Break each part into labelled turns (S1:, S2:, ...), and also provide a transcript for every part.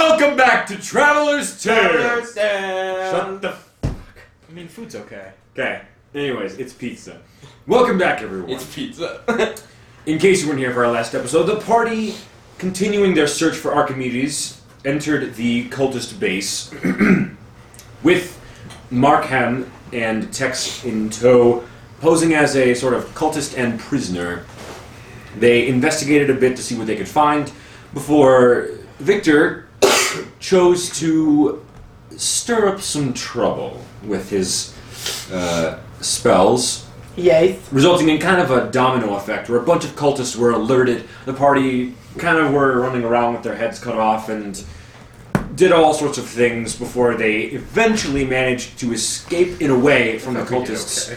S1: back to Traveler's Tale.
S2: Traveler's Tale.
S1: Shut the.
S2: I mean, food's okay.
S1: Okay. Anyways, it's pizza. Welcome back, everyone.
S2: It's pizza.
S1: In case you weren't here for our last episode, the party, continuing their search for Archimedes, entered the cultist base with Markham and Tex in tow, posing as a sort of cultist and prisoner. They investigated a bit to see what they could find before Victor chose to stir up some trouble with his uh, spells
S3: Yes.
S1: resulting in kind of a domino effect where a bunch of cultists were alerted. The party kind of were running around with their heads cut off and did all sorts of things before they eventually managed to escape in a way from the cultists.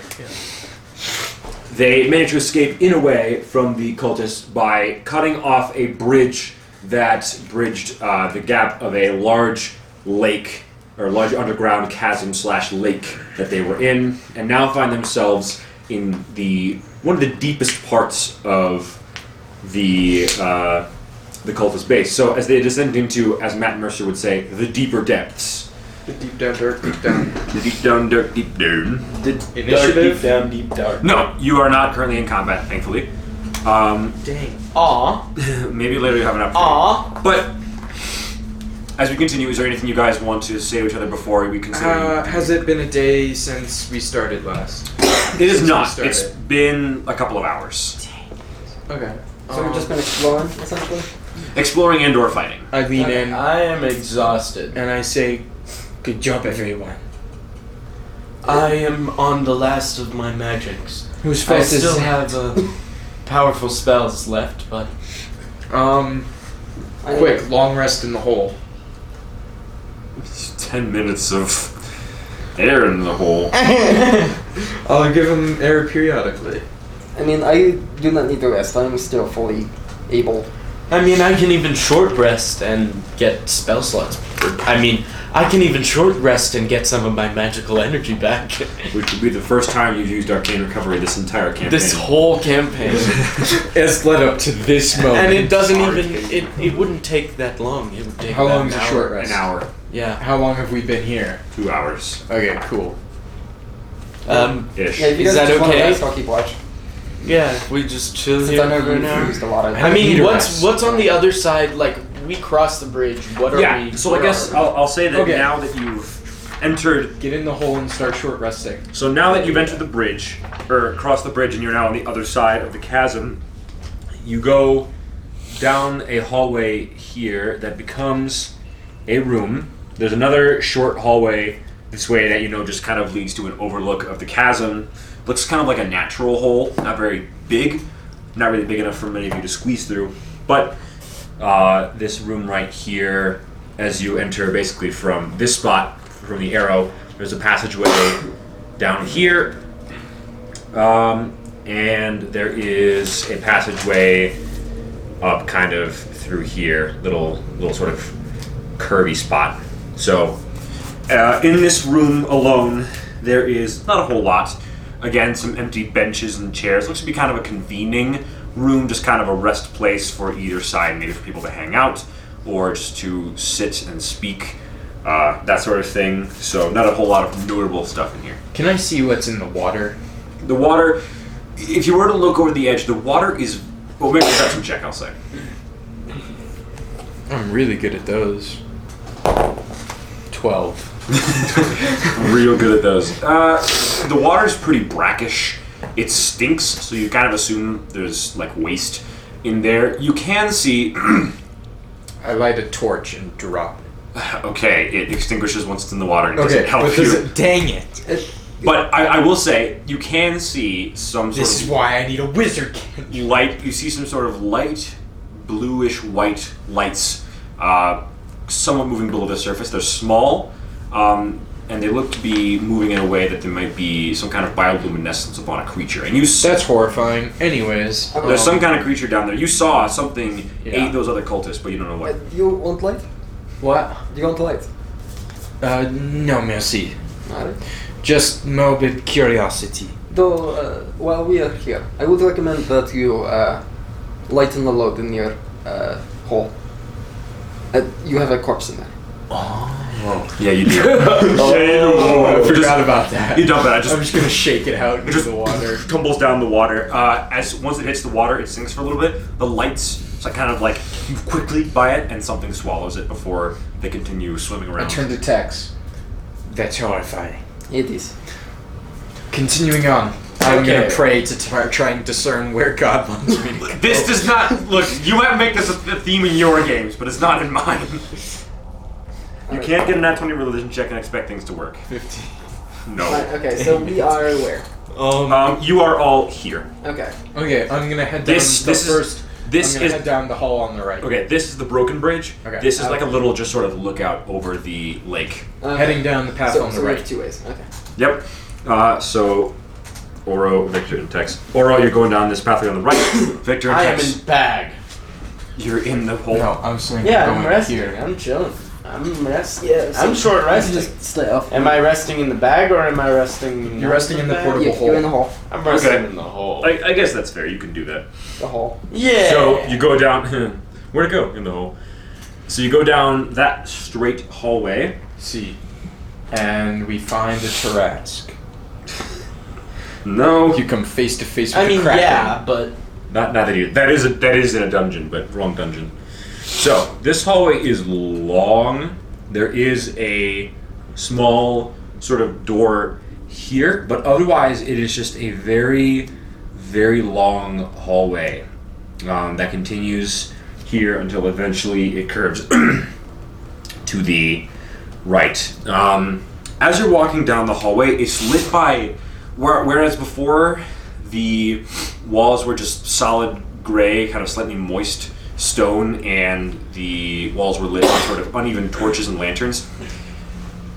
S1: They managed to escape in a way from the cultists by cutting off a bridge that bridged uh, the gap of a large lake or large underground chasm slash lake that they were in, and now find themselves in the one of the deepest parts of the uh, the cultist base. So as they descend into, as Matt Mercer would say, the deeper depths,
S2: the deep down dirt, deep down.
S1: the deep down, dark, deep down.
S2: Initiative?
S3: Dark, deep down, deep dark.
S1: No, you are not currently in combat, thankfully. Um,
S3: Dang.
S2: Aw.
S1: maybe later you have an opportunity.
S2: Aw.
S1: But as we continue, is there anything you guys want to say to each other before we continue?
S2: Uh, has it been a day since we started last?
S1: it is not.
S2: Started.
S1: It's been a couple of hours
S2: Okay.
S3: So we've just been exploring, essentially?
S1: exploring and/or fighting.
S2: I lean in
S4: I am exhausted.
S2: and I say,
S3: Good job, everyone.
S4: I am on the last of my magics.
S3: Whose
S4: I
S3: fault is
S4: still
S3: it?
S4: have uh, powerful spells left, but
S2: um,
S3: I need-
S2: quick, long rest in the hole.
S1: Ten minutes of air in the hole.
S2: I'll give him air periodically.
S3: I mean, I do not need to rest. I'm still fully able.
S4: I mean, I can even short rest and get spell slots. I mean, I can even short rest and get some of my magical energy back.
S1: Which would be the first time you've used arcane recovery this entire campaign.
S4: this whole campaign,
S2: It's led up to this moment.
S4: and it doesn't
S1: Sorry.
S4: even it, it wouldn't take that long. It would take
S2: How
S4: about
S2: long is
S4: an
S2: a
S4: hour.
S2: short
S1: an
S2: rest?
S1: hour,
S4: Yeah.
S2: How long have we been here?
S1: two hours
S2: Okay, cool.
S4: Um.
S1: ish.
S3: Yeah, if you
S4: Is that
S3: guys just want to
S4: okay?
S3: rest, I'll keep watch.
S4: Yeah. We just chill
S3: Since
S4: here
S3: I know
S4: for an
S3: you've
S4: hour.
S3: used a lot of.
S4: I
S2: need
S4: mean,
S2: a
S4: what's
S2: rest.
S4: what's on the other side? Like we cross the bridge. What are
S1: yeah.
S4: we?
S1: So I
S4: where
S1: guess
S4: are we?
S1: I'll, I'll say that
S2: Okay.
S1: now that you've entered.
S2: Get in the hole and start short resting.
S1: So now that you've entered the bridge, or crossed the bridge, and you're now on the other side of the chasm, you go down a hallway here that becomes a room. There's another short hallway this way that you know just kind of leads to an overlook of the chasm. Looks kind of like a natural hole, not very big, not really big enough for many of you to squeeze through. But uh, this room right here, as you enter basically from this spot, from the arrow, there's a passageway down here. Um, and there is a passageway up kind of through here, little little sort of curvy spot. So uh, in this room alone, there is not a whole lot. Again, some empty benches and chairs. Looks to be kind of a convening room, just kind of a rest place for either side, maybe for people to hang out or just to sit and speak, uh, that sort of thing. So not a whole lot of notable stuff in here.
S2: Can I see what's in the water?
S1: The water, if you were to look over the edge, the water is. Well, maybe that's some check. I'll say.
S2: I'm really good at those. 12.
S1: Real good at those. Uh, the water's pretty brackish. It stinks, so you kind of assume there's like waste in there. You can see.
S2: I light a torch and drop it.
S1: okay, it extinguishes once it's in the water and it doesn't help
S2: but
S1: you.
S2: does it- dang it.
S1: But I, I will say, you can see some sort
S2: This
S1: of
S2: is why I need a wizard. kit.
S1: light. You see some sort of light, bluish white lights, uh, somewhat moving below the surface. They're small, um, and they look to be moving in a way that there might be some kind of bioluminescence upon a creature. And you s-
S2: That's horrifying. Anyways. uh,
S3: Okay.
S1: there's some kind of creature down there. You saw something
S2: Yeah.
S1: ate those other cultists, but you don't know
S3: Uh,
S1: what.
S3: do you want light?
S2: What?
S3: Do you want light?
S2: Uh, no merci.
S3: Alright.
S2: Just morbid curiosity.
S3: Though, uh, while we are here, I would recommend that you uh, lighten the load in your uh, hole. Uh, you have a corpse in there.
S4: Oh.
S1: Yeah, you do.
S2: I
S1: Just-
S2: forgot about that.
S1: Oh, you dump it. I just
S2: I'm just gonna shake it out into
S1: just
S2: the water.
S1: tumbles down the water. Uh, as once it hits the water, it sinks for a little bit. The lights so kind of like move quickly by it, and something swallows it before they continue swimming
S2: I
S1: around.
S2: turned to Tex. That's horrifying.
S3: It is.
S2: Continuing on, I'm gonna
S4: Okay.
S2: pray to tar- try and discern where God wants me to go.
S1: This does not look. You might make this a th- theme in your games, but it's not in mine. You can't get an at twenty religion check and expect things to work.
S2: 15.
S1: No.
S3: okay, so we are where?
S4: Um,
S1: Um, you are all here.
S3: Okay.
S2: Okay, I'm gonna head down
S1: This-
S2: the
S1: this is-
S2: first.
S1: This
S2: I'm gonna
S1: is
S2: head down the hall on the right.
S1: okay. This is the broken bridge.
S2: Okay. Uh,
S1: This is like a little, just sort of lookout over the lake.
S3: okay.
S2: Heading down the path
S3: Um, so,
S2: on the
S3: so we have
S2: right.
S3: two ways. Okay.
S1: Yep. Uh, so, Oro, Victor, and Tex. Oro, you're going down this pathway on the right. Victor and
S4: I am
S1: Tex,
S4: in bag.
S1: you're in the hole.
S2: No, I'm saying
S4: Yeah,
S2: going
S4: I'm resting.
S2: here.
S4: I'm chilling. I'm resting.
S3: Yeah, so
S4: I'm short
S3: Let's
S4: resting.
S3: just stay off.
S4: Am I resting in the bag or am I resting?
S2: You're resting in the
S4: bag?
S2: porta-
S3: Yeah, you're in the hole.
S4: I'm resting
S1: Okay.
S4: in the hole.
S1: I, I guess that's fair. You can do that.
S3: The hole.
S4: yeah.
S1: So you go down. Where'd it go? In the hole. So you go down that straight hallway.
S2: See, and we find a Tarask.
S1: No,
S2: You come face to face with
S4: I mean,
S2: the Kraken.
S4: yeah, but
S1: Not, not that you. That is a, that is in a dungeon, but wrong dungeon. So this hallway is long. There is a small sort of door here, but otherwise it is just a very, very long hallway um, that continues here until eventually it curves to the right. Um, as you're walking down the hallway, it's lit by where, whereas before the walls were just solid gray, kind of slightly moist stone, and the walls were lit with sort of uneven torches and lanterns.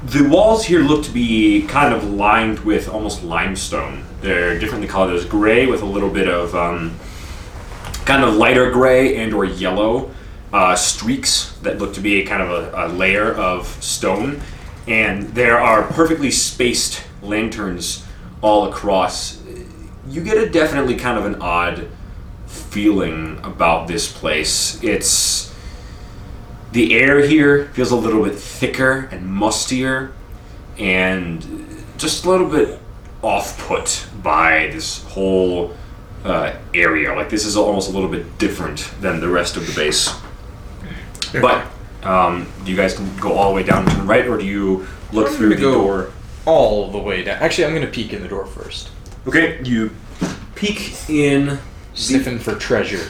S1: The walls here look to be kind of lined with almost limestone. They're differently colored. There's gray with a little bit of um, kind of lighter gray and or yellow uh, streaks that look to be a kind of a, a layer of stone and there are perfectly spaced lanterns all across you get a definitely kind of an odd feeling about this place it's the air here feels a little bit thicker and mustier and just a little bit off put by this whole uh, area. Like this is almost a little bit different than the rest of the base. But um, do you guys can go all the way down to the right, or do you look
S2: I'm
S1: through the
S2: gonna go-
S1: door?
S2: all the way down. Actually, I'm gonna peek in the door first,
S1: Okay, you peek in.
S2: sniffing for treasure.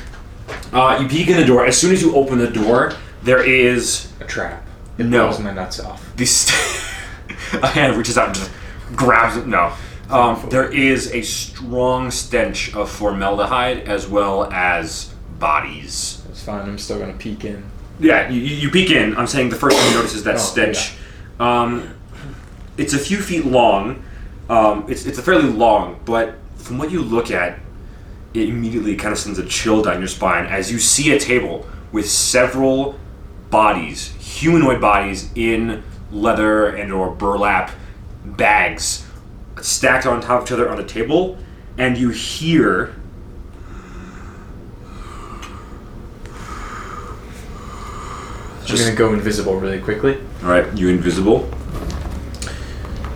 S1: Uh, you peek in the door. As soon as you open the door, there is
S2: A trap.
S1: No.
S2: blows my nuts off.
S1: the st- a hand reaches out and just grabs it. No. Um, there is a strong stench of formaldehyde as well as bodies.
S2: It's fine. I'm still gonna peek in.
S1: Yeah, you, you you peek in. I'm saying the first thing you notice is that
S2: Oh,
S1: stench. Um, it's a few feet long. Um, it's, it's a fairly long, but from what you look at, it immediately kind of sends a chill down your spine as you see a table with several bodies, humanoid bodies in leather and or burlap bags stacked on top of each other on the table, and you hear
S2: I'm gonna go invisible really quickly.
S1: all right, you invisible.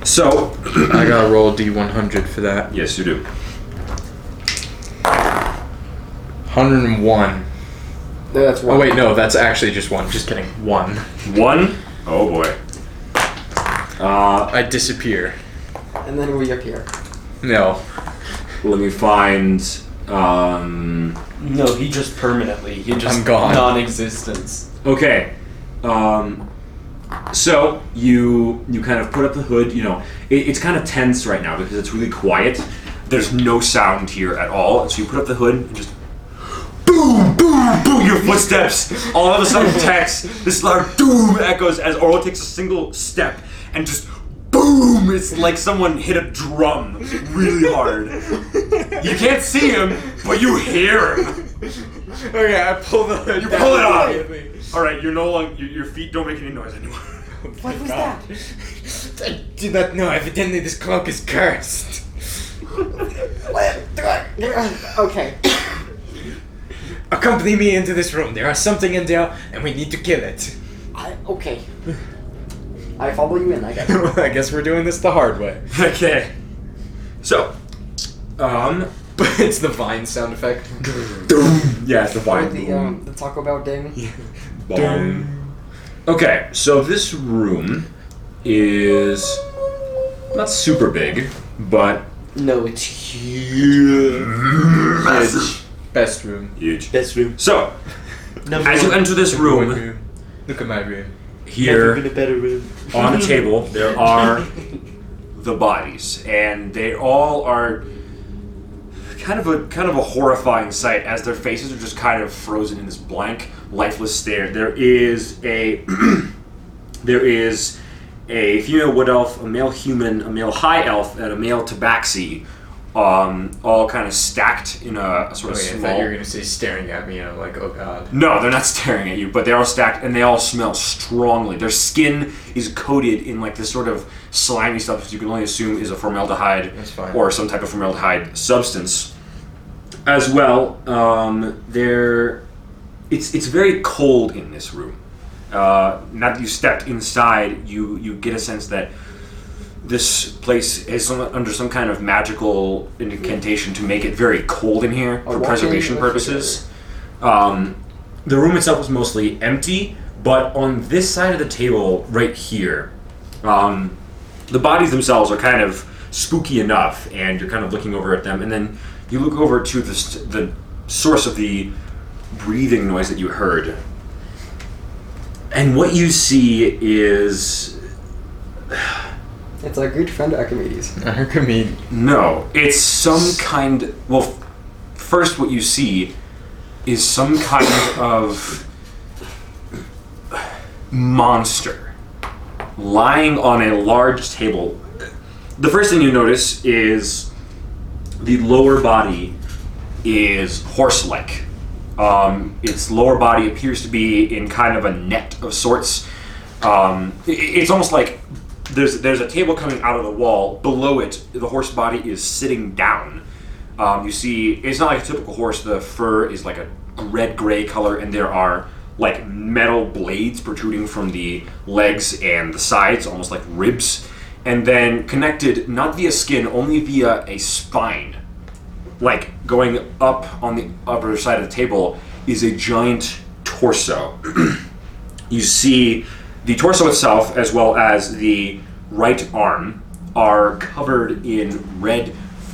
S1: So
S2: I gotta roll D100 for that.
S1: yes, you do.
S2: 101.
S3: No, that's one.
S2: Oh wait, no, that's actually just one. Just kidding. One.
S1: One. Oh boy. Uh,
S2: I disappear.
S3: And then we appear.
S2: No.
S1: let me find. Um,
S4: no, he just permanently. He just
S2: I'm gone.
S4: non-existence.
S1: okay. Um, so you you kind of put up the hood. You know, it, it's kind of tense right now because it's really quiet. There's no sound here at all. So you put up the hood and just boom, boom, boom. Your footsteps. All of a sudden, Tex. This loud doom echoes as Oral takes a single step and just. Boom! It's like someone hit a drum really hard. You can't see him, but you hear him.
S2: Okay, I pull the hood. You
S1: pull it off. All right, you're no longer your, your feet don't make any noise anymore.
S2: What was that? I do not know. Evidently, this cloak is cursed.
S3: okay.
S2: Accompany me into this room. There is something in there, and we need to kill it.
S3: I, okay. I follow you in, I guess.
S2: I guess we're doing this the hard way.
S1: Okay. So, um,
S2: But it's the vine sound effect.
S1: yeah, it's the
S3: Or
S1: vine.
S3: the, um, the Taco Bell ding.
S1: Bong. Okay, so this room is not super big, but
S4: No, it's huge.
S1: huge.
S2: Best room.
S1: Huge.
S4: Best room.
S1: So,
S4: Number
S1: as you
S4: one.
S1: enter this
S2: Look at my
S1: room,
S2: Look at my room.
S4: Never been
S1: here
S4: a better room.
S1: on a table, there are the bodies, and they all are kind of a kind of a horrifying sight as their faces are just kind of frozen in this blank, lifeless stare. There is a there is a female wood elf, a male human, a male high elf, and a male tabaxi, um, all kind of stacked in a, a sort of
S2: Wait, Oh, I
S1: small.
S2: thought you were gonna say staring at me, and I'm like, oh god.
S1: No, they're not staring at you, but they are stacked and they all smell strongly. Their skin is coated in like this sort of slimy substance you can only assume is a formaldehyde
S2: That's fine.
S1: or some type of formaldehyde substance. As well, um, there it's it's very cold in this room. Uh, now that you stepped inside, you you get a sense that this place is some, under some kind of magical incantation to make it very cold in here for
S3: walk-in
S1: preservation purposes. Um, the room itself was mostly empty, but on this side of the table, right here, um, the bodies themselves are kind of spooky enough, and you're kind of looking over at them, and then you look over to the, st- the source of the breathing noise that you heard. And what you see is
S3: It's our good friend Archimedes.
S2: Archimedes.
S1: no, it's some kind. Well, f- first, what you see is some kind of monster lying on a large table. The first thing you notice is the lower body is horse like. Um, its lower body appears to be in kind of a net of sorts. Um, i- i- it's almost like there's there's a table coming out of the wall. Below it, the horse body is sitting down. Um, you see, it's not like a typical horse. The fur is like a red gray color, and there are like metal blades protruding from the legs and the sides, almost like ribs, and then connected not via skin, only via a spine like going up on the upper side of the table is a giant torso. you see the torso itself as well as the right arm are covered in red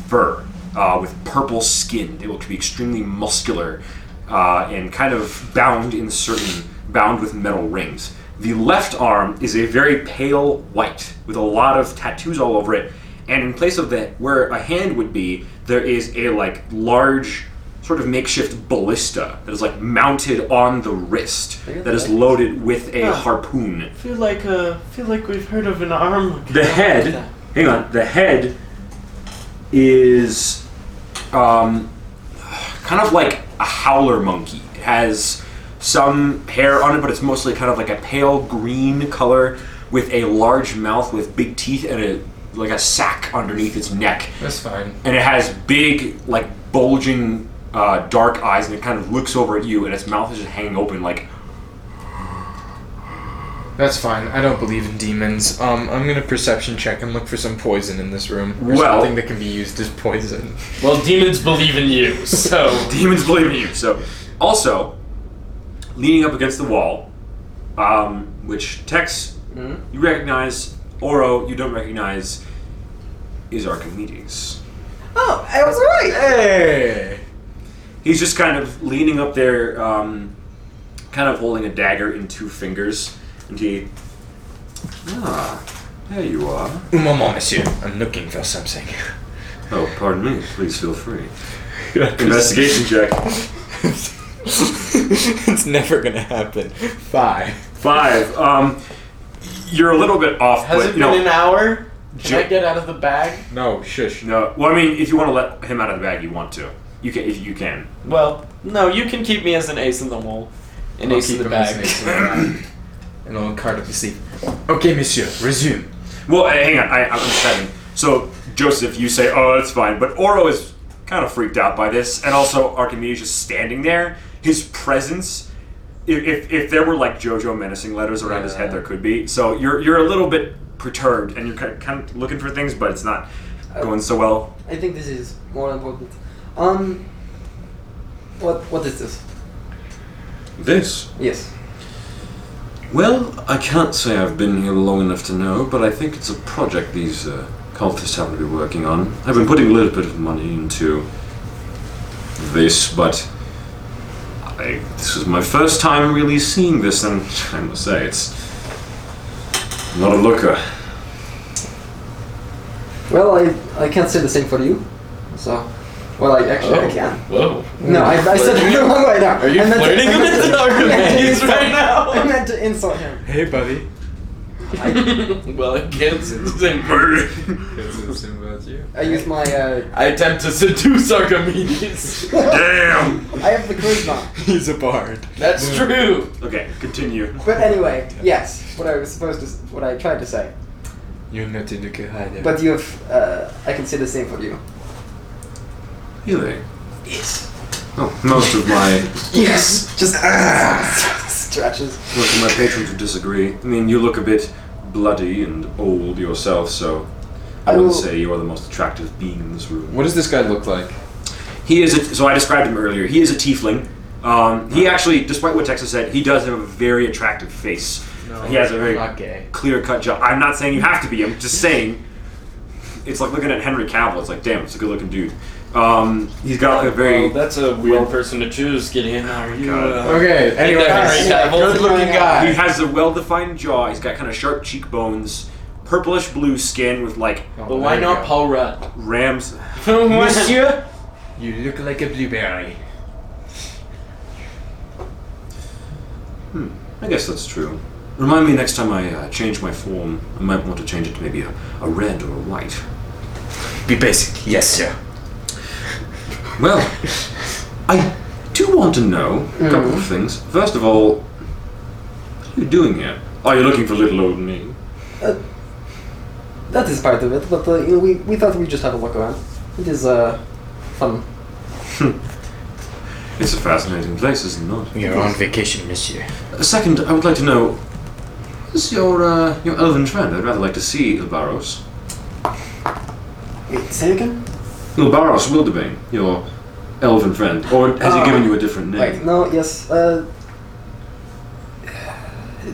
S1: fur uh, with purple skin. They look to be extremely muscular uh, and kind of bound in certain bound with metal rings. The left arm is a very pale white with a lot of tattoos all over it, and in place of that, where a hand would be, there is a like large sort of makeshift ballista that is like mounted on the wrist that is loaded with a harpoon.
S4: Feel like uh, feel like we've heard of an arm.
S1: The head, hang on, the head is um, kind of like a howler monkey. It has some hair on it, but it's mostly kind of like a pale green color with a large mouth with big teeth and a like a sack underneath its neck
S2: That's fine.
S1: and it has big, like bulging, uh, dark eyes, and it kind of looks over at you, and its mouth is just hanging open, like
S2: That's fine. I don't believe in demons. Um, I'm gonna perception check and look for some poison in this room. Or
S1: Well-
S2: something that can be used as poison.
S4: Well, demons believe in you, so
S1: demons believe in you. So, also, leaning up against the wall, um, which Tex
S4: Hmm?
S1: you recognize, Oro you don't recognize, is Archimedes.
S3: Oh, I was right!
S2: Hey!
S1: He's just kind of leaning up there, um, kind of holding a dagger in two fingers, and he. Ah, there you are.
S2: Un moment, monsieur. I'm looking for something.
S1: Oh, pardon me. Please feel free. Investigation check.
S2: it's never gonna happen. Five.
S1: Five. Um, you're a little bit off,
S4: has
S1: but
S4: it
S1: you know,
S4: been an hour? Can
S1: Ju-
S4: I get out of the bag?
S2: No, shush.
S1: no. Well, I mean, if you want to let him out of the bag, you want to. You can. If you can.
S4: Well, no, you can keep me as an ace in the hole, an ace in the bag.
S2: and I'll card up the sleep. Okay, monsieur, resume.
S1: Well, eh, hang on. I, I'm seven. So Joseph, you say, "Oh, that's fine," but Oro is kind of freaked out by this, and also Archimedes just standing there. His presence if, if, if there were like JoJo menacing letters around his head, there could be. So you're you're a little bit perturbed, and you're kind of, kind of looking for things, but it's not going so well.
S3: I think this is more important. Um, what what is this?
S5: This?
S3: Yes.
S5: Well, I can't say I've been here long enough to know, but I think it's a project these uh, cultists happen to be working on. I've been putting a little bit of money into this, but I, this is my first time really seeing this, and I must say, it's I'm not a looker.
S3: Well, I I can't say the same for you. So, well, I actually I can.
S4: Whoa.
S3: No, I, I said it wrong right now. Are
S4: Oh. you
S3: I meant
S4: flirting
S3: to, I meant
S4: with
S3: to-
S4: the
S3: I meant
S4: Archimedes
S3: to insult-
S4: right now?
S3: I meant to insult him.
S2: Hey, buddy.
S4: well, I can't say the same word.
S2: about you.
S3: I use my. Uh,
S4: I attempt to seduce Archimedes.
S1: Damn.
S3: I have the charisma.
S2: He's a bard.
S4: That's true.
S1: Okay, continue.
S3: But anyway, yes, what I was supposed to, s- what I tried to say.
S2: You're not in the Kahana.
S3: But you have, uh, I can say the same for you.
S5: Really? Yes. Oh, most of my
S3: Yes. Just Ah. stretches.
S5: most of my patrons would disagree. I mean, you look a bit bloody and old yourself, so I
S3: I
S5: wouldn't
S3: will-
S5: say you are the most attractive being in this room.
S2: what does this guy look like?
S1: He is. A, so I described him earlier. He is a tiefling. Um, he actually, despite what Texas said, he does have a very attractive face. he has a very
S2: Not gay.
S1: clear cut job. I'm not saying you have to be. I'm just saying it's like looking at Henry Cavill. It's like, damn, it's a good looking dude. Um, he's got like a very.
S4: Well, that's a weird person to choose, Gideon. Are you?
S1: God.
S4: uh,
S2: Okay, anyway.
S4: Henry Cavill.
S2: Good looking
S1: he
S2: guy.
S1: has a well defined jaw. He's got kind of sharp cheekbones, purplish blue skin with like
S2: Oh,
S4: But why not Paul Rudd?
S1: rams.
S4: Monsieur?
S2: You look like a blueberry.
S5: Hmm, I guess that's true. Remind me next time I uh, change my form. I might want to change it to maybe a, a red or a white.
S2: Be basic. Yes, sir.
S5: Well, I do want to know a couple of things. First of all, what are you doing here? Are you looking for little old me?
S3: That is part of it, but uh, you know, we, we thought we'd just have a look around. It is uh, fun.
S5: It's a fascinating place, is it not? Uh,
S2: We are on vacation, monsieur.
S5: Second, I would like to know, who's your, uh, your elven friend? I'd rather like to see Ilbaros.
S3: Wait, say again?
S5: Ilbaros Wilderbane, your elven friend. Or has he
S3: Ah.
S5: given you a different name?
S3: Wait, no, yes. Uh,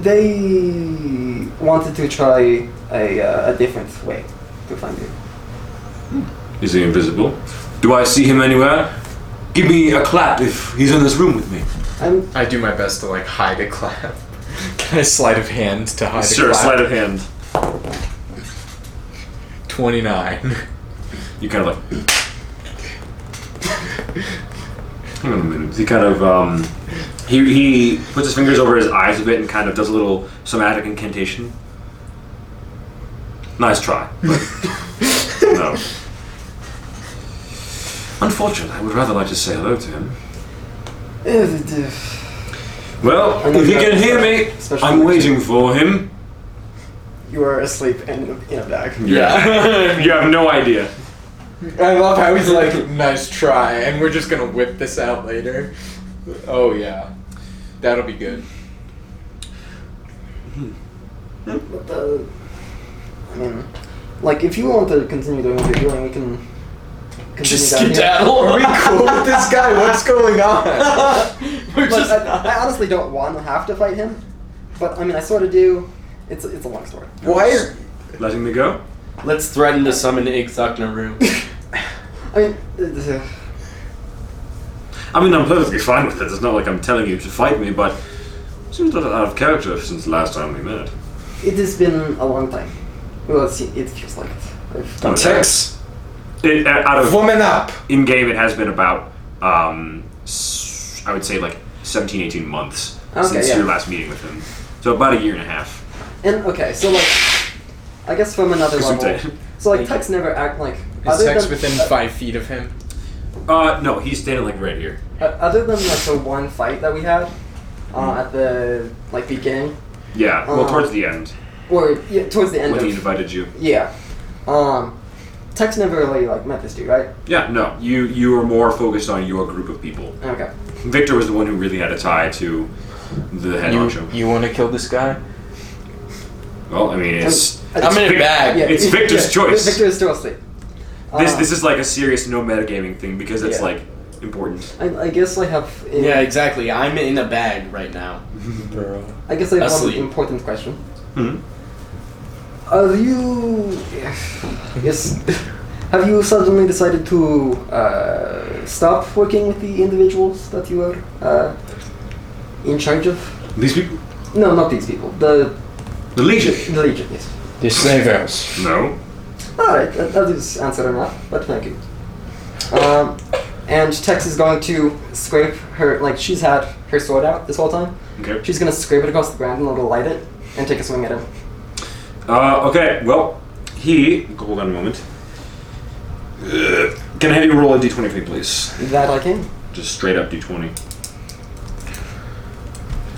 S3: they wanted to try a, uh, a different way to find you.
S5: Is he invisible? Do I see him anywhere? Give me a clap if he's in this room with me.
S3: I'm,
S2: I do my best to like hide a clap. Can I sleight of hand to hide
S1: Sure,
S2: a clap?
S1: sleight of hand.
S2: Twenty-nine.
S5: You kind of like. Hang on a minute. He kind of um, he he puts his fingers over his eyes a bit and kind of does a little somatic incantation. Nice try. but no. Unfortunately, I would rather like to say hello to him.
S3: uh,
S5: Well,
S3: I'm
S5: if he
S3: gonna-
S5: can hear me,
S3: Special
S5: I'm
S3: action.
S5: waiting for him.
S3: you are asleep in, in a bag.
S4: Yeah.
S1: You have no idea.
S2: I love how he's like, nice try, and we're just gonna whip this out later. Oh yeah, that'll be good.
S3: But, uh, I mean, like, if you want to continue doing what you're doing, we can. Continue
S4: Just
S3: down here.
S4: skedaddle.
S2: Are we cool with this guy? What's going on?
S4: We're
S3: But
S4: just
S3: I, I honestly don't want to have to fight him, but I mean, I sort of do. It's it's a long story.
S2: Why is
S1: Letting me go.
S4: Let's threaten to summon Igzok Naru.
S3: I mean, uh,
S5: I mean, I'm perfectly fine with it. It's not like I'm telling you to fight me, but it seems a little out of character since last time we met.
S3: it has been a long time. Well, it's, it feels like it. I've-
S2: Tex?
S1: It, uh, out of
S2: Woman up.
S1: in game, it has been about um, s- I would say like 17, 18 months
S3: Okay,
S1: since
S3: yeah.
S1: your last meeting with him. So about a year and a half.
S3: And okay, so like, I guess from another level.
S1: Gesundheit.
S3: So like, Tex never act like.
S2: Is
S3: other
S2: Tex
S3: than,
S2: within
S3: uh,
S2: five feet of him?
S1: Uh, no, he's standing like right here.
S3: uh, other than like the one fight that we had uh, at the like beginning
S1: Yeah, well,
S3: Uh,
S1: towards the end
S3: or yeah, towards the end
S1: when he
S3: of
S1: invited you.
S3: yeah, um, Tex never really like met this dude, right?
S1: Yeah, no, you you were more focused on your group of people.
S3: Okay.
S1: Victor was the one who really had a tie to the head
S2: You,
S1: honcho.
S2: you want to kill this guy?
S1: Well, I mean, it's
S2: I'm in a bag.
S1: it's Victor's choice.
S3: Victor's choice.
S1: this.
S3: Uh,
S1: This is like a serious no metagaming thing because it's
S2: Yeah.
S1: like important.
S3: I, I guess I have. A,
S4: Yeah, exactly. I'm in a bag right now.
S2: Bro.
S3: I guess I have
S4: Asleep.
S3: one important question.
S1: Hmm.
S3: Are you? yes. Have you suddenly decided to uh, stop working with the individuals that you are uh, in charge of?
S1: These people,
S3: No, not these people. The
S1: the legion.
S3: the legion. Yes.
S2: The slave house.
S1: No.
S3: All right, that, that is answer enough. But thank you. Um, and Tex is going to scrape her. Like she's had her sword out this whole time.
S1: Okay.
S3: She's gonna scrape it across the ground and it'll light it and take a swing at him.
S1: Uh, okay, well, he. Hold on a moment. Uh, Can I have you roll a d20 for me, please?
S3: That I can.
S1: Just straight up d20.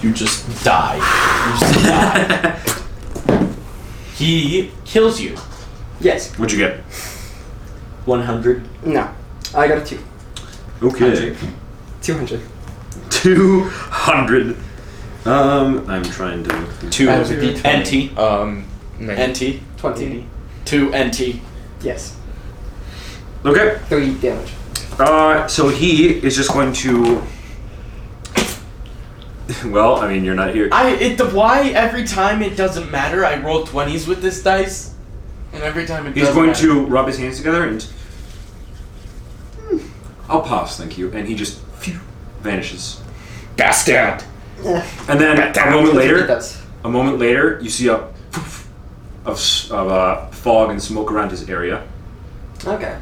S4: You just die. You just die. he kills you.
S3: Yes.
S1: What'd you get?
S4: 100.
S3: No. I got a two.
S1: Okay.
S3: 200.
S1: 200. Um, I'm trying to. look through-
S4: 2
S2: That's a D20.
S4: NT.
S2: Um. neg-
S4: NT.
S3: 20.
S4: 2 NT.
S3: Yes.
S1: Okay.
S3: 3 damage.
S1: Uh, so he is just going to. Well, I mean, you're not here.
S4: I it the why every time it doesn't matter. I roll 20s with this dice. And every time it
S1: He's
S4: doesn't
S1: going
S4: matter.
S1: to rub his hands together and. Hmm, I'll pass, thank you. And he just phew, vanishes.
S2: Bastard.
S1: And then a moment
S3: It
S1: later,
S3: does.
S1: a moment later, you see a poof of, s- of uh, fog and smoke around his area.
S3: Okay.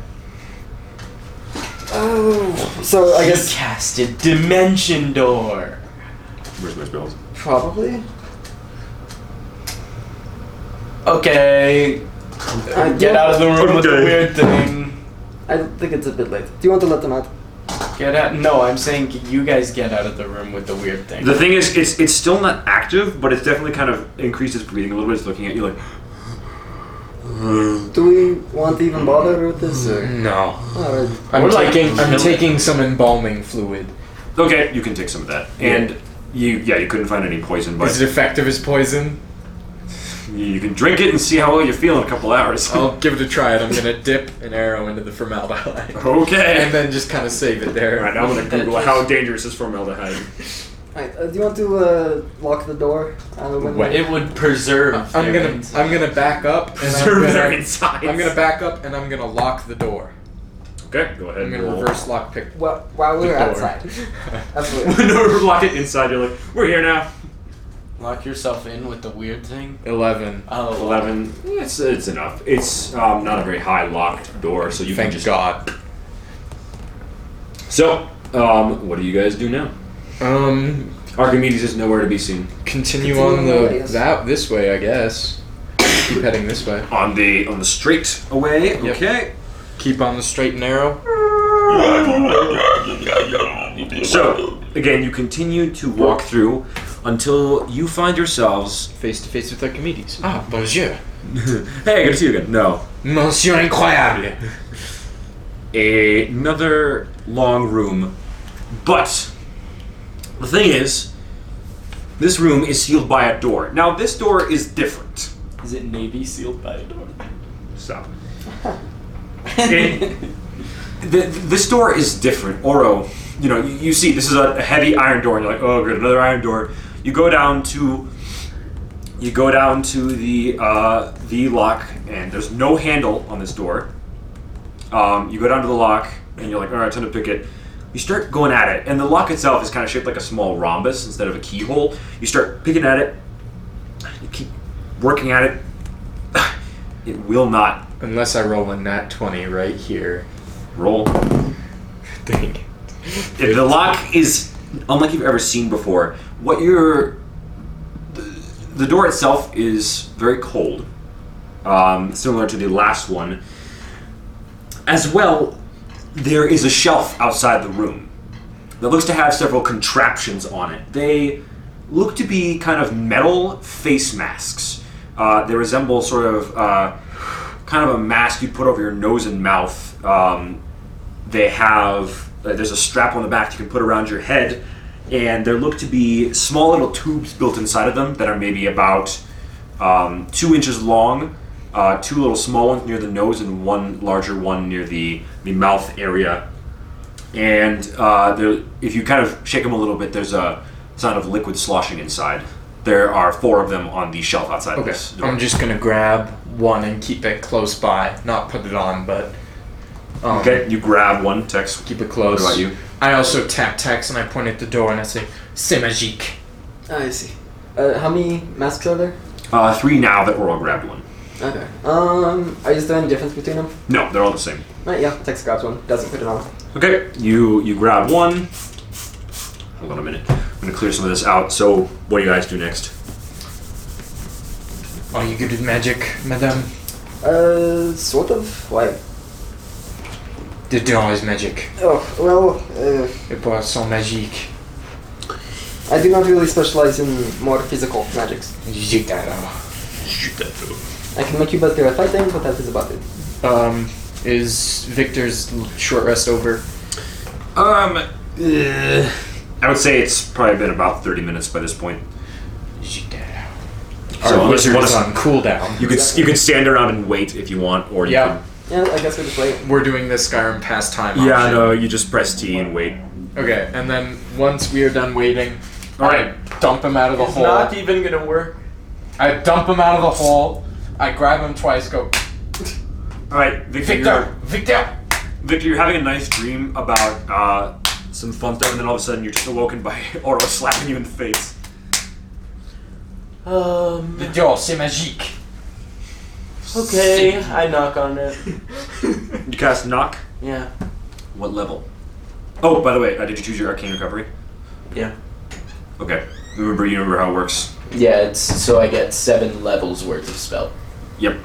S3: Oh. So I
S4: He
S3: guess
S4: casted Dimension Door.
S1: Where's my spells?
S3: probably.
S4: Okay.
S3: I
S4: Get out of the room with the
S1: Okay.
S4: weird thing.
S3: I think it's a bit late. Do you want to let them out?
S4: Get out. No, I'm saying you guys get out of the room with the weird thing.
S1: The thing is, it's it's still not active, but it's definitely kind of increased its breathing a little bit. It's looking at you like.
S3: Do we want to even bother with this? Or?
S2: No.
S3: Alright.
S2: I'm
S4: We're like
S2: taking.
S4: in
S2: I'm
S4: Philly.
S2: taking some embalming fluid.
S1: Okay, you can take some of that. And you, yeah, you couldn't find any poison, but
S2: Is it effective as poison?
S1: you can drink it and see how well you feel in a couple hours.
S2: I'll give it a try. And I'm gonna dip an arrow into the formaldehyde.
S1: okay.
S2: and then just kind of save it there.
S1: All right, now I'm gonna
S4: That
S1: Google
S4: just-
S1: how dangerous is formaldehyde.
S3: Alright, uh, do you want to uh, lock the door? Uh, when
S2: Wait.
S4: It would preserve.
S2: I'm
S4: their
S2: gonna
S4: ins-
S2: I'm gonna back up and
S1: Preserve their
S2: I'm
S1: insides.
S2: gonna, I'm gonna back up and I'm gonna lock the door.
S1: Okay, go ahead.
S2: I'm
S1: and
S2: gonna
S1: roll.
S2: reverse lock pick.
S3: Well, while
S2: the
S3: we're
S2: door.
S3: outside. Absolutely.
S1: no, we're lock it inside. You're like, we're here now.
S4: Lock yourself in with the weird thing.
S2: Eleven.
S4: Oh,
S1: Eleven. It's it's enough. It's um, not a very high locked door, so you
S2: Thank
S1: can just.
S2: God.
S1: So, um, what do you guys do now?
S2: Um,
S1: Archimedes is nowhere to be seen.
S2: continue,
S3: Continue
S2: on
S3: on,
S2: the
S3: yes.
S2: that this way, I guess. Keep heading this way.
S1: On the on the straight away.
S2: Yep.
S1: Okay.
S2: Keep on the straight and narrow.
S1: So again, you continue to walk through until you find yourselves.
S2: Face to face with Archimedes. Ah, bonjour,
S1: Hey, good to see you again. No,
S2: Monsieur Incroyable.
S1: another long room. But the thing is, this room is sealed by a door. Now, this door is different.
S4: Is it Navy sealed by a door?
S1: Stop. It- Th- this door is different. Oro, you know, you, you see, this is a, a heavy iron door, and you're like, oh, good, another iron door. You go down to, you go down to the uh, the lock, and there's no handle on this door. Um, you go down to the lock, and you're like, all right, time to pick it. You start going at it, and the lock itself is kind of shaped like a small rhombus instead of a keyhole. You start picking at it. You keep working at it. It will not
S2: Unless I roll a nat twenty right here.
S1: roll.
S2: Dang it.
S1: If the lock is unlike you've ever seen before. What you're. The, the door itself is very cold, um, similar to the last one. As well, there is a shelf outside the room that looks to have several contraptions on it. They look to be kind of metal face masks. Uh, they resemble sort of uh, kind of a mask you put over your nose and mouth um, they have uh, there's a strap on the back you can put around your head and there look to be small little tubes built inside of them that are maybe about um, two inches long, uh, two little small ones near the nose, and one larger one near the, the mouth area. And uh, there, if you kind of shake them a little bit, there's a sound of liquid sloshing inside. There are four of them on the shelf outside of
S2: Okay.
S1: this door.
S2: I'm just gonna grab one and keep it close by. Not put it on, but. Um,
S1: okay, you grab one text.
S2: Keep it close.
S1: What about you?
S2: I also tap text and I point at the door and I say, C'est magique.
S3: Ah, I see. Uh, how many masks are there?
S1: Uh, three now that we're all grabbed one.
S3: Okay. Um, are is there any difference between them?
S1: No, they're all the same.
S3: Right, yeah, Tex grabs one, doesn't put it on.
S1: Okay, you you grab one. Hold on a minute. I'm gonna clear some of this out. So, what do you guys do next?
S2: Are you good at magic, madame?
S3: Uh, sort of. Why?
S2: The door is magic.
S3: Oh, well, uh,
S2: Les poissons magiques.
S3: I do not really specialize in more physical magics.
S2: Magique d'arrow.
S3: I can make you better at fighting, but that is about it.
S2: Um, is Victor's short rest over?
S1: Um, eh, I would say it's probably been about 30 minutes by this point.
S2: Magique d'arrow.
S1: So,
S2: Our
S1: unless you
S2: wizard
S1: wanna
S2: is
S1: s-
S2: on cooldown.
S1: You could you could stand around and wait if you want, or you
S2: Yeah,
S3: Yeah, I guess we just wait.
S2: we're doing the Skyrim pastime.
S1: Could, yeah,
S2: option.
S1: no, you just press T and wait.
S2: Okay, and then once we are done waiting,
S1: Alright.
S2: I dump him out of the
S4: It's
S2: hole.
S4: not e- even gonna work.
S2: I dump him out of the hole. I grab him twice. Go,
S1: All right, Victor.
S2: Victor, Victor.
S1: You're, Victor, you're having a nice dream about uh, some fun stuff, and then all of a sudden you're just awoken by Oro slapping you in the face.
S4: Um.
S2: The door, c'est magique.
S4: Okay, I knock on it.
S1: You cast knock.
S4: Yeah.
S1: What level? Oh, by the way, uh, did you choose your arcane recovery?
S4: Yeah.
S1: Okay. Remember, you remember how it works.
S4: Yeah, it's so I get seven levels worth of spell.
S1: Yep.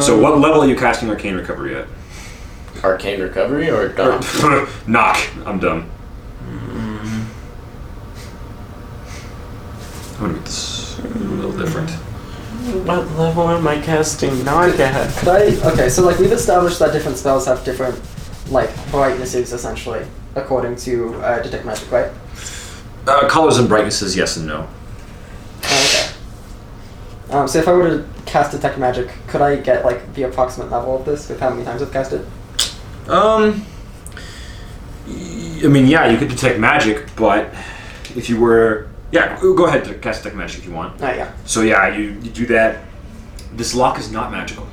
S1: so, what level are you casting arcane recovery at?
S4: Arcane recovery or
S1: Or-
S4: not?
S1: knock. I'm dumb.
S5: I would it's a little different.
S4: What level am I casting knock at?
S3: Could I, okay, so like we've established that different spells have different like brightnesses essentially according to uh, detect magic, right?
S5: Uh, colors and brightnesses, yes and no.
S3: Okay. Um, so if I were to cast detect magic, could I get like the approximate level of this with how many times I've cast it?
S1: Um. y- I mean, yeah, you could detect magic, but if you were, yeah, go ahead to cast detect magic if you want.
S3: Oh yeah,
S1: So yeah, you, you do that. This lock is not magical.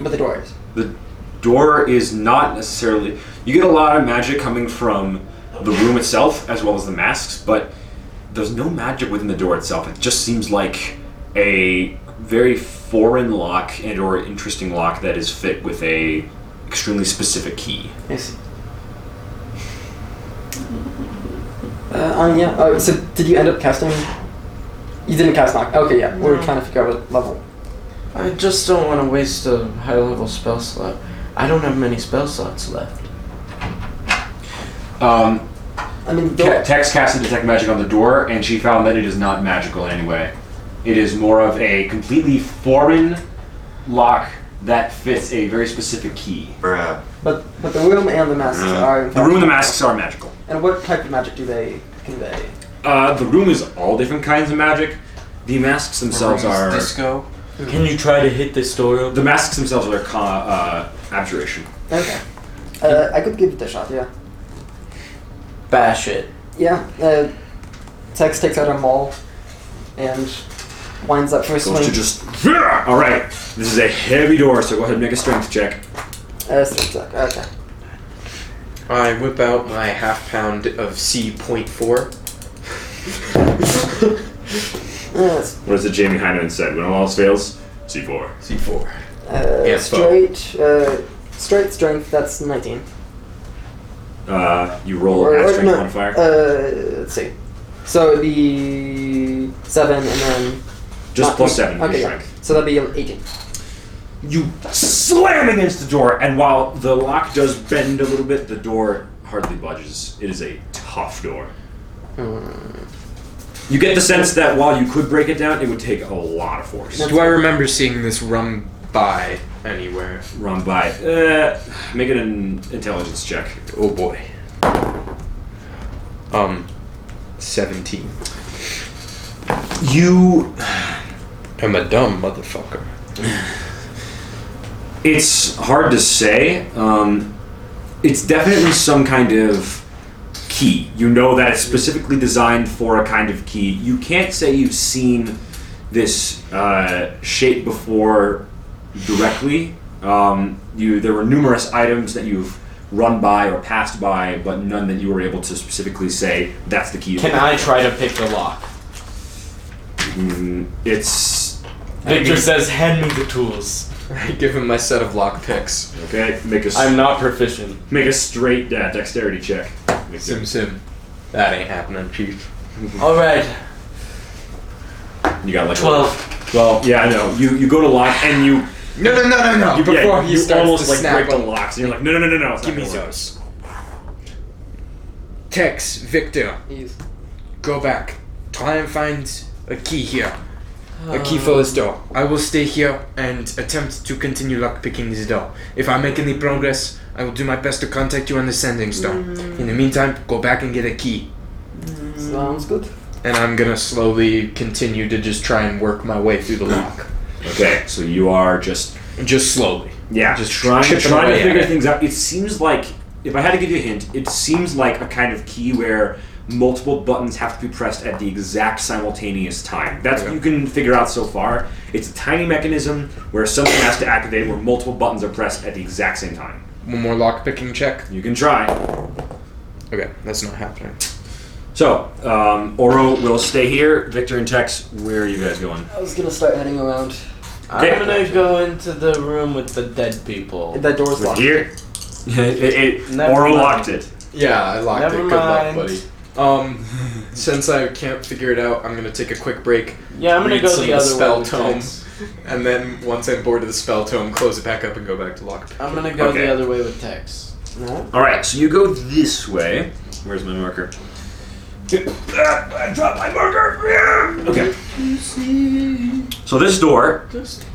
S3: but the door is.
S1: the door is not necessarily you get a lot of magic coming from the room itself as well as the masks but there's no magic within the door itself it just seems like a very foreign lock and or interesting lock that is fit with a extremely specific key
S3: Yes. Uh, um, yeah. Oh, so did you end up casting? You didn't cast knock. Okay, yeah. We were
S4: No.
S3: trying to figure out what level.
S4: I just don't want to waste a high level spell slot. I don't have many spell slots left.
S1: um,
S3: I mean, the
S1: Ca- Tex casted detect magic on the door, and she found that it is not magical in any way. It is more of a completely foreign lock that fits a very specific key.
S5: Bruh.
S3: but but the room and the masks are. In
S1: Uh, The room and the
S3: fact-
S1: masks are magical.
S3: And what type of magic do they convey?
S1: Uh, the room is all different kinds of magic. The masks themselves are
S2: disco.
S4: Can you try to hit this door open?
S1: the masks themselves are con- uh, abjuration.
S3: Okay. Uh, I could give it a shot. Yeah.
S4: Bash it.
S3: Yeah. Uh, Tex takes out a maul, and winds up for a
S1: Goes
S3: swing.
S1: to just all right. This is a heavy door, so go ahead and make a strength check.
S3: Uh, strength check. Okay.
S2: I whip out my half pound of C.4.
S3: Uh, it's,
S1: What is it Jamie Hyneman said? When all else fails, C four.
S2: C4.
S3: uh,
S2: Yeah, twelve.
S3: straight. Uh, straight strength. That's nineteen.
S1: Uh, you roll
S3: Or-
S1: at
S3: or
S1: strength
S3: no,
S1: modifier.
S3: Uh, let's see. So it'd be seven, and then
S1: just
S3: not-
S1: plus seven.
S3: uh, Okay,
S1: Okay,
S3: yeah. so that'd be an eighteen.
S1: You slam against the door, and while the lock does bend a little bit, the door hardly budges. It is a tough door. You get the sense that while you could break it down, it would take a lot of force.
S2: Do I remember seeing this run by anywhere?
S1: Run by. Uh, make it an intelligence check.
S2: Oh boy. Oh, Um,
S6: 17.
S1: You.
S6: I'm a dumb motherfucker.
S1: It's hard to say. Um, it's definitely some kind of key. You know that it's specifically designed for a kind of key. You can't say you've seen this uh, shape before directly. Um, you there were numerous items that you've run by or passed by, but none that you were able to specifically say that's the key.
S4: Can I try to pick the lock?
S1: Mm, It's
S4: Victor says, hand me the tools.
S2: I give him my set of lock picks.
S1: okay. Make a s-
S4: I'm not proficient.
S1: make a straight uh, dexterity check. Make
S2: Sim sim. That ain't happening, chief.
S4: Alright,
S1: it- You got like a-
S4: 12.
S1: Well, yeah, I know. You you go to lock and you
S2: No, no, no, no, no.
S1: you,
S2: Oh, Before
S1: yeah,
S2: he
S1: you
S2: starts
S1: almost
S2: to
S1: like
S2: snap
S1: break the
S2: on-
S1: locks and you're like, no, no, no, no, no. It's
S2: Give me
S1: not gonna work.
S2: those. Tex, Victor,
S3: He's
S2: go back. Try and find a key here. A key for this door. I will stay here and attempt to continue lockpicking this door. If I make any progress, I will do my best to contact you on the sending stone. In the meantime, go back and get a key.
S3: Sounds good.
S2: And I'm gonna slowly continue to just try and work my way through the lock.
S1: Okay, so you are just
S2: Just slowly.
S1: yeah,
S2: Just
S1: just trying
S2: chipping
S1: trying
S2: away
S1: to
S2: at
S1: figure
S2: it.
S1: things out. It seems like if I had to give you a hint, it seems like a kind of key where multiple buttons have to be pressed at the exact simultaneous time. That's what
S2: Okay.
S1: you can figure out so far. It's a tiny mechanism where something has to activate where multiple buttons are pressed at the exact same time.
S2: One more lockpicking check.
S1: You can try.
S2: Okay, that's not happening.
S1: So, um, Oro will stay here. Victor and Tex, where are you guys going?
S3: I was gonna start heading around.
S1: Okay.
S4: I'm gonna go into the room with the dead people.
S3: That door's
S1: With
S3: locked.
S1: here? it, it,
S4: Never
S1: Oro
S4: mind.
S1: locked it.
S2: Yeah, I locked
S4: Never
S2: it. Good luck,
S4: mind.
S2: buddy. Um, since I can't figure it out, I'm gonna take a quick break,
S4: Yeah, I'm gonna
S2: Read
S4: go
S2: some
S4: the
S2: of the
S4: other
S2: spell
S4: way. with
S2: tome.
S4: Tex.
S2: and then once I'm bored of the spell tome, close it back up and go back to lock.
S4: I'm gonna go
S1: Okay.
S4: the other way with Tex. No?
S1: All right, so you go this way. Where's my marker? Ah, I dropped my marker. Okay. So this door,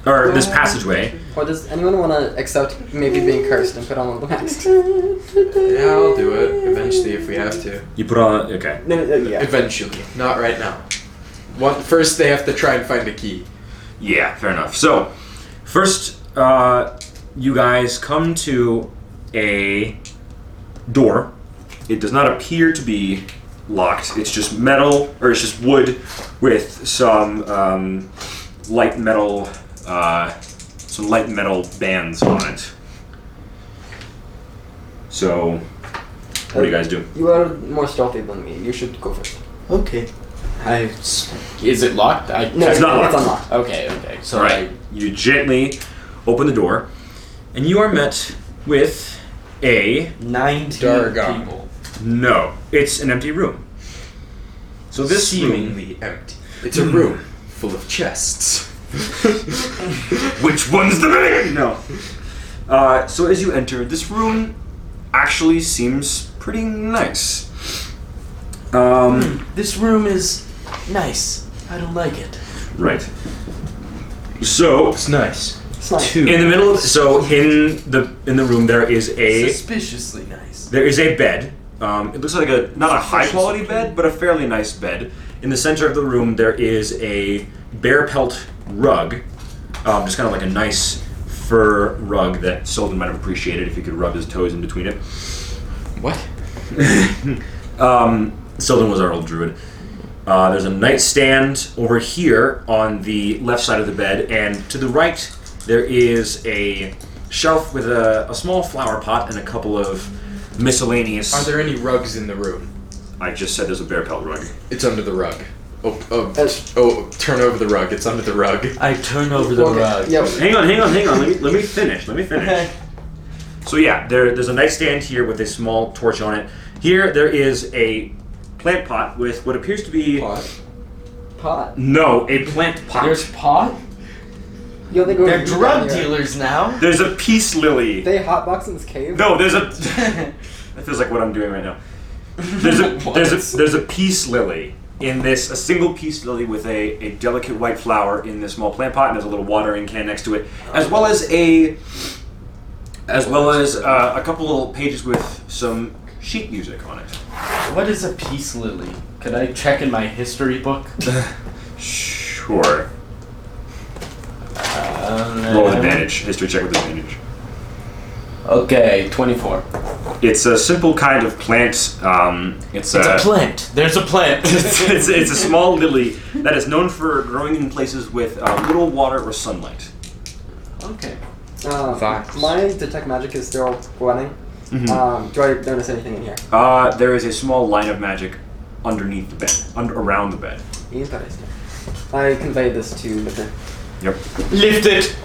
S1: or this passageway,
S3: Or does anyone want to accept maybe being cursed and put on one of the masks?
S2: Yeah, I'll do it eventually if we have to.
S1: you put on. Okay.
S3: uh, yeah.
S2: Eventually, not right now. One, first, they have to try and find a key.
S1: Yeah, fair enough. So, first, uh, you guys come to a door. It does not appear to be locked. It's just metal, or it's just wood with some um, light metal, uh, some light metal bands on it. So, what do you guys do?
S3: You are more stealthy than me. You should go first.
S4: Okay. I. Is it locked? I.
S3: No,
S1: It's not
S3: It's
S1: locked.
S3: unlocked.
S4: Okay, okay. So
S1: All right. You gently open the door, and you are met with a
S4: I. 19
S2: Dargon.
S4: people.
S1: No, it's an empty room. So this room,
S2: seemingly empty. It's a room full of chests.
S1: which one's the man? No. Uh, so as you enter, this room actually seems pretty nice.
S2: Hmm.
S1: Um,
S4: This room is nice. I don't like it.
S1: right. So
S2: It's nice.
S3: It's not.
S1: in the middle, so in the in the room there is a
S4: Suspiciously nice.
S1: There is a bed. Um, it looks like a not a high quality bed, but a fairly nice bed. In the center of the room, there is a bear pelt rug, um, just kind of like a nice fur rug that Solden might have appreciated if he could rub his toes in between it.
S2: What?
S1: Um, Sylvan was our old druid. Uh, there's a nightstand over here on the left side of the bed, and to the right there is a shelf with a, a small flower pot and a couple of miscellaneous.
S2: Are there any rugs in the room?
S1: I just said there's a bear pelt rug.
S2: It's under the rug. Oh, oh,
S3: Uh,
S2: oh, turn over the rug. It's under the rug.
S4: I turn over the
S3: Okay,
S4: rug.
S3: Yep.
S1: Hang on, hang on, hang on. Let me let me finish. Let me finish. So yeah, there, there's a nightstand here with a small torch on it. Here there is a plant pot with what appears to be
S2: Pot.
S3: Pot.
S1: no a plant pot.
S4: There's pot.
S3: Yo, they go
S4: They're drug
S3: Yeah.
S4: dealers now.
S1: There's a peace lily.
S3: They hotbox in this cave.
S1: No, there's a. That feels like what I'm doing right now. There's a
S4: What?
S1: there's a there's a peace lily in this a single peace lily with a, a delicate white flower in this small plant pot and there's a little watering can next to it as well as a as well as uh, a couple little pages with some sheet music on it.
S4: what is a peace lily? Could I check in my history book?
S1: Sure.
S4: Um,
S1: Roll with advantage. History check with advantage.
S4: Okay, 24.
S1: It's a simple kind of plant. Um, it's,
S4: It's a plant. There's a plant.
S1: it's, it's a small lily that is known for growing in places with uh, little water or sunlight.
S4: okay.
S3: Uh,
S2: Vibes.
S3: My detect magic is still running.
S1: Hmm.
S4: Mm-hmm.
S3: Um, do I notice anything in here?
S1: Uh, there is a small line of magic underneath the bed, under, around the bed.
S3: Interesting. I conveyed this to Victor.
S1: Yep.
S4: Lift it.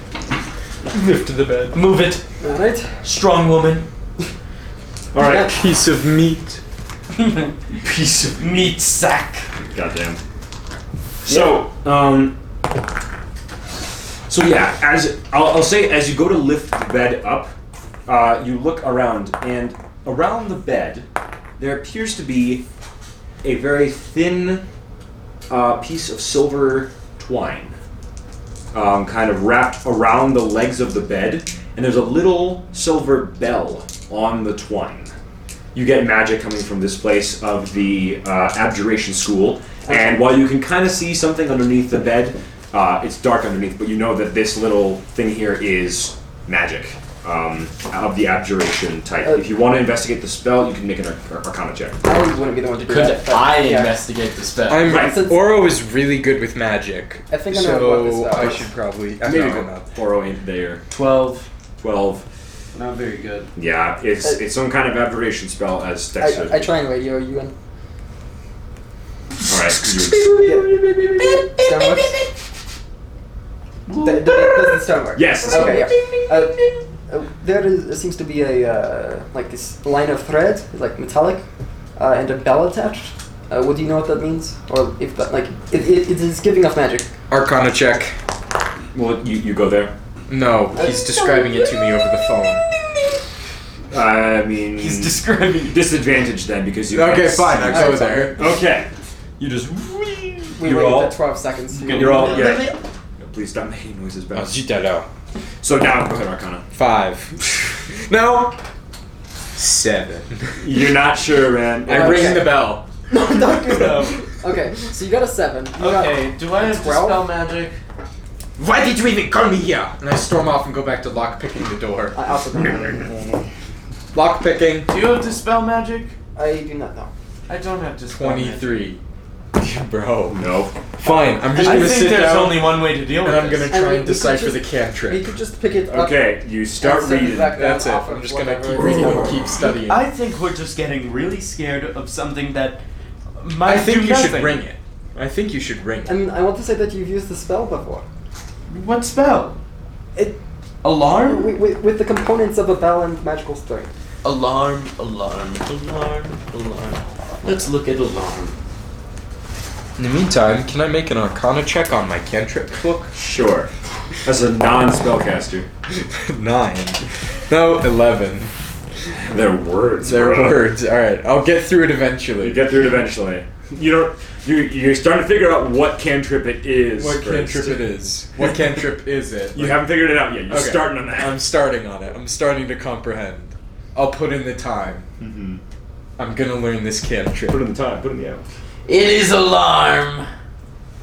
S4: Lift the bed. Move it.
S3: All right.
S4: Strong woman.
S1: All right.
S7: Piece of meat.
S4: Piece of meat sack.
S1: Goddamn. So, um, so yeah, as I'll, I'll say, as you go to lift the bed up, uh, you look around, and around the bed, there appears to be a very thin uh, piece of silver twine, um, kind of wrapped around the legs of the bed, and there's a little silver bell on the twine. You get magic coming from this place of the uh, abjuration school, and while you can kind of see something underneath the bed, uh, it's dark underneath, but you know that this little thing here is magic. Um, of the abjuration type.
S3: Uh,
S1: if you want to investigate the spell, you can make an arc- arcana check.
S3: I wouldn't be the one to do
S4: Could
S3: that. but
S4: I
S3: yeah.
S4: investigate the spell?
S2: I'm
S1: Right.
S2: Oro is really good with magic.
S3: I think I know
S2: so
S3: what this spell
S2: I
S3: is.
S2: should probably. I
S1: Maybe
S2: no,
S1: go
S2: no.
S1: Oro ain't oh there.
S4: 12.
S1: Twelve.
S4: Not very good.
S1: Yeah, it's
S3: Uh,
S1: it's some kind of abjuration spell as Dex. said.
S3: I, I try and radio you in.
S1: All right. you-
S3: Stone Th- th- that's the stone work.
S1: Yes, the stone
S3: Okay. Yeah. Uh, uh, there is, seems to be a uh, like this line of thread, like metallic, uh, and a bell attached. Uh, would you know what that means, or if that like it, it, it is giving off magic?
S2: Arcana check.
S1: well, you, you go there.
S2: No, he's describing it to me over the phone.
S1: I mean,
S4: He's describing.
S1: disadvantage then because you.
S2: Okay,
S1: can't see.
S2: fine. I go
S3: Alright,
S2: there.
S1: Okay. You just.
S3: We
S1: you're
S3: waited
S1: all.
S3: that twelve seconds. to-
S1: You're all. Yeah. Please stop making noises,
S7: Oh,
S1: Ben.
S7: zita lo.
S1: So now, go ahead, Arcana.
S2: Five. no. Seven.
S1: You're not sure, man.
S2: I ring
S3: Okay.
S2: the bell.
S3: No, don't do
S4: No.
S3: that. Okay, so you got a seven. You got-
S4: Okay, do I have
S3: Twelve?
S4: dispel magic?
S2: Why did you even call me here? And I storm off and go back to lock picking the door.
S3: I also don't know.
S2: Lock picking.
S4: Do you have dispel magic?
S3: I do not know.
S4: I don't have dispel magic.
S2: Twenty-three. Bro.
S1: No.
S2: Fine. I'm just
S4: I
S2: gonna
S4: think
S2: sit
S4: there's
S2: down
S4: only one way to deal
S2: and
S4: with
S2: I'm
S4: this.
S2: gonna
S3: I
S2: try
S3: mean, we could
S2: and decipher
S3: just-
S2: the cantrip.
S3: We could just pick it up.
S1: Okay, you
S3: and
S1: start
S3: Uh, send it
S1: reading.
S3: back down
S2: That's it.
S3: off of
S2: I'm just gonna
S3: whatever
S2: keep
S3: it
S2: reading
S3: is.
S2: and keep studying.
S4: I think we're just getting really scared of something that might
S2: I think
S4: do
S2: you should
S4: nothing.
S2: ring it. I think you should ring
S3: I
S2: it.
S3: mean, I want to say that you've used the spell before.
S4: What spell?
S3: It
S4: Alarm?
S3: with, with, with the components of a bell and magical string.
S4: Alarm, alarm, alarm, alarm. Let's look at alarm.
S2: In the meantime, can I make an arcana check on my cantrip book?
S1: Sure. As a non-spellcaster,
S2: Nine. No, eleven.
S1: they're words.
S2: They're
S1: bro.
S2: words. Alright, I'll get through it
S1: You
S2: eventually.
S1: get through it eventually. You don't. You you're starting to figure out what cantrip it is.
S2: what
S1: first.
S2: cantrip it is. What cantrip is it?
S1: You haven't figured it out yet. You're
S2: Okay.
S1: starting on that.
S2: I'm starting on it. I'm starting to comprehend. I'll put in the time.
S1: mm-hmm.
S2: I'm gonna learn this
S1: Put
S2: cantrip.
S1: in the time. Put in the hours.
S4: It is alarm.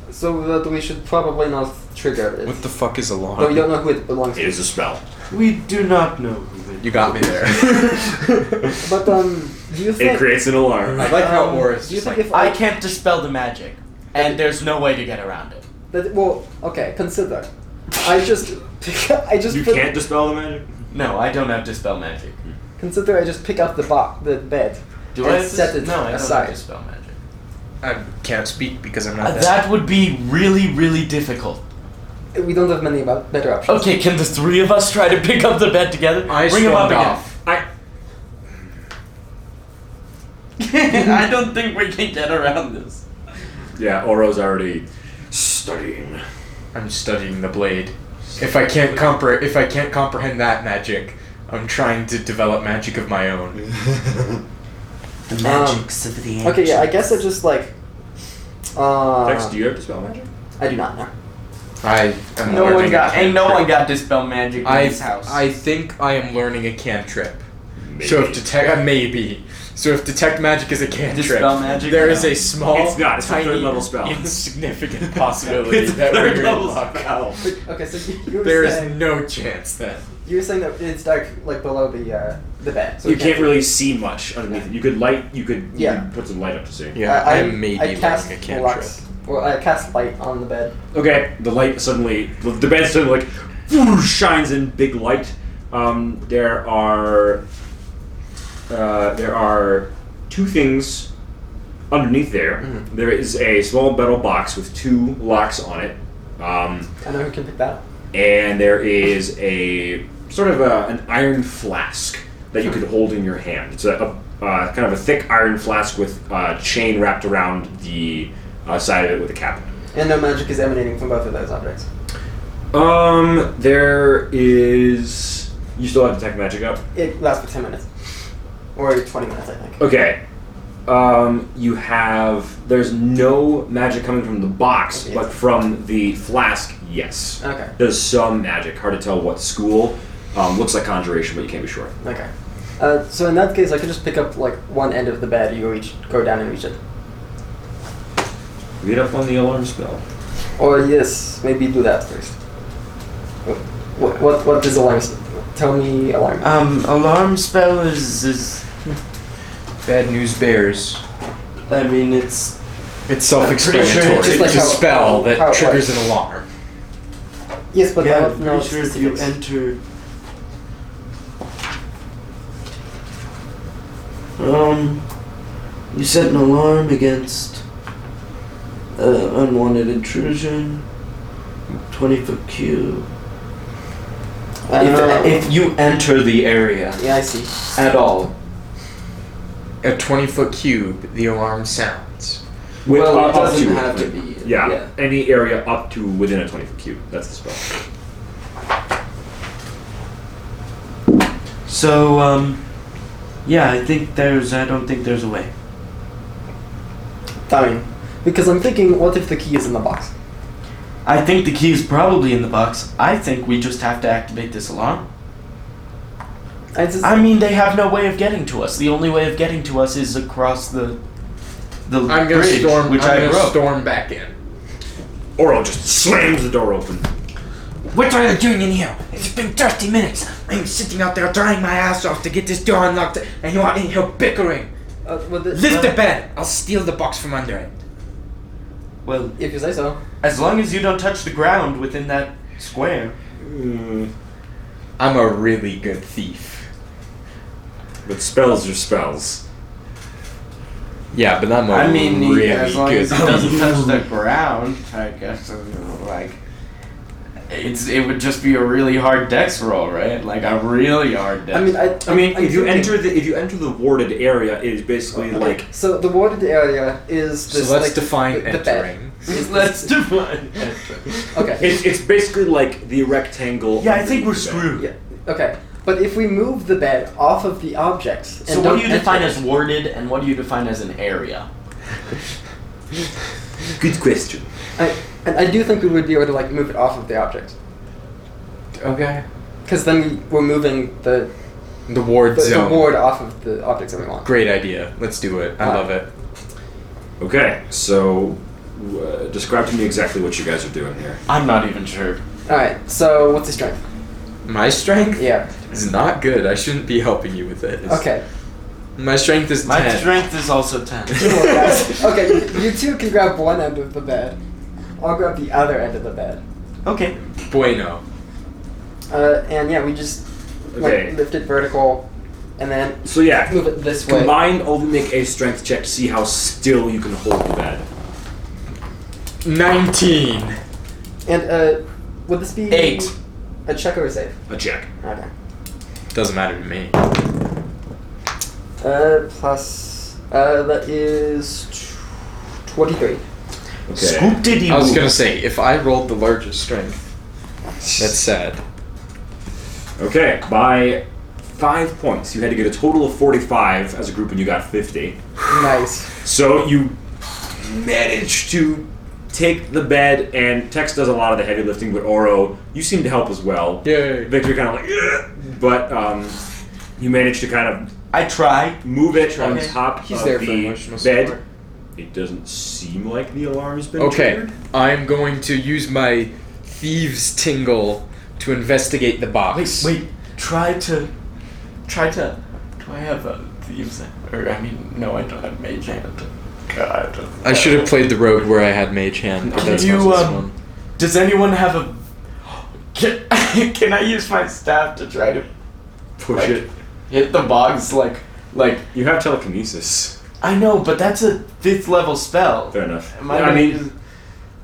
S3: So that we should probably not trigger it.
S2: What the fuck is
S3: Though we
S2: alarm?
S3: don't know who it belongs to.
S1: a spell.
S4: We do not know who it is.
S2: You got me there.
S3: But um, do you think?
S1: It creates an alarm.
S2: I like how
S4: Um,
S2: Aura's
S3: do you
S2: just
S3: think
S2: like,
S4: I
S3: if
S4: can't dispel the magic, and there's no way to get around it.
S3: That, well, okay. Consider. I just, I just
S1: You
S3: put,
S1: can't dispel the magic.
S4: No, I don't have dispel magic.
S3: consider. I just pick up the box, the bed.
S4: Do
S3: and
S4: I have
S3: set
S4: dis-
S3: it
S4: No, I don't have
S3: aside.
S4: dispel magic.
S2: I can't speak because I'm
S4: Uh,
S2: not that.
S4: that would be really, really difficult.
S3: We don't have many about better options.
S4: Okay, can the three of us try to pick up the bed together?
S2: I
S4: Ring him up
S2: stormed
S4: again.
S2: off.
S1: I.
S4: I don't think we can get around this.
S1: Yeah, Oro's already studying.
S2: I'm studying the blade. If I can't compre- if I can't comprehend that magic, I'm trying to develop magic of my own.
S4: The
S3: magics
S4: of the
S3: Okay. Yeah. I guess I just like. Uh,
S1: Dex, do you have dispel magic?
S3: I do not know.
S2: I am
S4: No
S2: learning
S4: one
S2: a
S4: got. Ain't no
S2: cantrip.
S4: one got dispel magic in
S2: I
S4: this house.
S2: I think I am learning a cantrip. So if detect uh, maybe So if detect magic is a cantrip,
S8: Dispel magic?
S2: there
S8: No.
S2: is a small,
S1: It's not. It's a
S2: tiny,
S1: third level spell.
S2: insignificant possibility that we're
S1: Third
S2: in
S1: level
S2: luck.
S1: spell.
S3: But, okay, so you- you were
S2: There is
S3: saying
S2: no chance that
S3: you were saying that it's dark, like below the uh, the bed. So
S1: you can't really see much underneath it. You could light. You could. You
S3: Yeah.
S1: could put some light up to see.
S7: Yeah,
S3: I,
S7: I,
S3: I,
S7: may
S3: I
S7: be
S3: cast
S7: running a cantrip.
S3: flux- Well, I cast light on the bed.
S1: Okay. The light suddenly. The the bed suddenly like whoosh, shines in big light. Um, there are. Uh, there are two things underneath there. There is a small metal box with two locks on it. Um,
S3: I know who can pick that up.
S1: and there is a sort of a, an iron flask that you could hold in your hand. It's a, a uh, kind of a thick iron flask with uh, chain wrapped around the uh, side of it with a cap.
S3: And no magic is emanating from both of those objects.
S1: Um, there is. You still have detect magic up.
S3: It lasts for 10 minutes. Or 20 minutes, I think.
S1: Okay. Um, you have. There's no magic coming from the box, but from the flask, yes.
S3: Okay.
S1: There's some magic. Hard to tell what school. Um, looks like conjuration, but you can't be sure.
S3: Okay. Uh, so in that case, I could just pick up like one end of the bed. You each go down and reach it.
S1: Read up on the alarm spell.
S3: Or yes, maybe do that first. What what what is alarm? s- Tell me alarm.
S4: Um, alarm spell is is.
S2: bad news bears.
S4: I mean, it's
S2: It's
S4: I'm pretty
S2: self-explanatory.
S4: sure it's just
S3: like
S2: it's a
S3: how-
S2: spell that
S3: how it
S2: triggers
S3: works.
S2: an alarm.
S3: yes, but I
S4: yeah,
S3: don't
S4: I'm
S3: know
S4: pretty sure if you
S3: specifics.
S4: enter. Um, you set an alarm against uh, unwanted intrusion. Twenty foot Q.
S3: I don't know.
S4: If, if you enter the area
S3: yeah, I see.
S4: at all,
S2: A 20-foot cube, the alarm sounds.
S1: With
S4: well,
S1: up
S4: it doesn't
S1: to-
S4: have to be.
S1: Yeah, any area up to within a 20 foot cube. That's the spell.
S4: So, um, yeah, I think there's. I don't think there's a way.
S3: Fine. Because I'm thinking, what if the key is in the box?
S4: I think the key is probably in the box. I think we just have to activate this alarm.
S3: I just
S4: I mean, they have no way of getting to us. The only way of getting to us is across the the
S2: I'm gonna
S4: bridge,
S2: storm.
S4: which
S2: I'm
S4: I
S2: gonna
S4: wrote.
S2: storm back in.
S1: Oral just slams the door open.
S2: What are you doing in here? It's been 30 minutes. I'm sitting out there trying my ass off to get this door unlocked, and you are in here bickering.
S3: uh, well, the,
S2: Lift the
S3: well,
S2: bed. I'll steal the box from under it.
S4: Well,
S3: If you say so.
S4: as long as you don't touch the ground within that square.
S2: I'm a really good thief.
S1: But spells are spells.
S7: Yeah, but I'm a
S8: I mean, he-
S7: Oh, really
S8: as long
S7: good.
S8: as it doesn't touch the ground, I guess, uh, like, it's it would just be a really hard dex roll, right? Like a really hard dex.
S3: I mean, I.
S1: I mean,
S3: I'm
S1: if you
S3: thinking-
S1: enter the if you enter the warded area, it is basically like
S3: So the warded area is
S2: So
S3: this.
S2: let's
S3: like,
S2: define
S3: the, the
S2: entering.
S8: roll. let's define.
S3: Bed. Okay.
S1: it's, it's basically like the rectangle.
S4: Yeah, I think we're
S1: underneath the bed.
S4: screwed.
S3: Yeah. Okay. But if we move the bed off of the objects, and
S4: So what
S3: don't
S4: do you define
S3: enter-
S4: as warded, and what do you define as an area?
S1: Good question.
S3: I, and I do think we would be able to like move it off of the object,
S2: Okay.
S3: because then we, we're moving the
S2: The ward
S3: the, the
S2: zone.
S3: ward off of the objects that we want.
S2: Great idea. Let's do it. I
S3: Wow.
S2: love it.
S1: Okay, so uh, describe to me exactly what you guys are doing here.
S4: I'm not even sure.
S3: All right. So what's the strength?
S2: My strength
S3: Yeah.
S2: is not good. I shouldn't be helping you with it. It's-
S3: Okay.
S2: My strength is
S4: My
S2: 10.
S4: strength is also ten.
S3: okay. You two can grab one end of the bed. I'll grab the other end of the bed.
S4: okay.
S2: bueno.
S3: Uh, and yeah, we just like
S1: Okay.
S3: lift it vertical, and then
S1: So yeah,
S3: move it this way.
S1: combined, only make a strength check to see how still you can hold the bed.
S2: 19.
S3: And uh, would this be
S4: Eight.
S3: A check or a save?
S1: A check.
S3: Okay.
S2: Doesn't matter to me.
S3: Uh, plus uh, that is twenty-three.
S1: Okay.
S4: Scoop diddy
S2: I was
S4: woo.
S2: gonna say, if I rolled the largest strength, that's sad.
S1: Okay, by five points, you had to get a total of 45 as a group, and you got 50.
S3: Nice.
S1: So you managed to take the bed, and Tex does a lot of the heavy lifting, but Oro, you seem to help as well.
S2: Yay.
S1: Victor kind of like, "Ugh," but um, you managed to kind of
S4: I try.
S1: Move it on
S4: Okay.
S1: top
S2: He's
S1: of
S2: there for
S1: the
S2: emotional
S1: bed.
S2: support.
S1: It doesn't seem like the alarm's been
S2: Okay,
S1: triggered.
S2: I'm going to use my thieves tingle to investigate the
S4: Wait,
S2: box.
S4: wait. Try to. Try to. Do I have a thieves? Or I mean, no, I don't have mage hand. God.
S9: I should have played the road where I had mage hand. But
S4: Can
S9: that's
S4: you,
S9: not this
S4: um,
S9: one.
S4: Does anyone have a? Can, can I use my staff to try to
S1: Push
S4: like,
S1: it.
S4: hit the box like like
S10: You have telekinesis.
S4: I know, but that's a fifth level spell.
S1: Fair enough.
S4: Am I,
S1: I
S4: gonna
S1: mean,
S4: use-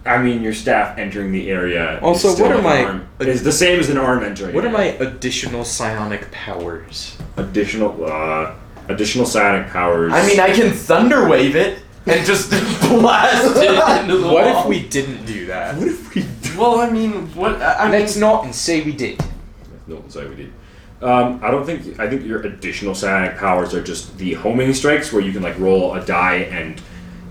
S1: I mean, your staff entering the area. is
S2: Also,
S1: still
S2: what are
S1: an
S2: my-
S1: arm- Is the same as an arm entering.
S2: What
S1: an
S2: are my
S1: area.
S2: additional psionic powers?
S1: additional uh, additional psionic powers?
S4: I mean, I can thunder wave it and just blast it into the
S2: What
S4: wall.
S2: if we didn't do that?
S1: What if we?
S4: Well, I mean, what? I, I mean,
S2: Let's not Uh, and say we did.
S1: No, I'm sorry, we did. Um, I don't think. I think your additional psionic powers are just the homing strikes, where you can like roll a die and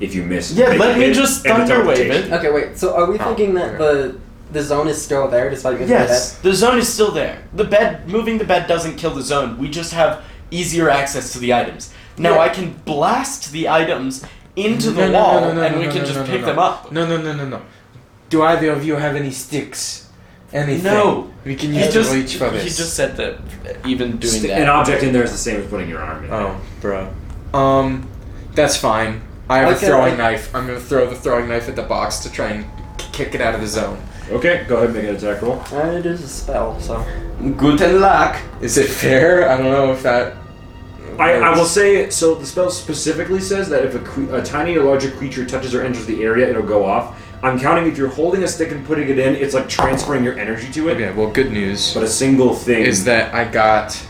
S1: if you miss,
S4: Yeah,
S1: make
S4: let
S1: a
S4: me
S1: hit
S4: just
S1: and the
S4: thunder wave
S1: teleportation.
S4: it.
S3: Okay, wait. So are we
S2: Oh,
S3: thinking that the the zone is still there despite being
S4: yes, the zone is still there. The bed moving the bed doesn't kill the zone. We just have easier access to the items. Now
S3: Yeah.
S4: I can blast the items into the
S2: No, no,
S4: wall,
S2: no, no, no,
S4: and
S2: no,
S4: we
S2: no,
S4: can
S2: no,
S4: just
S2: no,
S4: pick
S2: no.
S4: them up.
S2: No, no, no, no, no. Do either of you have any sticks? Anything?
S4: No.
S2: We can
S4: He
S2: use
S4: just
S2: the reach for
S4: he
S2: this.
S4: just said that even doing
S1: St-
S4: that.
S1: An object in there is the same as putting your arm in.
S2: Oh, bro. Um, that's fine. I have
S3: Okay,
S2: a throwing
S3: I-
S2: knife. I'm gonna throw the throwing knife at the box to try and k- kick it out of the zone.
S1: Okay, go ahead and make an attack roll.
S3: there. Uh, It is a spell, so.
S4: Guten luck.
S2: Is it fair? I don't know if that.
S1: I, I will say so. The spell specifically says that if a, cre- a tiny or larger creature touches or enters the area, it'll go off. I'm counting if you're holding a stick and putting it in, it's like transferring your energy to it.
S2: Okay. Well, good news
S1: But a single thing
S2: is that I got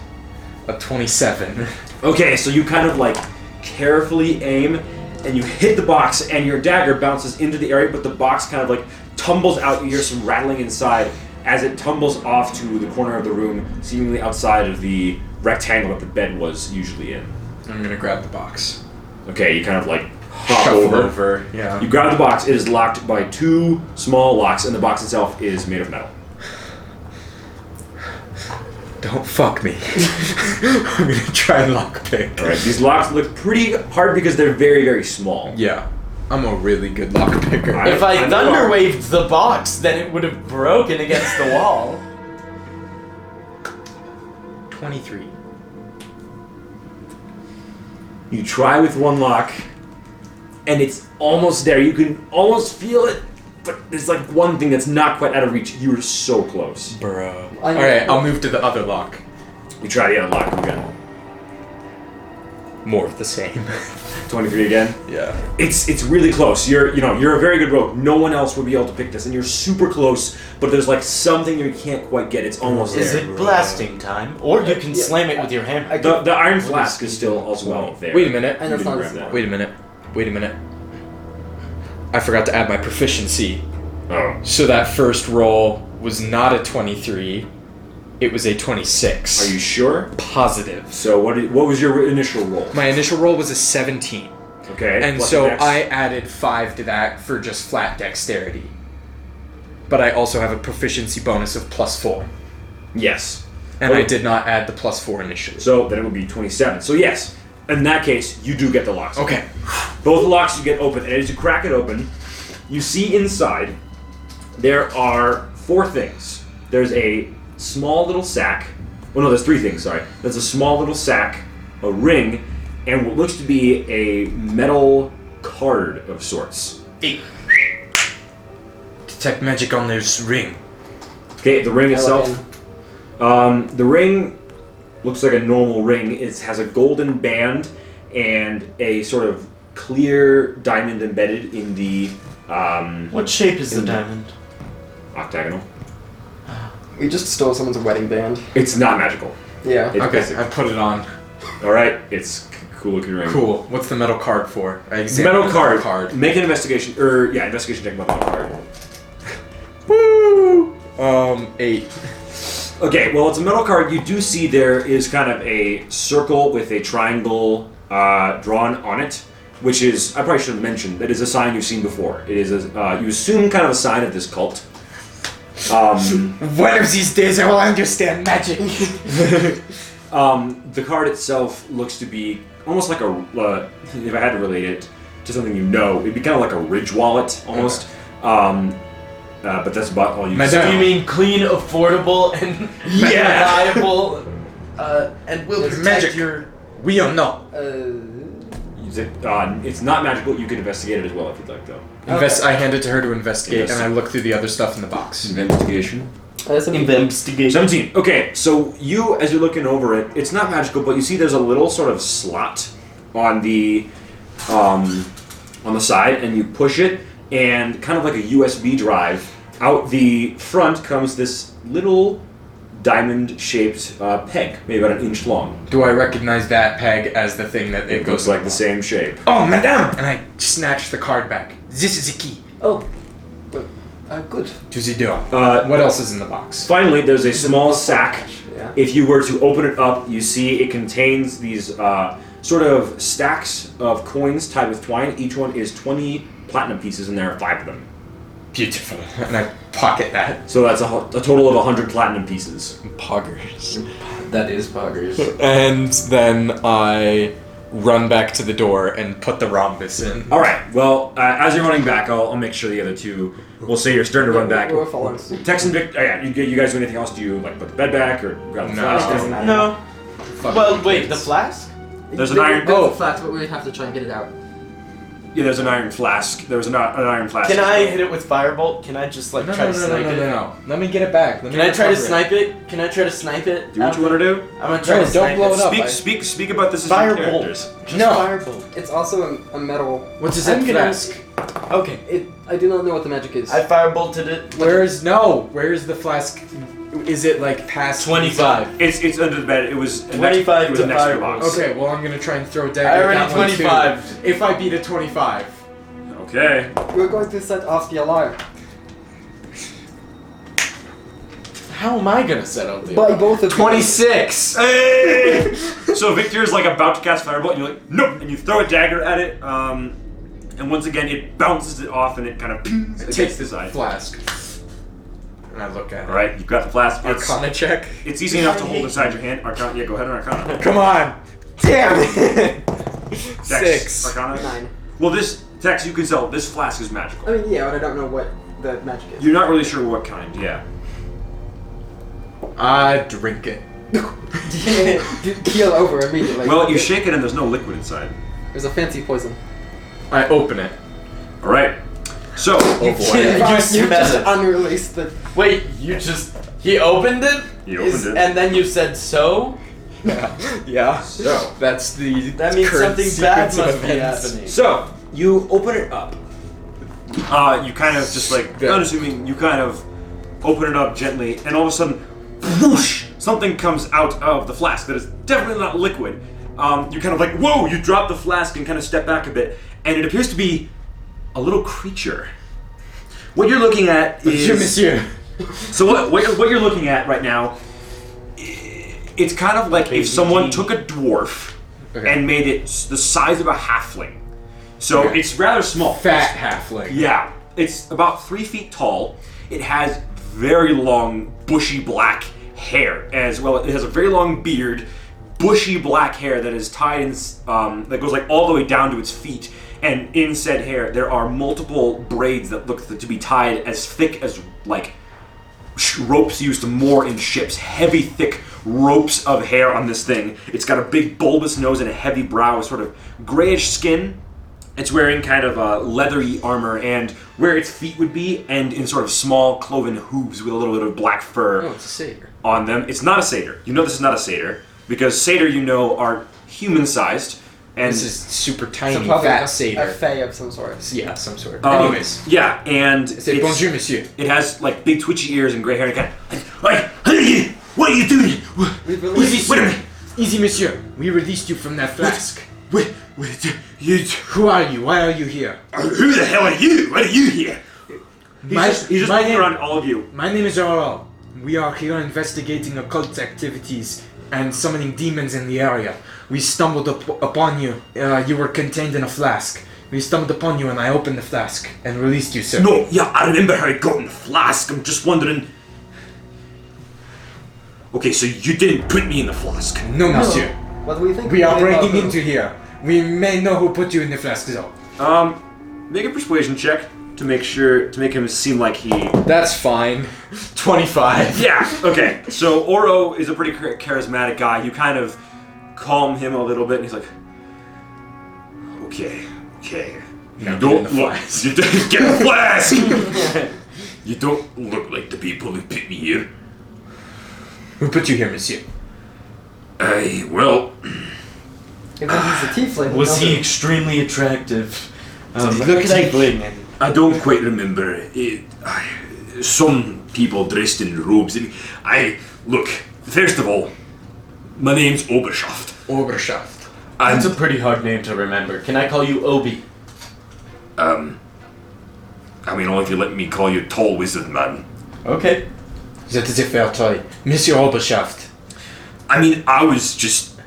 S2: a 27.
S1: Okay, so you kind of like carefully aim and you hit the box and your dagger bounces into the area, but the box kind of like tumbles out. You hear some rattling inside as it tumbles off to the corner of the room, seemingly outside of the rectangle that the bed was usually in.
S2: I'm gonna grab the box.
S1: Okay, you kind of like hop
S2: Shuffle
S1: over.
S2: over, yeah.
S1: You grab the box, it is locked by two small locks, and the box itself is made of metal.
S2: Don't fuck me. I'm gonna try and lockpick.
S1: Alright, these locks look pretty hard because they're very, very small.
S2: Yeah. I'm a really good lockpicker.
S1: I-
S4: If I
S1: I'm
S4: thunder
S1: wrong.
S4: waved the box, then it would have broken against the wall.
S2: 23.
S1: You try with one lock, and it's almost there. You can almost feel it, but there's like one thing that's not quite out of reach. You are so close.
S9: Bro.
S3: I,
S2: Alright, I'll move to the other lock.
S1: You try the unlock again.
S9: More of the same.
S1: 23 again.
S9: yeah.
S1: It's it's really close. You're you know you're a very good rogue. No one else would be able to pick this, and you're super close. But there's like something you can't quite get. It's almost
S4: Is
S1: there.
S4: it blasting time? Uh, Or you can
S3: Yeah.
S4: slam it with your hammer.
S3: I
S1: The,
S3: can,
S1: the iron flask is still as well there.
S2: Wait a
S3: and
S2: minute.
S3: that's
S1: You can
S3: not
S1: grab
S3: a spell.
S1: that.
S2: Wait a minute. Wait a minute. I forgot to add my proficiency.
S1: Oh,
S2: So that first roll was not a 23. It was a 26.
S1: are you sure?
S2: positive?
S1: So what did, what was your initial roll?
S2: My initial roll was a 17.
S1: Okay.
S2: And
S1: plus
S2: so
S1: dex.
S2: I added 5 to that for just flat dexterity. But I also have a proficiency bonus of plus 4.
S1: yes.
S2: And I
S1: Okay.
S2: did not add the plus 4 initially.
S1: So then it would be 27. So yes, in that case, you do get the locks.
S2: Okay.
S1: Both locks you get open, and as you crack it open, you see inside there are four things. There's a small little sack. Well, no, there's three things. Sorry. There's a small little sack, a ring, and what looks to be a metal card of sorts.
S2: Detect magic on this ring.
S1: Okay, the ring
S3: I
S1: itself.
S3: like
S1: Um, the ring looks like a normal ring. It has a golden band and a sort of clear diamond embedded in the um,
S4: What shape is the
S1: In-
S4: diamond?
S1: octagonal.
S3: We just stole someone's wedding band.
S1: It's not magical.
S3: Yeah.
S1: It's
S2: Okay,
S1: basic.
S2: I put it on.
S1: All right. It's c- cool looking ring.
S2: Cool. What's the metal card for? I
S1: It's a
S2: examined
S1: Metal
S2: the
S1: card.
S2: card.
S1: Make an investigation, or yeah, investigation check about the metal card.
S2: Woo! Um, 8.
S1: Okay, well, it's a metal card. You do see there is kind of a circle with a triangle uh, drawn on it, which is, I probably should have mentioned, that is a sign you've seen before. It is, a, uh, you assume, kind of a sign of this cult. Um,
S2: One of these days I will understand magic.
S1: Um, the card itself looks to be almost like a. Uh, if I had to relate it to something you know, it'd be kind of like a ridge wallet almost. Um, uh, but that's about all you.
S2: My
S1: see.
S2: dad-
S4: You mean clean, affordable, and
S1: Yeah.
S4: reliable, uh, and will
S2: It's
S4: protect
S2: magic.
S4: your.
S2: We don't know.
S3: Uh,
S1: Is it- uh, it's not magical. You could investigate it as well if you'd like, though.
S2: Invest. I hand it to her to investigate,
S1: Yes.
S2: and I look through the other stuff in the box.
S5: Investigation.
S3: uh, so-
S4: Investigation.
S1: 17. Okay, so you, as you're looking over it, it's not magical, but you see there's a little sort of slot on the um, on the side, and you push it, and kind of like a USB drive, out the front comes this little diamond-shaped uh, peg, maybe about an inch long.
S2: Do I recognize that peg as the thing that it,
S1: It
S2: goes
S1: looks like the same shape.
S2: Oh, madame! And I snatch the card back. This is a key
S3: oh, well, uh, good.
S2: to the door.
S1: Uh,
S2: what else is in the box?
S1: Finally, there's a small sack.
S3: Yeah.
S1: If you were to open it up, you see it contains these uh, sort of stacks of coins tied with twine. Each one is 20 platinum pieces, and there are five of them.
S2: Beautiful. And I pocket that.
S1: So that's a, ho- a total of 100 platinum pieces.
S7: Poggers.
S8: That is poggers.
S7: And then I run back to the door and
S2: And put the rhombus in.
S1: All right. Well, uh, as you're running back, I'll, I'll make sure the other two will say you're starting to run back.
S3: We're following suit.
S1: Tex and Vic, oh, yeah, you, you guys do anything else? Do you like put the bed back or grab the
S2: No.
S1: flask?
S8: Doesn't
S4: No.
S2: Fuck
S4: Well,
S2: you
S4: wait, the
S2: kids.
S4: flask?
S1: There's an iron.
S2: Oh.
S11: It's flat, but we have to try and get it out.
S1: Yeah, there's an iron flask. There was an, i- an iron flask.
S4: Can I hit it with firebolt? Can I just
S2: No,
S4: like
S2: no,
S4: try
S2: no,
S4: to
S2: no, no,
S4: snipe
S2: no, no,
S4: it?
S2: no. Let me get it back. Let
S4: Can
S2: me
S4: I try to
S2: recover it.
S4: snipe it? Can I try to snipe it?
S1: Do what you want to do.
S4: I'm gonna try
S2: No,
S4: to
S2: don't
S4: snipe
S2: blow
S4: it.
S2: it up.
S1: Speak,
S2: I-
S1: speak, speak about this as your characters.
S4: Firebolt. Just
S2: No.
S4: firebolt.
S3: It's also a, a metal.
S2: What's this
S4: I'm
S2: in
S4: gonna-
S2: flask?
S4: Okay.
S3: It. I do not know what the magic is.
S4: I firebolted it.
S2: Where is no? Where is the flask? Is it like past
S4: 25.
S1: It's it's under the bed. It was an
S4: 25
S1: ex- it was
S4: to
S1: an extra
S4: fireball.
S1: box.
S2: Okay, well I'm gonna try and throw a dagger.
S8: I
S2: at
S8: already
S2: that one, too.
S8: 25.
S2: If I beat a 25.
S1: Okay.
S3: We're going to set off the alarm
S4: How am I gonna set up the
S3: by both of you.
S2: 26.
S1: Hey! so Victor is like about to cast fireball, and you're like, nope, and you throw a dagger at it. Um, and once again, it bounces it off, and it kind of pings
S2: Take
S1: against the
S2: this
S1: side.
S2: flask. And I look at
S1: All
S2: it.
S1: right, you've got the flask. It's,
S2: Arcana check.
S1: it's easy enough to hold inside your hand. Arcana, yeah, go ahead and Arcana.
S2: Come on. Damn it.
S1: Dex,
S2: Six.
S1: Arcana.
S3: Nine.
S1: Well, this Tex, you can tell this flask is magical.
S3: I mean, yeah, but I don't know what the magic is.
S1: You're not really sure what kind. Yeah.
S2: I drink it.
S3: Keel over immediately.
S1: Well, you shake it, and there's no liquid inside.
S3: There's a fancy poison.
S2: I open it.
S1: All right. So
S2: Oh boy.
S4: You
S3: you
S4: smell
S3: just
S4: it.
S3: unreleased the.
S4: Wait, you just he opened it?
S1: He opened
S4: Is-
S1: it.
S4: And then you said so?
S2: yeah. So that's the
S4: That means
S2: current
S4: something bad
S2: sequence of
S4: must be
S2: events.
S4: happening.
S1: So you open it up. Uh, you kind of just like
S2: Yeah.
S1: unassuming. You kind of open it up gently, and all of a sudden, whoosh! Something comes out of the flask that is definitely not liquid. Um, you kind of like whoa! You drop the flask and kind of step back a bit, and it appears to be a little creature. What you're looking at is
S2: Monsieur, monsieur.
S1: so what, what, you're- what you're looking at right now, i- it's kind of like if someone
S4: king.
S1: took a dwarf
S2: Okay.
S1: and made it s- the size of a halfling. So
S2: Okay.
S1: it's rather small.
S2: Fat halfling.
S1: Yeah, it's about three feet tall. It has very long, bushy black hair as well. It has a very long beard, bushy black hair that is tied in, s- um, that goes like all the way down to its feet. And in said hair, there are multiple braids that look to be tied as thick as like sh- ropes used to moor in ships. Heavy, thick ropes of hair on this thing. It's got a big bulbous nose and a heavy brow, with sort of grayish skin. It's wearing kind of a leathery armor and where its feet would be, and in sort of small cloven hooves with a little bit of black fur
S11: Oh, it's a satyr.
S1: on them. It's not a satyr. You know this is not a satyr because satyr, you know, are human-sized. And
S2: This is super tiny.
S3: So probably
S2: fat
S3: a,
S2: satyr.
S3: a fey of some sort.
S2: yeah, some sort.
S1: um,
S2: Anyways.
S1: yeah, and
S2: Say
S1: it's-
S2: bonjour, monsieur.
S1: It has like big twitchy ears and gray hair and kind of like, hey, what are you doing? What,
S3: We
S1: what
S3: released
S1: is- wait a minute.
S2: Easy, monsieur. We released you from that flask.
S1: Wait, wait, you,
S2: Who are you? Why are you here?
S1: who the hell are you? What are you here? He's
S2: My-
S1: just, he's just
S2: my
S1: looking
S2: name-
S1: around at all of you.
S2: My name is Oral. We are here investigating occult activities and summoning demons in the area. We stumbled up- upon you. Uh, you were contained in a flask. We stumbled upon you, and I opened the flask and released you, sir.
S1: No, yeah, I remember how it got in the flask. I'm just wondering. Okay, so you didn't put me in the flask.
S2: No, monsieur.
S3: What do you think?
S2: We are
S3: about
S2: breaking
S3: the-
S2: into here. We may know who put you in the flask, though.
S1: Um, make a persuasion check to make sure to make him seem like he.
S12: That's fine.
S4: 25.
S1: Yeah. Okay. So Oro is a pretty char- charismatic guy. You kind of calm him a little bit, and he's like, "Okay, okay.
S2: No,
S1: you don't
S2: get in the
S1: look. You don't get the flask. you don't look like the people who put me here.
S2: Who put you here, monsieur?
S1: I well,
S3: If it is a tiefling,
S4: Was
S3: nothing.
S4: he extremely attractive? Um,
S2: he look like-
S4: tiefling and-
S1: I don't quite remember. It, I, some people dressed in robes. I, mean, I look. First of all, my name's Oberschaft.
S2: Oberschaft.
S1: And
S4: That's Ah, a pretty hard name to remember. Can I call you Obi?
S1: Um, I mean, all if you let me call you Tall Wizard Man.
S13: Okay.
S2: That is a fair toy. Monsieur Oberschaft.
S1: I mean, I was just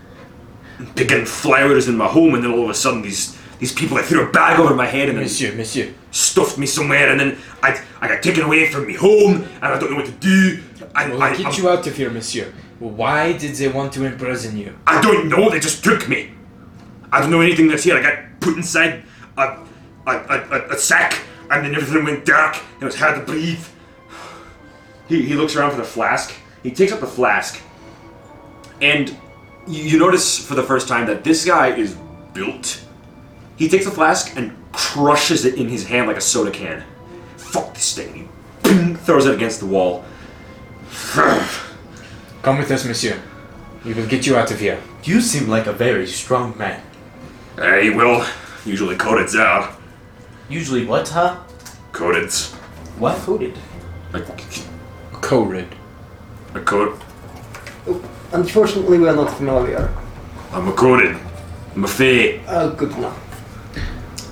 S1: picking flowers in my home, and then all of a sudden, these these people like threw a bag over my head and then
S2: Monsieur, monsieur.
S1: stuffed me somewhere, and then I I got taken away from me home, and I don't know what to do. I
S2: We'll
S1: I,
S2: get
S1: I'm-
S2: you out of here, monsieur. Why did they want to imprison you?
S1: I don't know. They just took me. I don't know anything that's here. I got put inside a a, a, a, a sack, and then everything went dark, and it was hard to breathe. He, he looks around for the flask. He takes up the flask, and you, you notice for the first time that this guy is built. He takes the flask and crushes it in his hand like a soda can. Fuck this thing! He throws it against the wall.
S2: Come with us, monsieur. We will get you out of here.
S4: You seem like a very strong man.
S1: Hey, well, usually codeds out.
S4: Usually what, huh?
S1: Codeds.
S4: What? Fooded.
S1: Like,
S2: Corid.
S1: A code.
S3: Unfortunately, we are not familiar.
S1: I'm a coded. I'm a fae.
S3: Oh, good enough.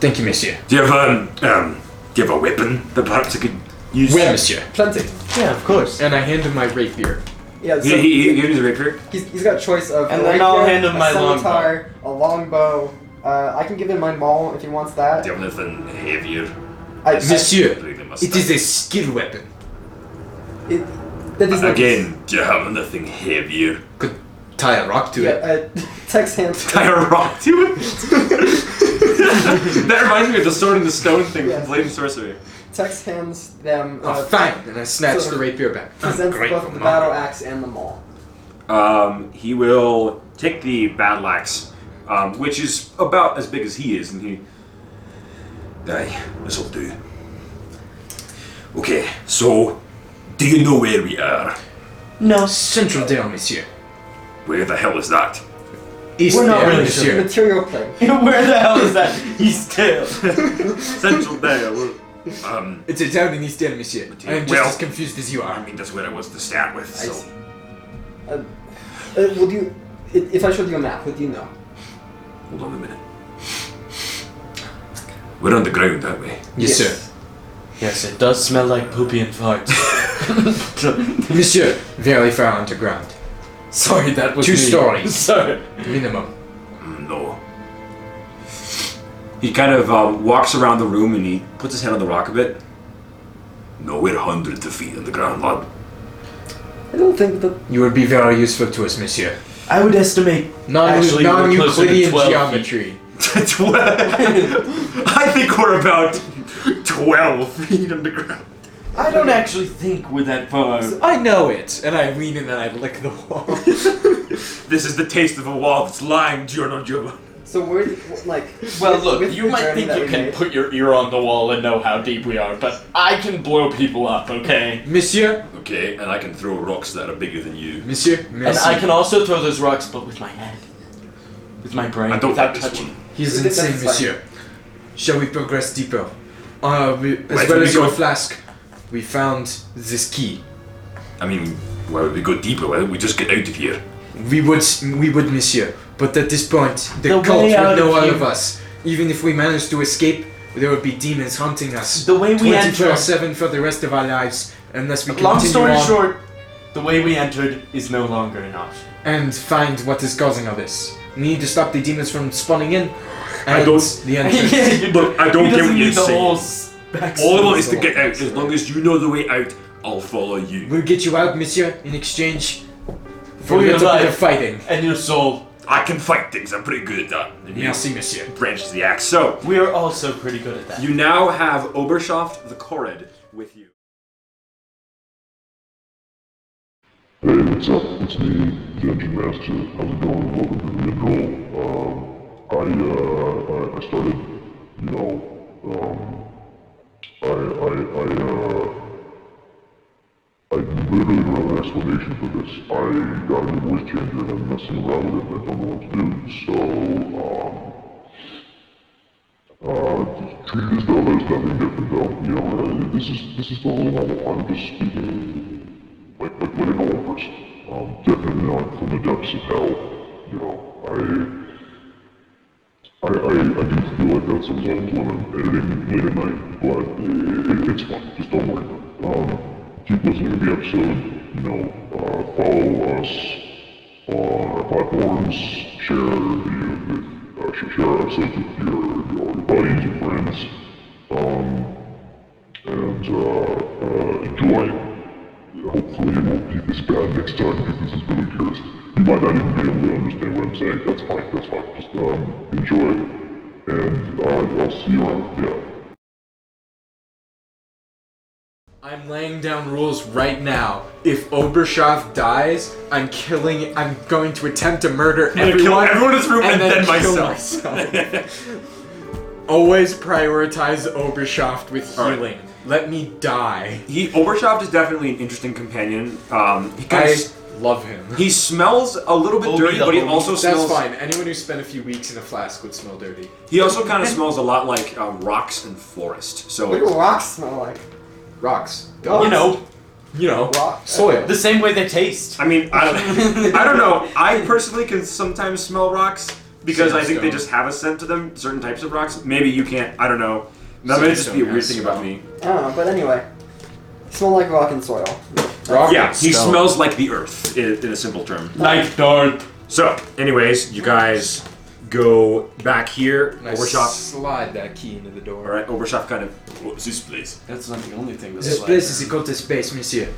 S2: Thank you, monsieur.
S1: Do you have um um? Do you have a weapon that perhaps I could use?
S2: Well, monsieur.
S3: Plenty.
S4: Yeah, of course.
S2: And I hand him my rapier.
S3: Yeah, so
S1: He, he, he gives a rapier.
S3: He's, he's got choice of
S4: And
S3: a
S4: then I'll
S3: rapier,
S4: hand him
S3: a
S4: my
S3: scimitar, a longbow. Uh, I can give him my maul if he wants that.
S1: Do you have anything heavier?
S3: I, I-
S2: Monsieur,
S1: Really must
S2: it is a skill weapon.
S3: it, that is not-
S1: Again, do you have anything heavier?
S2: Could tie a rock to
S3: Yeah,
S2: it.
S3: uh, Tex hands.
S1: Tie a rock to it. that reminds me of the sword and the stone thing
S3: Yes.
S1: from Blade and Sorcery.
S3: Tex hands them.
S2: Oh,
S3: Uh,
S2: fine. And I snatch
S3: so-
S2: the rapier back.
S3: Presents
S2: Ungrateful
S3: both the
S2: mongrel.
S3: battle axe and the maul.
S1: Um, he will take the battle axe, um, which is about as big as he is, and he. Aye, this'll do. Okay, so, do you know where we are?
S2: No. Central Dale, monsieur.
S1: Where the hell is that?
S2: East
S4: We're not
S2: Dale,
S4: really
S2: monsieur.
S3: Material plane.
S4: Where the hell is that? He's still.
S1: Central Dale. Um,
S2: It's a town in East Dale, monsieur. I am just
S1: Well-
S2: as confused as you
S1: I
S2: are.
S1: mean, that's where I was to start with,
S3: I
S1: so.
S3: see. Uh, uh, would you, i- if I showed you a map, would you know?
S1: Hold on a minute. We're on the ground, aren't we?
S2: Yes,
S4: Yes, it does smell like poopy and farts.
S2: sir. monsieur, very far underground.
S4: Sorry, that was
S2: Two
S4: me.
S2: stories.
S4: Sorry.
S2: Minimum.
S1: Mm, No. He kind of um, walks around the room and he puts his hand on the rock a bit. No, we're hundreds of feet on the ground, lad.
S3: I don't think that.
S2: You would be very useful to us, monsieur.
S4: I would estimate
S2: Non-
S4: Actually, we're closer
S2: Non-Euclidean
S4: to 12 feet.
S2: geometry.
S1: Twe- I think we're about 12 feet underground.
S4: I don't actually think we're that far.
S2: I know it, and I lean in and I lick the wall.
S1: This is the taste of a wall that's lying giorno giorno.
S3: So where, like?
S4: Well,
S3: with-
S4: look,
S3: with
S4: you
S3: the
S4: might
S3: journey
S4: think
S3: that
S4: you
S3: we
S4: can
S3: made-
S4: put your ear on the wall and know how deep we are, but I can blow people up, okay?
S2: monsieur,
S1: Okay, and I can throw rocks that are bigger than you.
S2: monsieur,
S4: And
S2: merci.
S4: I can also throw those rocks, but with my head. With my brain,
S1: I don't
S4: without
S1: like this
S4: touching.
S1: one.
S2: He's
S3: Th- that's
S2: insane,
S3: fine.
S2: monsieur. Shall we progress deeper? Uh, we, as
S1: Where do
S2: well
S1: we
S2: as your
S1: go?
S2: flask, we found this key.
S1: I mean, why would we go deeper? Why don't we just get out of here?
S2: We would, we would, monsieur. But at this point, the,
S4: The way
S2: cult would
S4: out
S2: know
S4: of
S2: all
S4: here-
S2: of us. Even if we managed to escape, there would be demons hunting us.
S4: The way we entered.
S2: 24-7 for the rest of our lives, unless we
S4: Long
S2: continue
S4: story
S2: on
S4: short, the way we entered is no longer an option.
S2: and find what is causing all this. We need to stop the demons from spawning in. And
S1: don't-
S2: The entrance.
S4: you
S1: Look, I don't
S4: he
S1: get
S4: doesn't
S1: what you're
S4: need the
S1: saying.
S4: whole s- backstory.
S1: All I want is to get out. As long as you know the way out, I'll follow you.
S2: We'll get you out, monsieur, in exchange. For
S4: your
S2: a little bit
S4: life.
S2: of fighting.
S4: And your soul.
S1: I can fight things. I'm pretty good at that. And he
S2: Merci, monsieur.
S1: branches the axe. So
S4: We are also pretty good at that.
S1: you now have Oberschaft the Kored with you.
S14: Hey, what's up? It's me, Dungeon Master. How's it going? Welcome to the end goal. Um, I, uh, I- I started, you know, um, I, I, I, uh, I literally don't have an explanation for this. I got a new voice changer and I'm messing around with it and I don't know what to do. So, um, uh, treat it as though there's nothing different though. You know, uh, this is, this is totally normal. I'm just speaking like, like when it all first, um, definitely not from the depths of hell. You know, I, I, I, I do feel like that sometimes when I'm editing late at night, but it, it's fine. Just don't worry about it. Um, keep listening to the episode. You know, uh, follow us on our platforms. Share the, uh, share our episodes with your, your buddies and friends. Um, and uh, uh, enjoy. Hopefully, it won't be this bad next time because this is really cursed. You might not even be able to understand what I'm saying. That's fine. That's fine. Just um, enjoy, and uh, I'll see you around. Yeah.
S2: I'm laying down rules right now. If Obershoff dies, I'm killing. I'm going to attempt to murder
S1: gonna kill
S2: everyone.
S1: everyone in this room and then
S2: kill
S1: myself.
S2: myself. Always prioritize Obershoff with
S1: All right.
S2: healing. Let me die.
S1: He Oberschaft is definitely an interesting companion. Um, he kind
S2: I
S1: of,
S2: love him.
S1: he smells a little bit
S4: Obi
S1: dirty,
S4: the
S1: but he
S4: homie.
S1: also
S2: That's
S1: smells.
S2: fine. Anyone who spent a few weeks in a flask would smell dirty.
S1: He also kind of smells a lot like uh, rocks and forest. So
S3: What do
S1: it's,
S3: rocks smell like?
S2: Rocks.
S3: Oh,
S4: You know,
S2: You know,
S3: Rock.
S2: soil.
S4: the same way they taste.
S1: I mean, I don't, I don't know. I personally can sometimes smell rocks because I think they
S2: Sandstone.
S1: just have a scent to them. Certain types of rocks. Maybe you can't. I don't know. That might just be a
S2: Sandstone
S1: weird
S2: has
S1: thing about me.
S3: I don't know, but anyway. Smell like rock and soil.
S2: Rock.
S1: Yeah, he
S7: Stone.
S1: smells like the earth in, in a simple term.
S4: Like dirt.
S1: So, anyways, you guys go back here.
S2: And I
S1: Oberschaft.
S2: slide that key into the door.
S1: All right, Oberschaft kind of. What's this place?
S8: That's not the only thing.
S2: This place is equal to space, monsieur.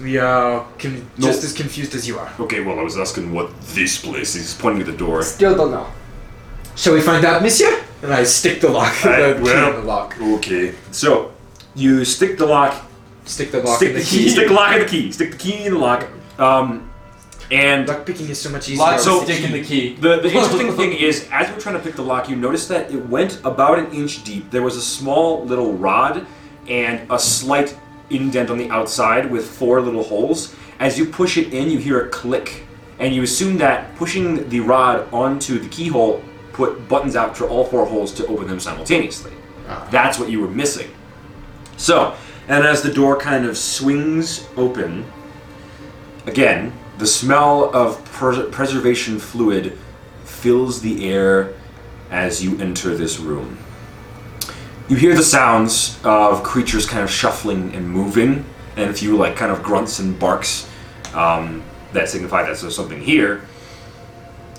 S2: We are con-
S1: No.
S2: just as confused as you are.
S1: Okay, well, I was asking what this place is. He's pointing at the door.
S3: Still don't know.
S2: Shall we find out, monsieur? And I stick the lock.
S1: Alright,
S2: the
S1: well-
S2: key in the lock.
S1: Okay. So, you stick the lock.
S2: Stick the lock
S1: stick
S2: in the key.
S1: Stick the lock in the key. Stick the key in the lock. Um, and
S2: Lock picking is so much easier.
S4: Lock
S1: So-
S4: stick in the key.
S1: the, the interesting thing is, as we're trying to pick the lock, you notice that it went about an inch deep. There was a small little rod and a slight indent on the outside with four little holes. As you push it in, you hear a click, and you assume that pushing the rod onto the keyhole put buttons out for all four holes to open them simultaneously. That's what you were missing. So, and as the door kind of swings open, Again, the smell of pres- preservation fluid fills the air as you enter this room. You hear the sounds of creatures kind of shuffling and moving, and a few like kind of grunts and barks um, that signify that there's something here.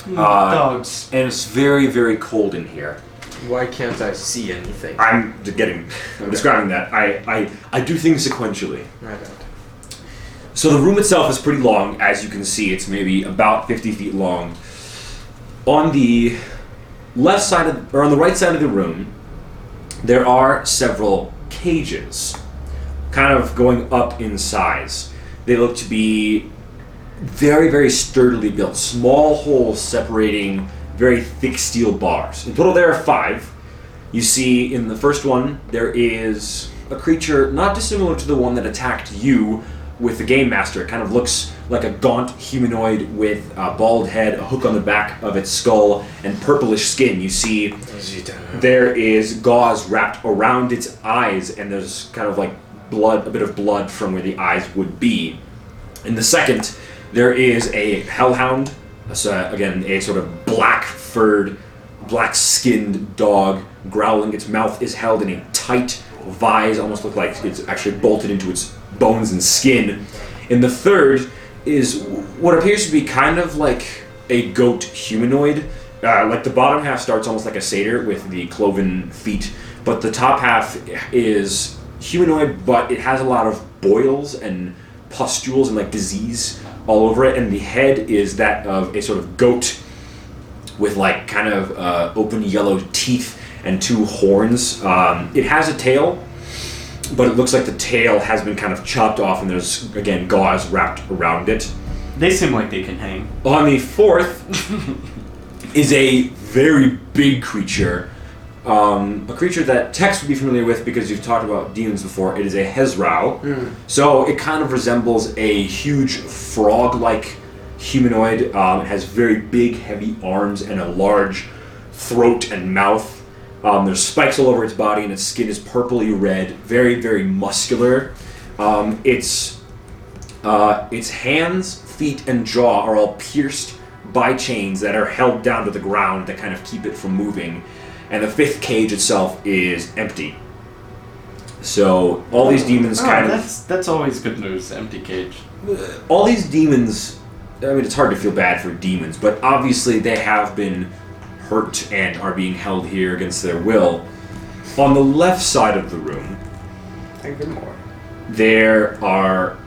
S1: Uh,
S4: Dogs.
S1: And it's very, very cold in here.
S2: Why can't I see anything?
S1: I'm getting, I'm describing that. I, I, I do things sequentially.
S2: My bad.
S1: So the room itself is pretty long, as you can see. It's maybe about 50 feet long. On the left side of, or on the right side of the room, there are several cages, kind of going up in size. They look to be very, very sturdily built, small holes separating very thick steel bars. In total, there are five. You see, in the first one, there is a creature not dissimilar to the one that attacked you with the Game Master. It kind of looks like a gaunt humanoid with a bald head, a hook on the back of its skull, and purplish skin. You see, there is gauze wrapped around its eyes, and there's kind of like blood, a bit of blood from where the eyes would be. In the second, there is a hellhound. So again, a sort of black furred, black skinned dog growling. Its mouth is held in a tight vise, almost look like it's actually bolted into its bones and skin. In the third is what appears to be kind of like a goat humanoid. Uh, like the bottom half starts almost like a satyr with the cloven feet, but the top half is humanoid, but it has a lot of boils and pustules and like disease all over it, and the head is that of a sort of goat with like kind of uh, open yellow teeth and two horns. Um, it has a tail, but it looks like the tail has been kind of chopped off, and there's again gauze wrapped around it.
S8: They seem like they can hang.
S1: On the fourth is a very big creature. Um, a creature that Tex would be familiar with because you've talked about demons before. It is a Hezrau. So it kind of resembles a huge frog like humanoid. Um, it has very big, heavy arms and a large throat and mouth. Um, there's spikes all over its body, and its skin is purpley red. Very, very muscular. Um, its uh, its hands, feet, and jaw are all pierced by chains that are held down to the ground that kind of keep it from moving. And the fifth cage itself is empty. So all these demons
S8: Oh,
S1: kind of
S8: that's that's always good news. Empty cage.
S1: all these demons i mean it's hard to feel bad for demons but obviously they have been hurt and are being held here against their will on the left side of the room
S3: Even more.
S1: there are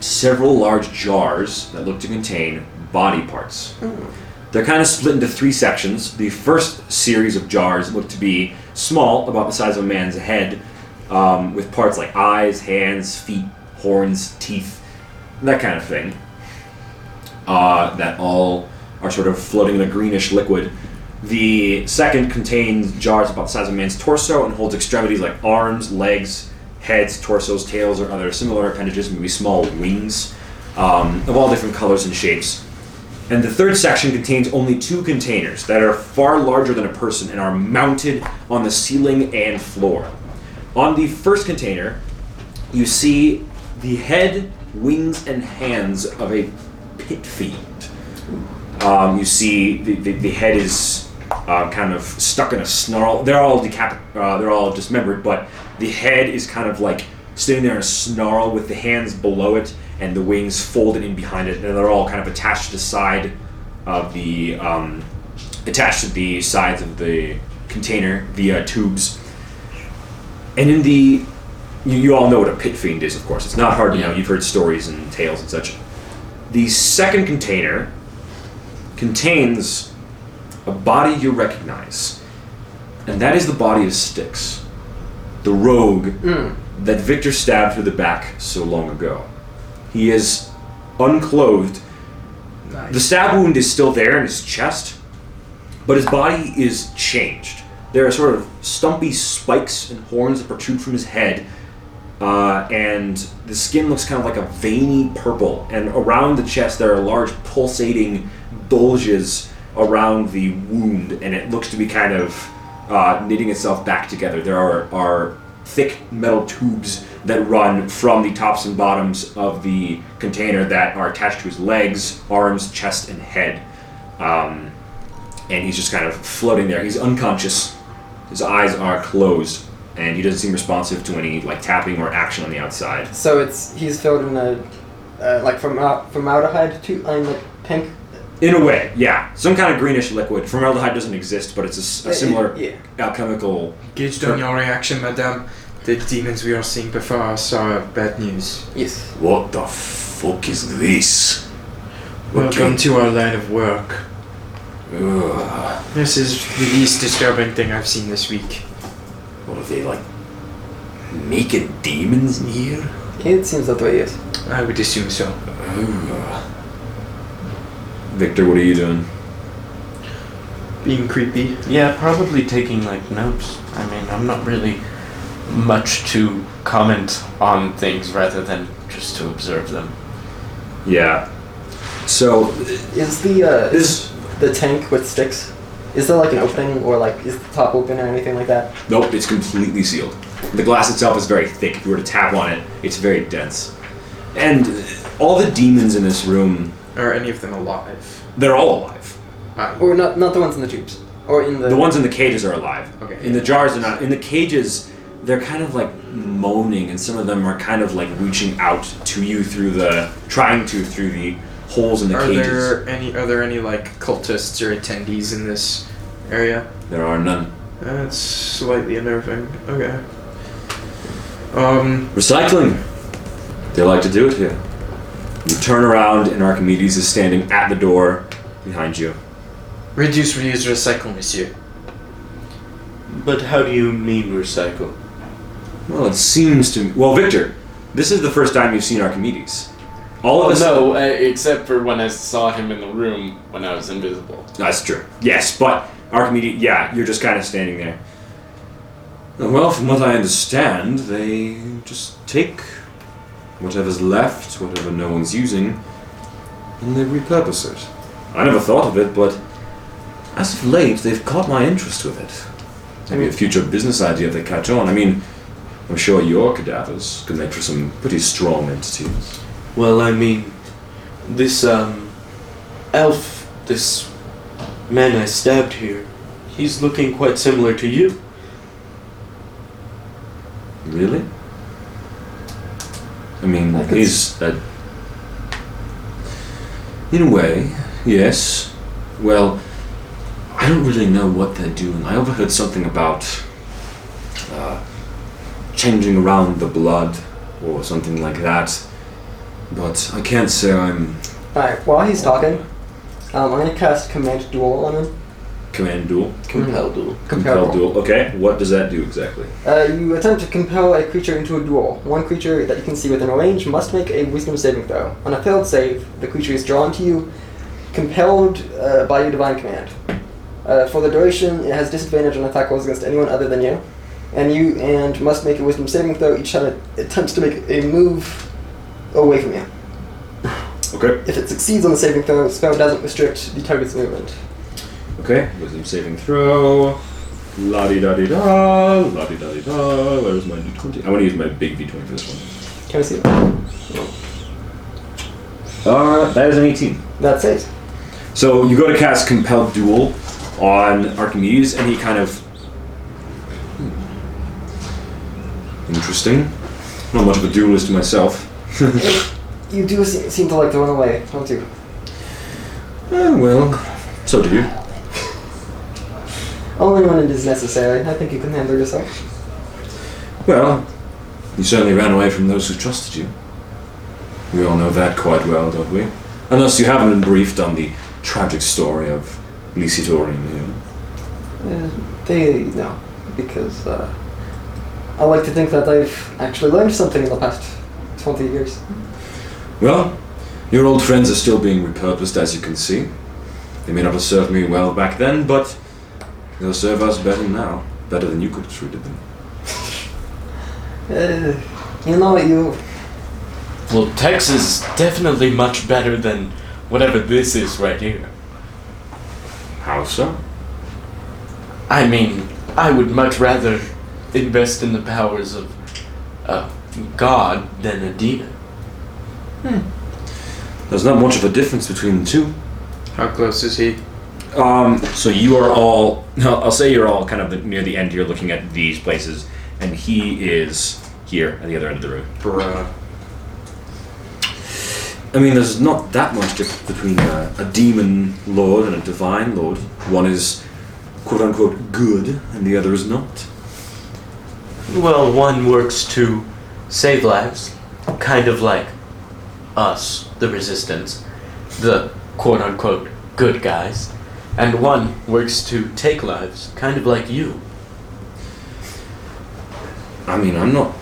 S1: several large jars that look to contain body parts they're kind of split into three sections the first series of jars look to be small about the size of a man's head um, with parts like eyes hands feet horns teeth that kind of thing uh, that all are sort of floating in a greenish liquid. The second contains jars about the size of a man's torso and holds extremities like arms, legs, heads, torsos, tails, or other similar appendages, maybe small wings um, of all different colors and shapes. And the third section contains only two containers that are far larger than a person and are mounted on the ceiling and floor. On the first container, you see the head, wings, and hands of a pit fiend. Um, you see the, the, the head is uh, kind of stuck in a snarl. They're all decap- uh, they're all dismembered, but the head is kind of like sitting there in a snarl with the hands below it and the wings folded in behind it, and they're all kind of attached to the side of the um, attached to the sides of the container via tubes. And in the you, you all know what a pit fiend is, of course. It's not hard to know.
S4: Yeah.
S1: You've heard stories and tales and such. The second container contains a body you recognize, and that is the body of Styx, the rogue that Victor stabbed through the back so long ago. He is unclothed. The stab wound is still there in his chest, but his body is changed. There are sort of stumpy spikes and horns that protrude from his head, uh, and the skin looks kind of like a veiny purple. And around the chest, there are large pulsating bulges around the wound, and it looks to be kind of uh, knitting itself back together. There are, are thick metal tubes that run from the tops and bottoms of the container that are attached to his legs, arms, chest, and head. Um, and he's just kind of floating there. He's unconscious. His eyes are closed, and he doesn't seem responsive to any like tapping or action on the outside.
S3: So it's he's filled in a uh, like from formaldehyde to I'm like pink.
S1: In a way, yeah, some kind of greenish liquid. Formaldehyde doesn't exist, but it's a s- a, similar
S3: Yeah.
S1: alchemical.
S2: Gauged on your reaction, madame, the demons we are seeing before us are bad news.
S3: Yes.
S5: What the fuck is this?
S2: Welcome to our line of work.
S5: Ugh.
S2: This is the least disturbing thing I've seen this week.
S5: What are they like? Making demons in here?
S3: It seems that way. Yes.
S2: I would assume so.
S1: Victor, what are you doing?
S2: Being creepy.
S8: Yeah, probably taking like notes. I mean, I'm not really much to comment on things rather than just to observe them.
S1: Yeah. So
S3: Is the uh,
S1: this
S3: the tank with sticks? Is there like an opening or like is the top open or anything like that?
S1: nope, it's completely sealed. The glass itself is very thick. If you were to tap on it, it's very dense. And all the demons in this room,
S2: Are any of them alive?
S1: they're all alive.
S2: Ah,
S3: Or not not the ones in the tubes or in the
S1: The ones in the cages are alive.
S2: Okay.
S1: In the jars, they're not. In the cages, they're kind of like moaning, and some of them are kind of like reaching out to you through the, trying to through the holes in the
S2: are
S1: cages.
S2: there any? Are there any like cultists or attendees in this area?
S1: There are none.
S2: That's slightly unnerving. Okay. Um.
S1: Recycling. They like to do it here.
S15: You turn around, and Archimedes is standing at the door behind you.
S2: Reduce, reuse, recycle, monsieur.
S4: But how do you mean recycle?
S15: Well, it seems to. Well, Victor, this is the first time you've seen Archimedes. All of
S16: Oh,
S15: us.
S16: no, uh, except for when I saw him in the room when I was invisible.
S15: That's true. Yes, but Archimedes. Yeah, you're just kind of standing there.
S1: Well, from what I understand, they just take whatever's left, whatever no one's using, and they repurpose it. I never thought of it, but as of late, they've caught my interest with it. Maybe a future business idea if they catch on. I mean, I'm sure your cadavers could make for some pretty strong entities.
S4: Well, I mean, this um, elf, this man I stabbed here, he's looking quite similar to you.
S1: Really? I mean,
S3: I could
S1: he's a. In a way, yes. Well, I don't really know what they're doing. I overheard something about uh, changing around the blood or something like that. But I can't say I'm
S3: Alright, while he's talking, um, I'm gonna cast Command Duel on him.
S1: command duel,
S4: Compel duel.
S1: compel duel. Okay, what does that do exactly?
S3: Uh, you attempt to compel a creature into a duel. One creature that you can see within range must make a wisdom saving throw. On a failed save, the creature is drawn to you, compelled uh, by your divine command. Uh, for the duration, it has disadvantage on attack rolls against anyone other than you, and you and must make a wisdom saving throw each time it attempts to make a move away from you.
S1: Okay,
S3: If it succeeds on the saving throw, the spell doesn't restrict the target's movement.
S1: okay. Wisdom saving throw. La di da di da. La di da di da. Where's my d20? I want to use my big d20 for this one.
S3: Can I see that?
S1: Uh, that is an 18.
S3: That's it.
S1: So you go to cast Compelled Duel on Archimedes, and he kind of. hmm, Interesting. Not much of a duelist myself.
S3: You do se- seem to like to run away, don't you?
S1: Oh, well. So do you.
S3: Only when it is necessary. I think you can handle yourself.
S1: Well, you certainly ran away from those who trusted you. We all know that quite well, don't we? Unless you haven't been briefed on the tragic story of Lisitorian here.
S3: Uh, they no, because uh, I like to think that I've actually learned something in the past twenty years.
S1: Well, your old friends are still being repurposed, as you can see. They may not have served me well back then, but they'll serve us better now. Better than you could have treated them.
S3: Uh, you know what you?
S4: Well, Tex is definitely much better than whatever this is right here.
S1: How so?
S4: I mean, I would much rather invest in the powers of uh, God than Adina.
S1: There's not much of a difference between the two.
S2: How close is he?
S15: Um, so you are all. No, I'll say you're all kind of the, near the end. You're looking at these places, and he is here at the other end of the room.
S2: Bruh.
S1: I mean, there's not that much difference between a, a demon lord and a divine lord. One is quote unquote good, and the other is not.
S4: Well, one works to save lives, kind of like us, the resistance, the quote unquote good guys, and one works to take lives, kind of like you.
S1: I mean, I'm not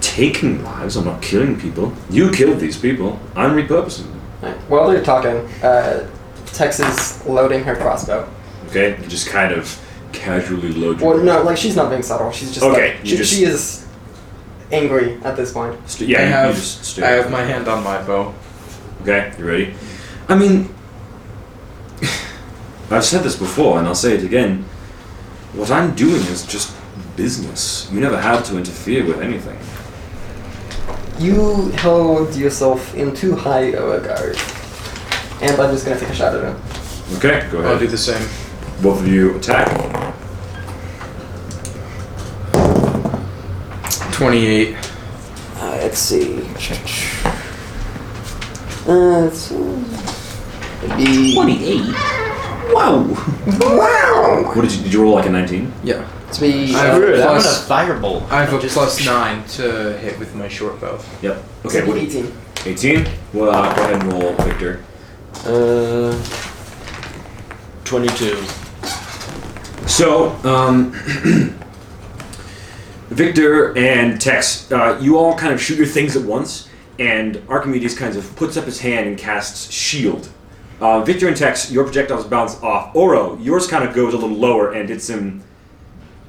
S1: taking lives, I'm not killing people. You killed these people, I'm repurposing them.
S3: While they're talking, uh, Tex is loading her crossbow.
S15: Okay, you just kind of
S1: Casually load your
S3: Well, no, like she's not being subtle. She's just
S15: Okay,
S3: Like,
S15: you
S3: she,
S15: just-
S3: she is angry at this point.
S1: St-
S2: I
S1: yeah, you-
S2: have-
S1: you just stare.
S2: I have my hand on my bow.
S15: okay.
S1: You ready? I mean, I've said this before, and I'll say it again. What I'm doing is just business. You never had to interfere with anything.
S3: You held yourself in too high a regard, and I'm just gonna take a shot at him.
S1: Okay, go
S2: I'll do
S1: ahead.
S2: the same.
S1: Both of you attack.
S2: 28.
S3: Uh, let's see. Uh, it's, be
S15: 28. Wow.
S3: Wow!
S1: What did you? Did you roll like a 19?
S2: Yeah.
S3: It's be
S2: I have, a
S4: Uh,
S16: Dude, I'm
S2: plus,
S16: gonna fireball.
S2: I have a plus 9 to hit with my short bow.
S1: Yep.
S3: okay,
S1: Okay. What,
S3: 18.
S1: 18?
S5: Well, uh, go ahead and roll, Victor.
S4: Uh, 22.
S1: So, um, Victor and Tex, uh, you all kind of shoot your things at once, and Archimedes kind of puts up his hand and casts shield. Uh, Victor and Tex, your projectiles bounce off. Oro, yours kind of goes a little lower and hits him.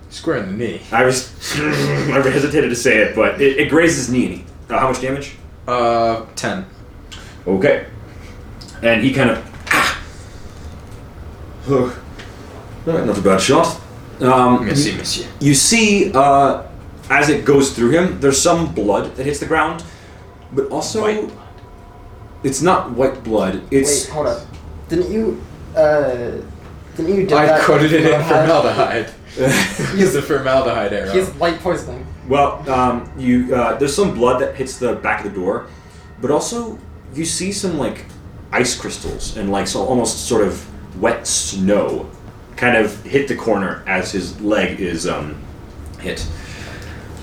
S2: Square in the knee.
S1: I was, I hesitated to say it, but it, it grazes Nini. Uh, how much damage?
S2: Uh, 10.
S1: Okay. And he kind of. Ah. Ugh.
S5: Alright, not a bad shot.
S1: Um,
S2: Merci, monsieur.
S1: you see uh, as it goes through him there's some blood that hits the ground but also it's not white blood it's
S3: Wait, hold up. Didn't you, uh, didn't you do
S2: I
S3: that?
S2: coated it in
S3: Uh,
S2: formaldehyde. Use the formaldehyde arrow.
S3: He's light poisoning.
S1: well um, you uh, there's some blood that hits the back of the door but also you see some like ice crystals and like so almost sort of wet snow kind of hit the corner as his leg is um, hit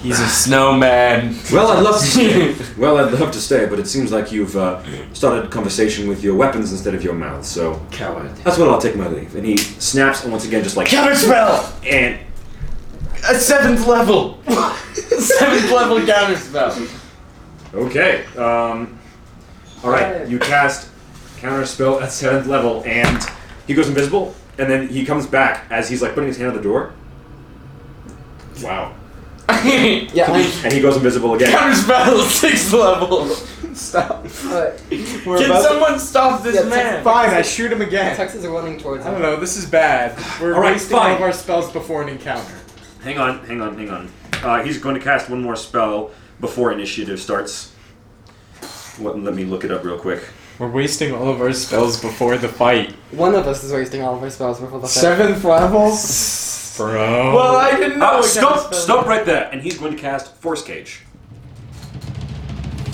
S4: He's a snowman.
S1: Well, I'd love to stay. well, I'd love to stay, but it seems like you've uh, started a conversation with your weapons instead of your mouth. So
S2: Coward.
S1: that's what I'll take my leave. And he snaps, and once again, just like
S4: Counter spell!
S1: and
S4: A seventh level! seventh level counter spell.
S1: okay. Um, all right, you cast counter spell at seventh level, and he goes invisible, and then he comes back as he's like putting his hand on the door. Wow.
S3: Yeah, I,
S1: And he goes invisible again.
S4: counter spell, sixth level.
S2: Stop.
S3: uh,
S2: We're
S4: Can
S2: about to-
S4: someone stop this
S3: Yeah, text-
S4: man?
S2: Fine, I shoot him again.
S3: Texas are running towards
S2: I don't
S3: him.
S2: know, this is bad. We're
S1: All right,
S2: wasting all
S1: fine.
S2: of our spells before an encounter.
S1: Hang on, hang on, hang on. Uh, he's going to cast one more spell before initiative starts. Let, let me look it up real quick.
S2: We're wasting all of our spells before the fight.
S3: One of us is wasting all of our spells before the fight.
S2: Seventh level? Bro.
S4: Well, Oh, I didn't know.
S1: Uh,
S4: what
S1: stop!
S4: counter spell-
S1: Stop right there, and he's going to cast Force Cage.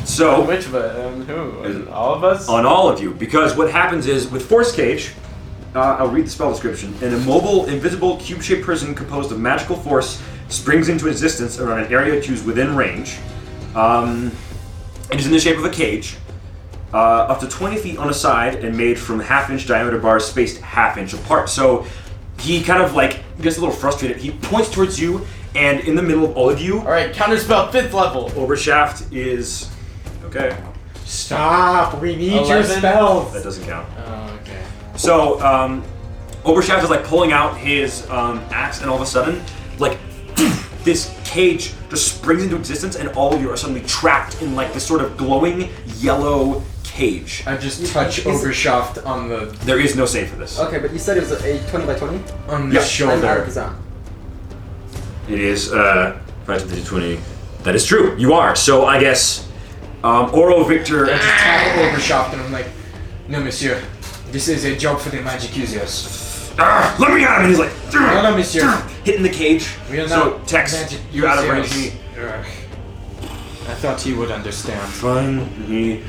S1: So
S8: Which of us? And who? All of us?
S1: on all of you, because what happens is with Force Cage, uh, I'll read the spell description. An immobile, invisible, cube-shaped prison composed of magical force springs into existence around an area choose within range. Um, it is in the shape of a cage, uh, up to 20 feet on a side and made from half-inch diameter bars spaced half-inch apart. So he kind of like gets a little frustrated. He points towards you, and in the middle of all of you,
S8: Alright, counter spell, fifth level.
S1: Overshaft is okay.
S2: Stop, we need your
S8: Eleven.
S2: spells.
S1: That doesn't count.
S8: Oh, okay.
S1: So um, Overshaft is like pulling out his um, axe, and all of a sudden, like this cage just springs into existence, and all of you are suddenly trapped in like this sort of glowing yellow cage.
S2: I just touch
S3: Is-
S2: Overshaft on the
S1: There is no save for this.
S3: Okay, but you said it was a, a 20 by 20?
S2: on
S1: Yeah.
S2: the
S3: I'm out of
S2: shoulder.
S3: the zone.
S1: It is uh, 5, 10, 20. That is true. You are. So I guess um, Oro Victor.
S2: I just tap Ah, Overshaft and I'm like, no, monsieur, this is a job for the magic users.
S1: "Ah, let me out! And he's like, "Ah,
S2: No, no, monsieur.
S1: hitting the cage.
S2: We are
S1: so
S2: not
S1: Tex,
S2: magic
S1: you're out of
S2: users.
S1: range.
S2: Ugh. I thought he would understand.
S1: Fine. He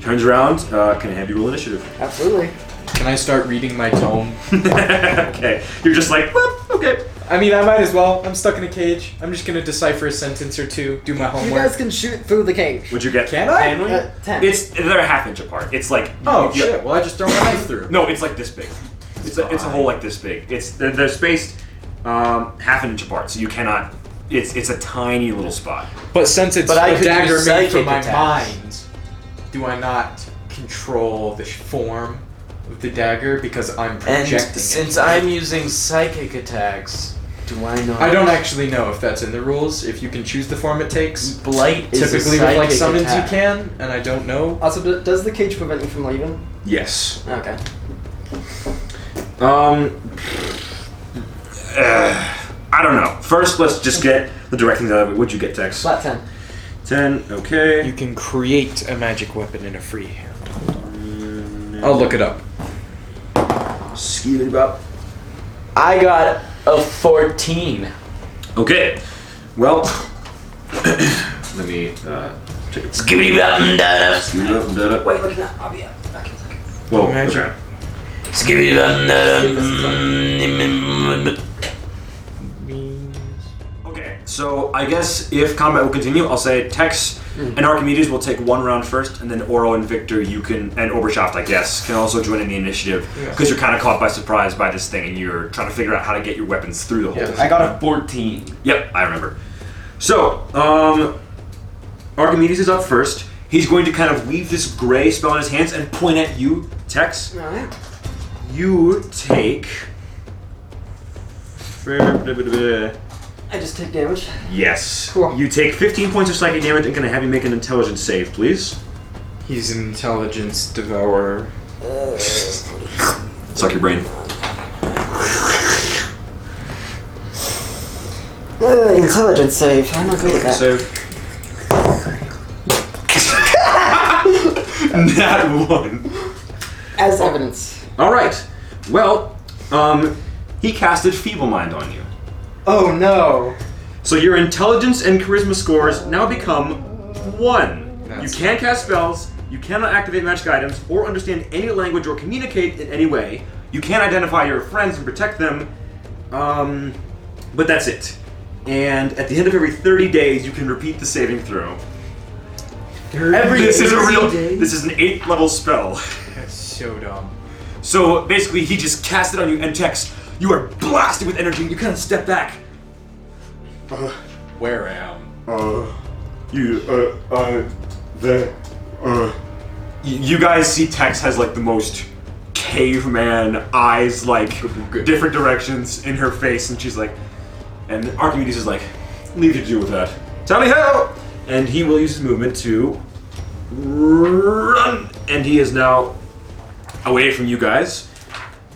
S1: turns around. Uh, can I have you roll initiative?
S3: Absolutely.
S2: Can I start reading my tome?
S1: okay. You're just like, "Well, okay.
S2: I mean, I might as well. I'm stuck in a cage. I'm just gonna decipher a sentence or two, do my
S3: You
S2: homework.
S3: guys can shoot through the cage.
S1: What'd you get?
S2: Can I?
S4: Can we?
S3: Uh, 10.
S1: It's they're a half inch apart. It's like
S2: Oh
S1: you-
S2: shit! Well, I just throw my knife through.
S1: No, it's like this big. It's a, it's a hole like this big. It's they're, they're spaced um, half an inch apart, so you cannot. It's it's a tiny little spot.
S2: But since it's
S4: But I
S2: a
S4: could
S2: dagger
S4: use
S2: made from
S4: psychic
S2: my
S4: attacks.
S2: mind, do I not control the sh- form of the dagger because I'm
S4: And
S2: projecting? it?
S4: since I'm using psychic attacks, do I know?
S2: I don't actually know if that's in the rules. If you can choose the form it takes,
S4: Blight is a
S2: typically with like
S4: psychic
S2: summons
S4: attack.
S2: you can, and I don't know.
S3: Also, d- does the cage prevent you from leaving?
S1: Yes.
S3: Okay.
S1: Um. uh, I don't know. First, let's just get the direct things out of it. What'd you get, Tex?
S3: Flat 10.
S1: Ten. Okay.
S2: You can create a magic weapon in a free hand. I'll look it up.
S1: Skewed about
S4: I got a 14.
S1: Okay. Well, let me uh, take a
S4: Skibidi bum da
S5: Scoot up and da
S3: Wait, what is that? I'll be up. Okay, okay.
S1: Whoa,
S2: Magic.
S1: okay.
S4: Skibidi bum da
S1: Okay, So I guess if combat will continue, I'll say Tex and Archimedes will take one round first, and then Oro and Victor, you can, and Oberschaft, I guess, can also join in the initiative because you're kind of caught by surprise by this thing, and you're trying to figure out how to get your weapons through the hole.
S4: I got a 14.
S1: Yep, I remember. So, um, Archimedes is up first. He's going to kind of leave this gray spell in his hands and point at you, Tex.
S17: Alright.
S1: You take.
S17: I just take damage.
S1: Yes.
S17: Cool.
S1: You take 15 points of psychic damage and can I have you make an intelligence save, please?
S2: He's an intelligence devourer.
S1: Suck your brain.
S17: Uh, intelligence save. I'm not good at that.
S1: So. Not one.
S17: As evidence.
S1: All right. Well, um, he casted Feeble Mind on you.
S3: Oh no!
S1: So your intelligence and charisma scores now become one.
S2: That's-
S1: you can't cast spells, you cannot activate magic items, or understand any language or communicate in any way. You can't identify your friends and protect them. Um, but that's it. And at the end of every 30 days, you can repeat the saving throw. Every this is a real. This is an eighth level spell.
S2: That's so dumb.
S1: So basically, he just cast it on you, and Tex, you are blasted with energy, and you kind of step back.
S18: Where am?
S1: You, uh, uh, the, uh. You guys see Tex has like the most caveman eyes, like different directions in her face, and she's like, and Archimedes is like, leave you to deal with that. Tell me how! And he will use his movement to run, and he is now away from you guys.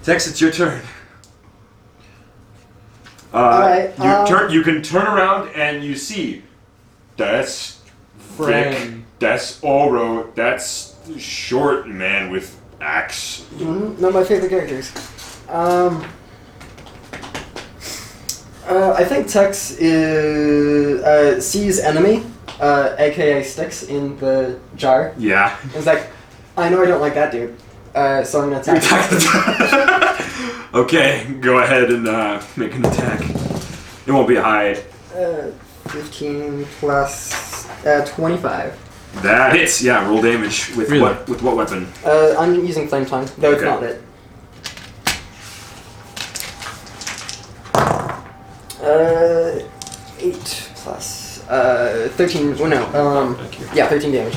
S1: Tex, it's your turn. Uh,
S3: Alright,
S1: you
S3: um,
S1: turn. You can turn around and you see that's Frick.
S2: Friend.
S1: That's Oro. That's short man with axe.
S3: Mhm, Not my favorite characters. Um, uh, I think Tex is, uh, sees enemy, uh, aka sticks in the jar.
S1: Yeah.
S3: And is like, I know I don't like that dude, uh, so I'm gonna attack. him."
S1: okay, go ahead and uh, make an attack. It won't be high.
S3: Uh, 15 plus uh, 25.
S1: That hits. Yeah, roll damage with
S18: Really?
S1: what with what weapon?
S3: Uh, I'm using flame tongue, though it's
S1: Okay.
S3: not lit. Uh, 8 plus uh, 13, well, no, um, yeah, 13 damage.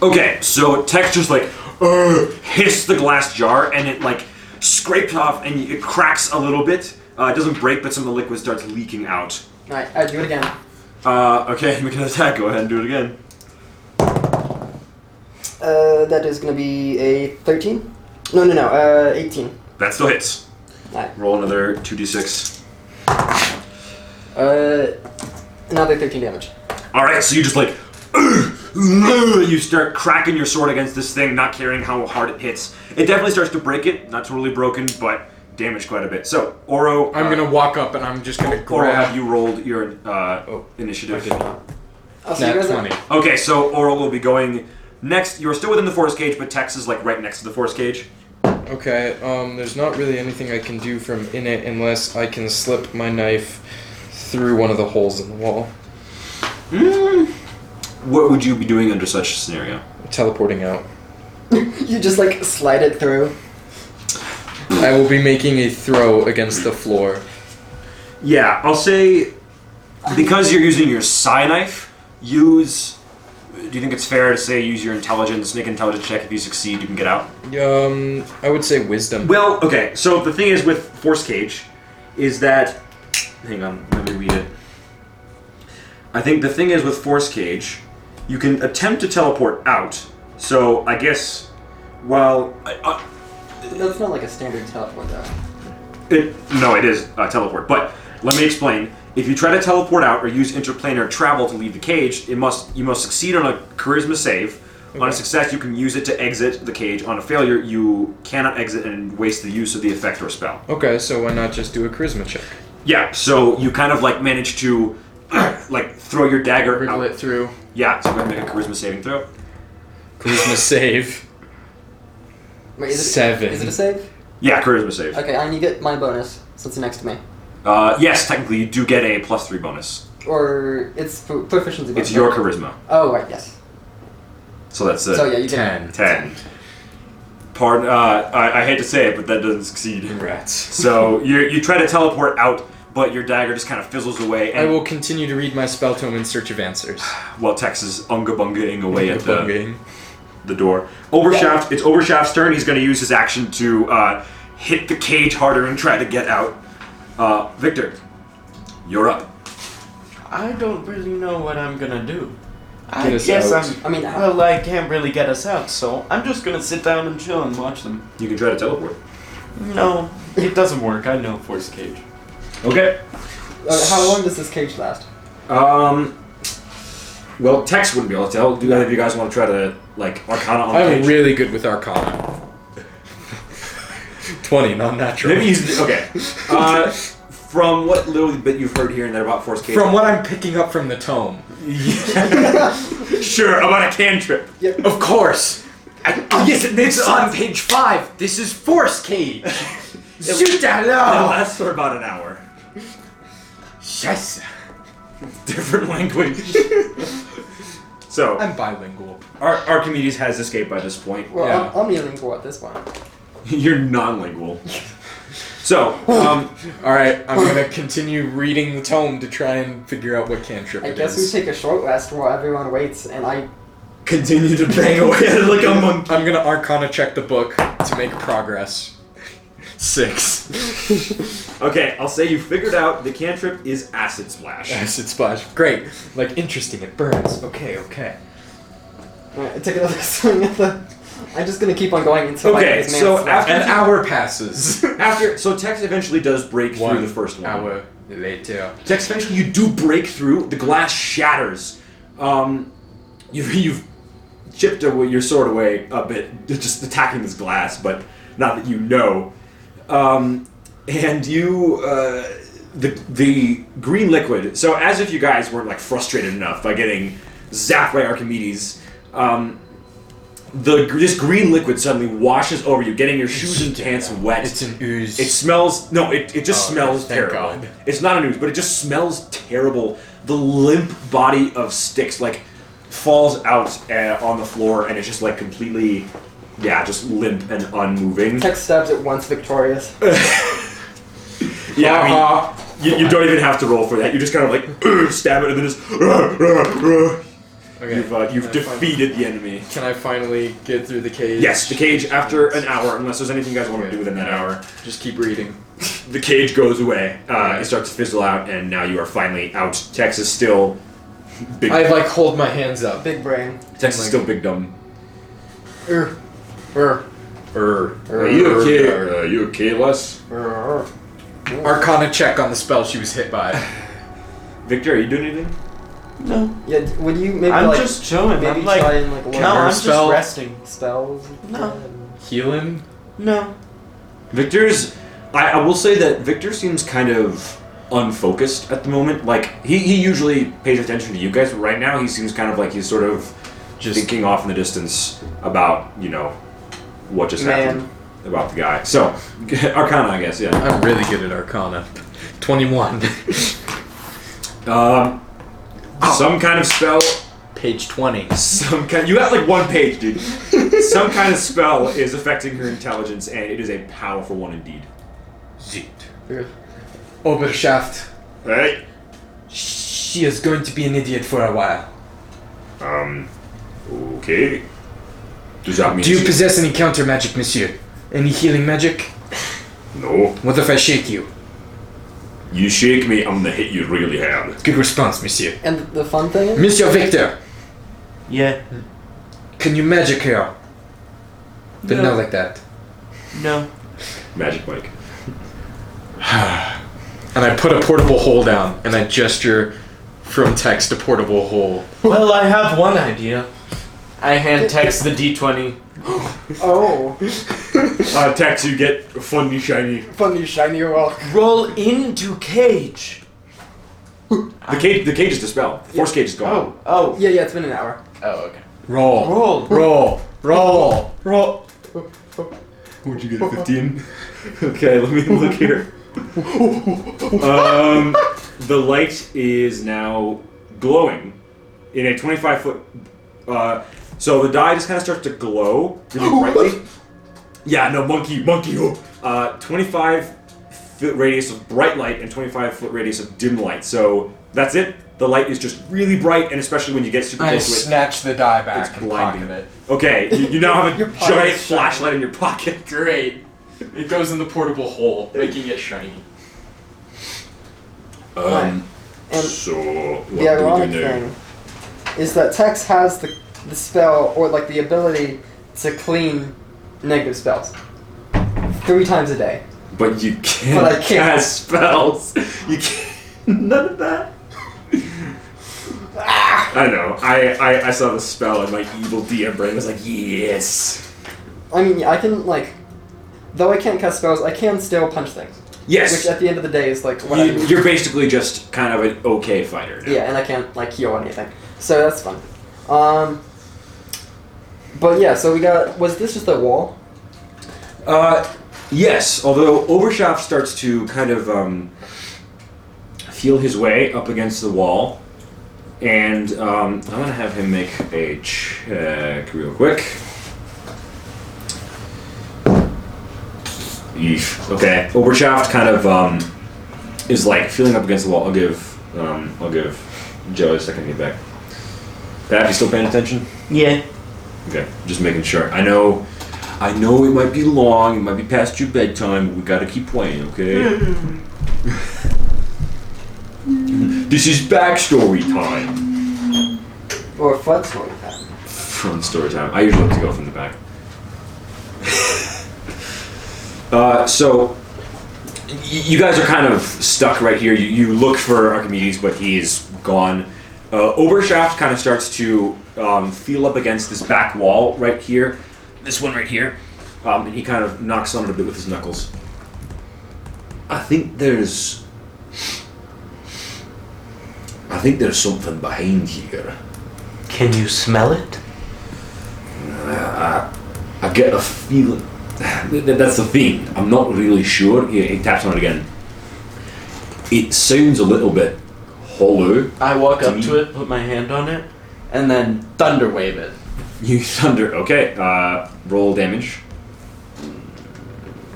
S1: Okay, so Tex just like uh, hits the glass jar and it like scrapes off and it cracks a little bit. Uh, it doesn't break, but some of the liquid starts leaking out.
S3: Alright, I do it again.
S1: Uh, okay, make an attack. Go ahead and do it again.
S3: Uh, that is gonna be a 13? No, no, no, uh, 18.
S1: That still hits.
S3: Alright.
S1: Roll another 2d6.
S3: Uh, another 13 damage.
S1: Alright, so you just like. You start cracking your sword against this thing, not caring how hard it hits. It definitely starts to break it. Not totally broken, but damaged quite a bit. So, Oro. uh,
S2: I'm gonna walk up and I'm just gonna
S1: Oro, have
S2: grab
S1: you rolled your uh,
S18: Oh,
S1: initiative?
S3: Oh, so
S18: Nat
S3: you guys are-
S18: 20.
S1: Okay, so Oro will be going next. You're still within the forest cage, but Tex is like right next to the forest cage.
S2: Okay, um, there's not really anything I can do from in it unless I can slip my knife through one of the holes in the wall.
S1: What would you be doing under such a scenario?
S2: Teleporting out.
S3: You just like slide it through.
S2: I will be making a throw against the floor.
S1: Yeah, I'll say because you're using your psi knife, use. Do you think it's fair to say use your intelligence, make an intelligence check? If you succeed, you can get out.
S2: Um, I would say wisdom.
S1: Well, okay. So the thing is with force cage, is that hang on, let me read it. I think the thing is with force cage, you can attempt to teleport out. So I guess, well, I, I,
S3: That's not like a standard teleport, though.
S1: It, no, it is uh, teleport. But let me explain. If you try to teleport out or use interplanar travel to leave the cage, it must you must succeed on a charisma save. On a success, you can use it to exit the cage. On a failure, you cannot exit and waste the use of the effect or spell.
S2: Okay, so why not just do a charisma check?
S1: Yeah, so you kind of like manage to like throw your dagger.
S2: Wriggle
S1: out.
S2: it through.
S1: Yeah, so I'm gonna make a charisma saving throw.
S2: Charisma save.
S3: Wait, is it,
S2: Seven.
S3: Is it a save?
S1: Yeah, charisma save.
S3: Okay, and you get my bonus since it's next to me.
S1: Uh, yes, technically you do get a plus three bonus.
S3: Or it's pro- proficiency.
S1: It's
S3: bonus,
S1: your
S3: right?
S1: charisma.
S3: Oh right, yes.
S1: So that's it.
S3: So yeah, you can.
S2: Ten.
S1: Ten. Pardon. Uh, I, I hate to say it, but that doesn't succeed.
S2: Rats.
S1: So you you try to teleport out, but your dagger just kind of fizzles away.
S2: I
S1: And,
S2: will continue to read my spell tome in search of answers.
S1: Well, Tex is unga bungaing away at
S2: Fun
S1: the,
S2: game.
S1: the door. Overshaft. It's Overshaft's turn. He's going to use his action to uh, hit the cage harder and try to get out. Uh, Victor, you're up.
S8: I don't really know what I'm gonna do. I
S2: Get us
S8: guess
S2: out.
S8: I'm.
S11: I mean,
S8: well, I can't really get us out, so I'm just gonna sit down and chill and watch them.
S1: You can try to teleport.
S8: No, it doesn't work. I know Force Cage.
S1: Okay.
S3: Uh, how long does this cage last?
S1: Um. Well, Tex wouldn't be able to tell. Do either of you guys want to try to like Arcana on the
S2: I'm
S1: cage?
S2: really good with Arcana. Twenty, not natural.
S1: Maybe he's okay. Uh, from what little bit you've heard here and there about Force Cage.
S2: From what I'm picking up from the tome.
S1: sure about a cantrip.
S2: Of course. I, oh, yes, it's on page five. This is Force Cage. Shoot
S1: That
S2: that low.
S1: lasts for about an hour.
S2: Yes.
S1: Different language. so
S2: I'm bilingual.
S1: our Archimedes has escaped by this point.
S3: Well,
S2: Yeah.
S3: I'm, I'm yelling for at this point.
S1: You're non-lingual. So um,
S2: All right, I'm gonna continue reading the tome to try and figure out what cantrip
S3: I
S2: it
S3: guess we
S2: is.
S3: take a short rest while everyone waits, and I
S1: continue to bang away like a monkey.
S2: I'm gonna Arcana check the book to make progress. Six.
S1: Okay, I'll say you figured out the cantrip is acid splash.
S2: Acid splash. Great. Like interesting. It burns. Okay. Okay.
S3: Alright, I Uh, take another swing at the. I'm just gonna keep on going until I
S1: Okay,
S3: get this man
S1: so
S3: slapped.
S1: after-
S2: An hour passes.
S1: After so Tex eventually does break through the first one.
S2: hour later.
S1: Dex, eventually you do break through. The glass shatters. Um, you've, you've chipped away, your sword away a bit, just attacking this glass, but not that you know. Um, and you, uh, the the green liquid. So as if you guys weren't like frustrated enough by getting zapped by Archimedes. Um, the this green liquid suddenly washes over you, getting your shoes and pants wet.
S2: It's an ooze.
S1: It smells. No, it, it just
S2: Oh,
S1: smells
S2: thank
S1: terrible.
S2: God.
S1: It's not an ooze, but it just smells terrible. The limp body of sticks like falls out uh, on the floor, and it's just like completely, yeah, just limp and unmoving.
S3: Tex stabs it once victorious.
S1: Yeah, I mean, you, you don't even have to roll for that. You just kind of like stab it, and then just.
S2: okay.
S1: You've uh, you've defeated the enemy.
S2: Can I finally get through the cage?
S1: Yes, the cage after an hour, unless there's anything you guys want to
S2: Okay.
S1: do within that hour.
S2: Just keep reading.
S1: The cage goes away. Uh, it starts to fizzle out, and now you are finally out. Tex is still big.
S2: I like hold my hands up.
S3: Big brain.
S1: Tex is
S2: Like-
S1: still big dumb.
S3: Er, er,
S1: Er,
S3: Er,
S1: are you
S2: er,
S1: okay?
S2: er.
S1: Are uh, you okay, Les?
S3: er, er.
S2: Arcana check on the spell she was hit by.
S1: Victor, are you doing anything?
S8: No,
S3: Yeah, d- would you maybe
S8: I'm
S3: like
S8: just chilling.
S3: maybe
S8: I'm like,
S3: try and like
S8: no,
S3: learn
S8: I'm
S2: spell.
S8: just resting.
S3: spells?
S8: No.
S2: Healing.
S8: No,
S1: Victor's. I, I will say that Victor seems kind of unfocused at the moment. Like he, he usually pays attention to you guys, but right now he seems kind of like he's sort of
S2: Just-
S1: thinking off in the distance about you know what just happened
S3: Man.
S1: about the guy. So Arcana, I guess. Yeah.
S2: I'm really good at Arcana. Twenty-one.
S1: Um,
S2: Ow.
S1: some kind of spell
S2: Page twenty.
S1: Some kind. You got like one page, dude. Some kind of spell is affecting her intelligence, and it is a powerful one indeed.
S2: Zit. Oberschaft.
S1: Right?
S2: She is going to be an idiot for a while.
S1: Um. Okay. Does that mean?
S2: Do you possess any counter magic, monsieur? Any healing magic?
S1: no.
S2: What if I shake you?
S1: You shake me, I'm gonna hit you really hard.
S2: Good response, monsieur.
S3: And the fun thing is,
S2: Monsieur Victor,
S8: yeah,
S2: can you magic her? But
S8: No.
S2: not like that.
S8: no.
S1: Magic Mike.
S2: And I put a portable hole down, and I gesture from text to portable hole.
S8: well, I have one idea. I hand text the D20.
S3: oh,
S1: Uh, Tex, you get funny shiny.
S3: funny shiny rock.
S8: Roll into cage.
S1: The cage. The cage is the spell. Force cage is gone.
S8: oh,
S3: Yeah, yeah, it's been an hour.
S8: oh, okay.
S2: Roll.
S8: Roll.
S2: Roll. Roll. Roll.
S1: Would you get a 15? okay, let me look here. um. The light is now glowing in a 25 foot. Uh, so the die just kind of starts to glow really brightly. Yeah, no, monkey, monkey. oh. Uh, 25 foot radius of bright light and 25 foot radius of dim light. So that's it. The light is just really bright, and especially when you get super
S2: I
S1: close to it.
S2: snatch the die back
S1: It's
S2: and
S1: blinding.
S2: pocket it.
S1: Okay, you, you now have
S3: Your
S1: a
S3: pocket's
S1: giant
S3: shiny.
S1: flashlight in your pocket.
S8: Great. It goes in the portable hole, making it shiny.
S5: Um,
S11: And
S5: so what
S11: the
S5: do we
S11: ironic
S5: do now?
S11: thing is that Tex has the, the spell or like the ability to clean negative spells three times a day.
S1: But you can't,
S11: But I can't.
S1: cast spells. You can't. None of that. I know. I, I, I saw the spell and my evil DM brain was like, yes.
S11: I mean, I can like, though I can't cast spells, I can still punch things,
S1: Yes.
S11: which at the end of the day is like what I
S1: You,
S11: do.
S1: you're basically just kind of an okay fighter now.
S11: Yeah, and I can't like heal anything, so that's fun. Um, but yeah, so we got was this just a wall?
S1: Uh, yes, although Oberschaft starts to kind of um, feel his way up against the wall. And um, I'm going to have him make a check real quick. Yeesh. Okay, Oberschaft kind of um, is like feeling up against the wall. I'll give um, I'll give Joe a second to get back. That you still paying attention?
S4: Yeah.
S1: Okay, just making sure. I know, I know it might be long. It might be past your bedtime. But we gotta keep playing, okay? this is backstory time.
S11: Or flood story pattern.
S1: Front story time. I usually like to go from the back. uh, so, y- you guys are kind of stuck right here. You, you look for Archimedes, but he is gone. Uh, Obershaft kind of starts to um, feel up against this back wall right here. This one right here. Um, and he kind of knocks on it a bit with his knuckles. I think there's. I think there's something behind here.
S4: Can you smell it?
S1: I get a feeling. Th- th- That's the thing. I'm not really sure. He, he taps on it again. It sounds a little bit hollow.
S4: I walk up
S1: Deep.
S4: to it, put my hand on it, and then thunder wave it.
S1: You thunder. Okay. Uh, roll damage.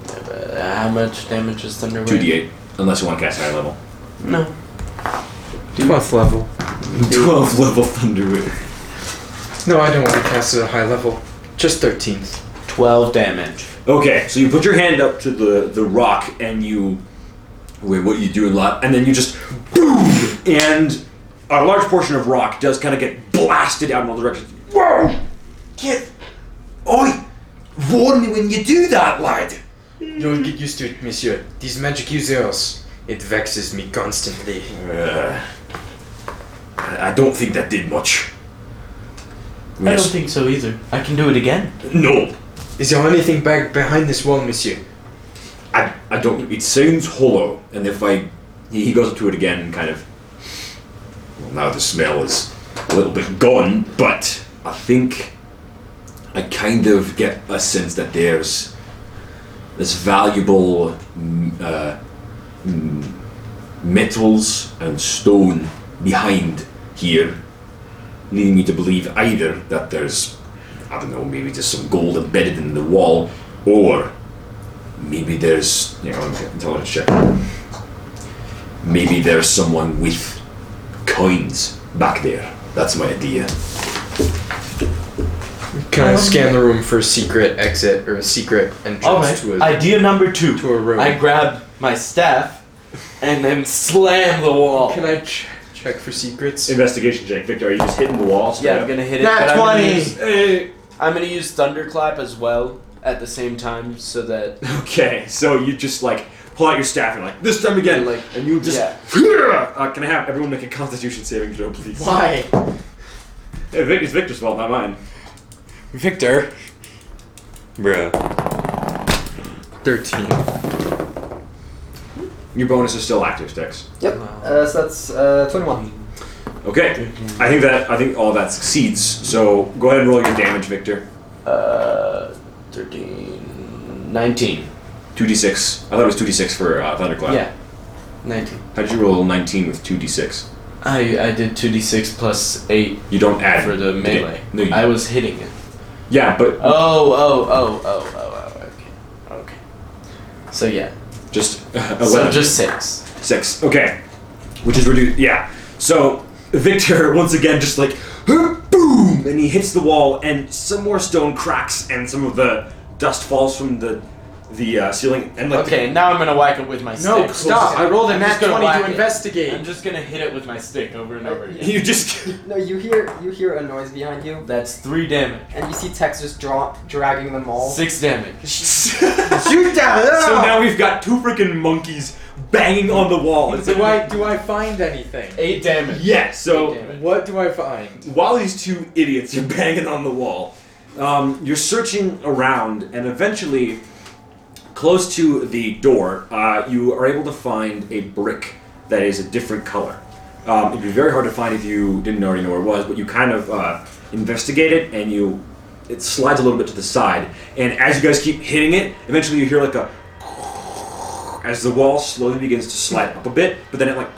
S4: Uh, how much damage is thunder wave?
S1: Two d eight. Unless you want to cast higher level.
S4: No.
S2: 12th level.
S1: Twelve level thunder wave.
S2: No, I don't want to cast at a high level. Just 13th.
S4: Twelve damage.
S1: Okay. So you put your hand up to the the rock and you. Wait, what are you doing, lot? And then you just boom, and a large portion of rock does kind of get blasted out in all directions. Whoa! Get, oi! Warn me when you do that, lad.
S2: You'll get used to it, monsieur. These magic users, it vexes me constantly.
S1: Uh, I I don't think that did much.
S4: I don't think so either. I can do it again.
S1: No,
S2: Is there anything back behind this wall, monsieur?
S1: I, I don't. It sounds hollow, and if I, he, he goes up to it again and kind of. Well, now the smell is a little bit gone, but I think I kind of get a sense that there's this valuable mm, uh, mm, metals and stone behind here, leading me to believe either that there's, I don't know, maybe just some gold embedded in the wall, or maybe there's you know intelligence check. Maybe there's someone with coins back there. That's my idea.
S2: Can I
S4: Um,
S2: scan the room for a secret exit or a secret entrance
S4: All right.
S2: to a
S4: Idea number two.
S2: to a room?
S4: I grab my staff and then slam the wall.
S2: Can I ch- check for secrets?
S1: Investigation check, Victor. Are you just hitting the wall? straight
S4: yeah, I'm
S1: up?
S4: gonna hit it.
S2: Nat
S4: but I'm gonna
S2: 20.
S4: use- I'm gonna use thunderclap as well at the same time, so that
S1: Okay, so you just like pull out your staff and like this time again, like, and you just.
S4: Yeah.
S1: Uh, can I have everyone make a Constitution saving throw, please?
S4: why?
S1: Hey, Vic, it's Victor's fault, not mine.
S7: Victor. Bruh.
S2: 13.
S1: Your bonus is still active, Dex.
S11: Yep. Uh, so that's uh, twenty-one.
S1: Okay, I think that I think all that succeeds. So go ahead and roll your damage, Victor.
S4: Uh, 13, 19.
S1: Two d six. I thought it was two d six for uh, thunderclap.
S4: Yeah.
S2: 19.
S1: How'd you roll 19 with 2d6?
S4: I, I did 2d6 plus 8
S1: You don't add
S4: for the
S1: it.
S4: melee.
S1: No, you-
S4: I was hitting it.
S1: yeah, but
S4: Oh, oh, oh, oh, oh, oh, okay. Okay. So yeah.
S1: just uh, 11.
S4: So just 6.
S1: Six. Okay. Which is reduced. Yeah. So Victor once again just like boom, and he hits the wall, and some more stone cracks, and some of the dust falls from the the uh, ceiling, and like
S4: Okay, now I'm gonna whack it with my stick.
S2: No, stop. I rolled a
S4: I'm just
S2: nat
S4: gonna
S2: 20 to
S4: whack it. I'm
S2: investigate.
S4: just gonna hit it with my stick over and over again.
S1: you just
S3: No, you hear you hear a noise behind you,
S4: That's 3 damage.
S3: and you see Tex just draw, dragging them all.
S4: 6 damage.
S2: Shoot down!
S1: so now we've got two freaking monkeys banging on the wall. It's
S2: do
S1: like,
S2: I do I find anything?
S4: 8 damage.
S1: yeah. So.
S4: Eight damage.
S2: What do I find?
S1: while these two idiots are banging on the wall, um, you're searching around, and eventually, close to the door, uh, you are able to find a brick that is a different color. Um, it'd be very hard to find if you didn't already know where it was, but you kind of uh, investigate it, and you it slides a little bit to the side. And as you guys keep hitting it, eventually you hear like a as the wall slowly begins to slide up a bit, but then it like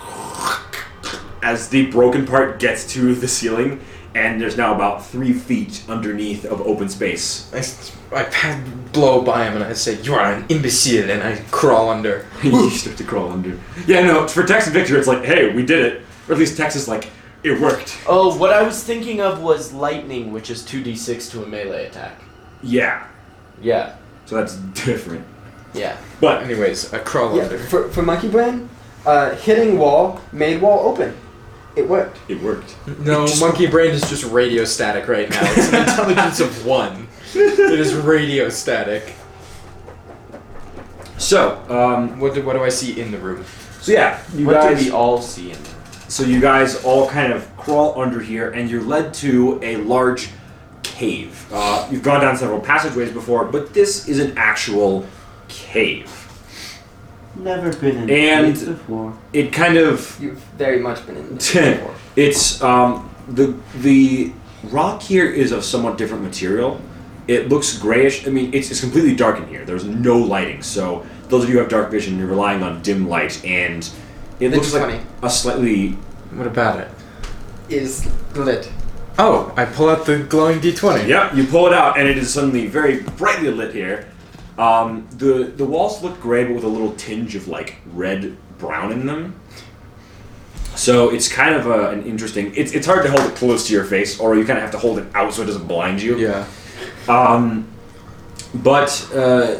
S1: as the broken part gets to the ceiling, and there's now about three feet underneath of open space.
S2: I, s- I pa- blow by him and I say, You are an imbecile, and I crawl under.
S1: you start to crawl under. Yeah, no, for Tex and Victor, it's like, hey, we did it. Or at least Tex is like, it worked.
S4: Oh, what I was thinking of was lightning, which is 2d6 to a melee attack.
S1: Yeah.
S4: Yeah.
S1: So that's different.
S4: Yeah.
S1: But
S2: Anyways, I crawl
S3: Yeah,
S2: under.
S3: for, for Monkey Brain, uh, hitting wall made wall open. It worked.
S1: it worked.
S2: No, monkey brain is just radio static right now. It's an intelligence of one. It is radio static.
S1: So, um,
S2: What do, what do I see in the room?
S1: so yeah, you
S4: what
S1: guys.
S4: do we all see in there?
S1: So you guys all kind of crawl under here, and you're led to a large cave. Uh, you've gone down several passageways before, but this is an actual cave.
S19: Never been in
S1: And-
S19: this before.
S1: It kind of
S3: You've very much been in this before.
S1: it's um, the the rock here is of somewhat different material. It looks grayish. I mean, it's, it's completely dark in here. There's no lighting, so those of you who have dark vision, you're relying on dim light, and it looks
S3: That's
S1: like
S3: funny.
S1: a slightly
S2: What about it?
S3: Is lit.
S2: Oh, I pull out the glowing d20.
S1: Yep, you pull it out, and it is suddenly very brightly lit here. Um, the the walls look gray, but with a little tinge of like red brown in them. So it's kind of a, an interesting. It's it's hard to hold it close to your face, or you kind of have to hold it out so it doesn't blind you.
S2: Yeah.
S1: Um, but uh,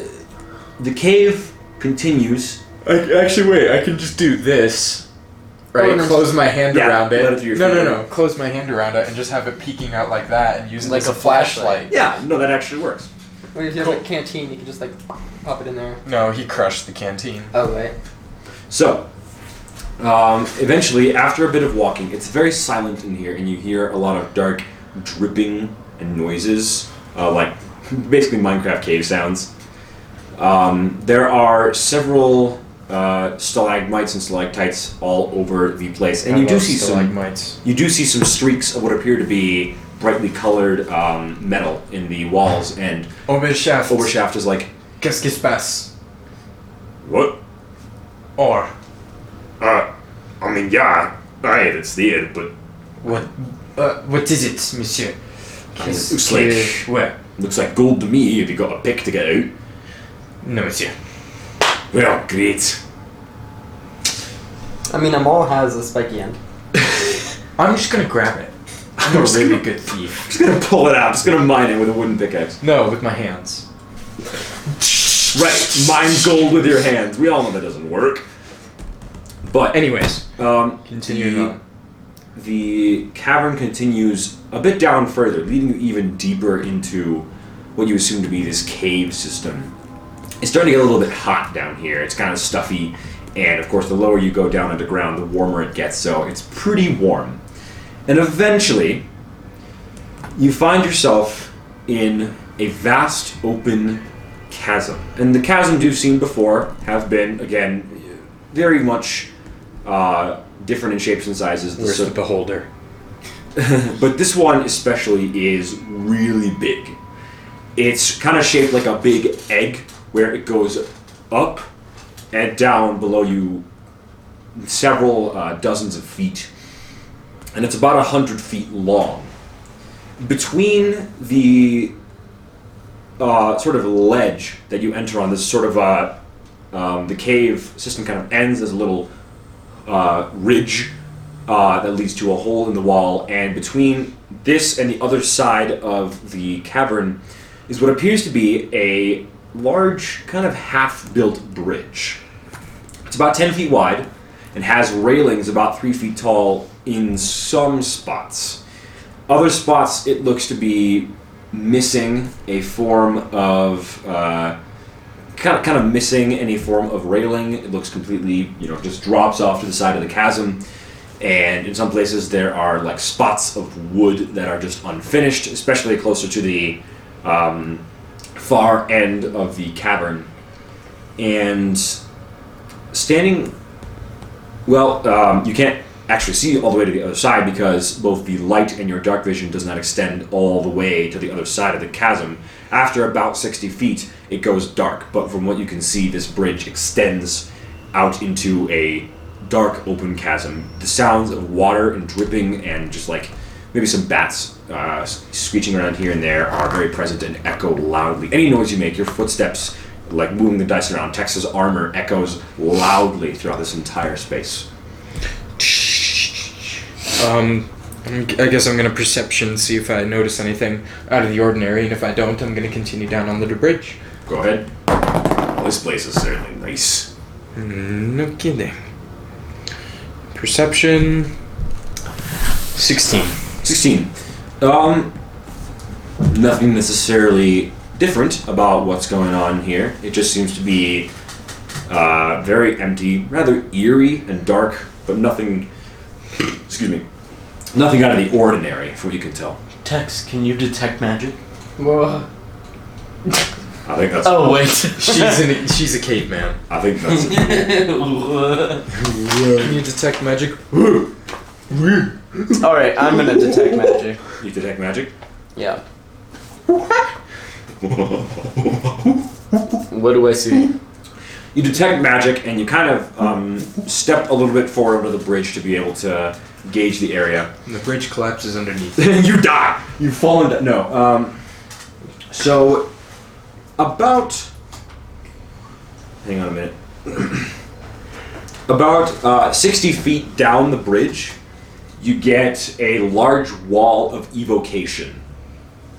S1: the cave continues.
S2: I, actually, wait. I can just do this. Right.
S3: Oh, no.
S2: Close my hand
S1: Yeah,
S2: around it.
S1: let it through your
S2: no, no,
S1: finger.
S2: no. Close my hand around it and just have it peeking out like that and use it
S4: Like
S2: as
S4: a flashlight.
S1: Yeah, no, that actually works.
S3: Or if you have like canteen, you can just like pop it in there.
S2: No, he crushed the canteen.
S3: Oh right.
S1: So, um, eventually, after a bit of walking, it's very silent in here, and you hear a lot of dark dripping and noises, uh, like basically Minecraft cave sounds. Um, there are several uh, stalagmites and stalactites all over the place, and you do see some
S2: mites.
S1: you do see some streaks of what appear to be brightly colored um, metal in the walls, and
S2: Oh, mais chef.
S1: Overshaft is like,
S2: Qu'est-ce qui se passe?
S20: What?
S2: Or
S20: Uh, I mean, yeah, right, it's there, but
S2: what? Uh, what is it, monsieur?
S1: looks like
S2: Where?
S1: looks like gold to me. Have you got a pick to get out?
S2: No, monsieur.
S1: Well, great.
S3: I mean, a mole has a spiky end.
S2: I'm just gonna grab it. I'm a really good thief.
S1: Just gonna pull it out. Just gonna mine it with a wooden pickaxe.
S2: No, with my hands.
S1: Right, mine gold with your hands. We all know that doesn't work. But
S2: Anyways,
S1: um, the,
S2: continuing on.
S1: The cavern continues a bit down further, leading you even deeper into what you assume to be this cave system. It's starting to get a little bit hot down here. It's kind of stuffy, and of course, the lower you go down underground, the warmer it gets. So it's pretty warm, and eventually, you find yourself in a vast open chasm. And the chasms you've seen before have been, again, very much uh, different in shapes and sizes. The
S2: Where's
S1: cir-
S2: the beholder?
S1: but this one especially is really big. It's kind of shaped like a big egg, where it goes up and down below you several uh, dozens of feet, and it's about a hundred feet long. Between the uh, sort of ledge that you enter on, this sort of uh, um, the cave system kind of ends as a little uh, ridge uh, that leads to a hole in the wall, and between this and the other side of the cavern is what appears to be a large, kind of half built bridge. It's about 10 feet wide and has railings about 3 feet tall in some spots. Other spots, it looks to be missing a form of. Uh, kind of, kind of missing any form of railing. It looks completely, you know, just drops off to the side of the chasm. And in some places, there are like spots of wood that are just unfinished, especially closer to the um, far end of the cavern. And standing, well, um, you can't actually see all the way to the other side because both the light and your dark vision does not extend all the way to the other side of the chasm. After about 60 feet, it goes dark, but from what you can see, this bridge extends out into a dark open chasm. The sounds of water and dripping and just like maybe some bats uh, screeching around here and there are very present and echo loudly. Any noise you make, your footsteps, like moving the dice around, Tex's armor echoes loudly throughout this entire space.
S2: Um, I'm- I guess I'm gonna perception see if I notice anything out of the ordinary, and if I don't, I'm gonna continue down under the bridge.
S1: Go ahead. Well, this place is certainly nice.
S2: No kidding. Perception. Sixteen.
S1: 16. Um, nothing necessarily different about what's going on here. It just seems to be uh, very empty, rather eerie and dark, but nothing, excuse me, nothing out of the ordinary from what you can tell.
S4: Tex, can you detect magic?
S21: Whoa.
S1: I think that's,
S4: Oh wait,
S2: She's an, she's a caveman.
S1: I think that's,
S2: Can you detect magic?
S3: All right, I'm gonna detect magic.
S1: you detect magic?
S3: Yeah. What do I see?
S1: you detect magic and you kind of um, step a little bit forward under the bridge to be able to gauge the area.
S2: And the bridge collapses underneath.
S1: you die. You fall into no. Um, so about hang on a minute. about uh, sixty feet down the bridge, you get a large wall of evocation.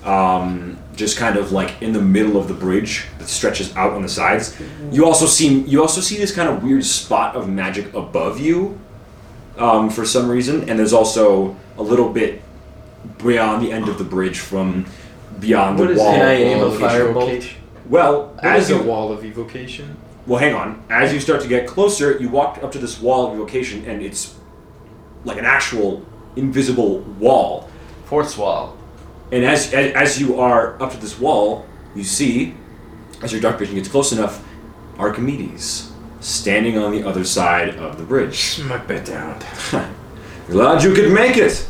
S1: Um, just kind of like in the middle of the bridge that stretches out on the sides. You also see you also see this kind of weird spot of magic above you um, for some reason, and there's also a little bit beyond the end of the bridge from beyond
S4: What
S1: the
S4: is
S1: wall.
S4: the aim
S2: wall
S4: of
S2: of
S4: firebolt?
S2: evocation.
S1: Well, as
S2: As a
S1: you
S2: wall of evocation.
S1: well, hang on. As you start to get closer, you walk up to this wall of evocation, and it's like an actual invisible wall.
S3: Fourth wall.
S1: And as, as as you are up to this wall, you see, as your dark vision gets close enough, Archimedes standing on the other side of the bridge.
S2: My bet down.
S1: Glad you could make it.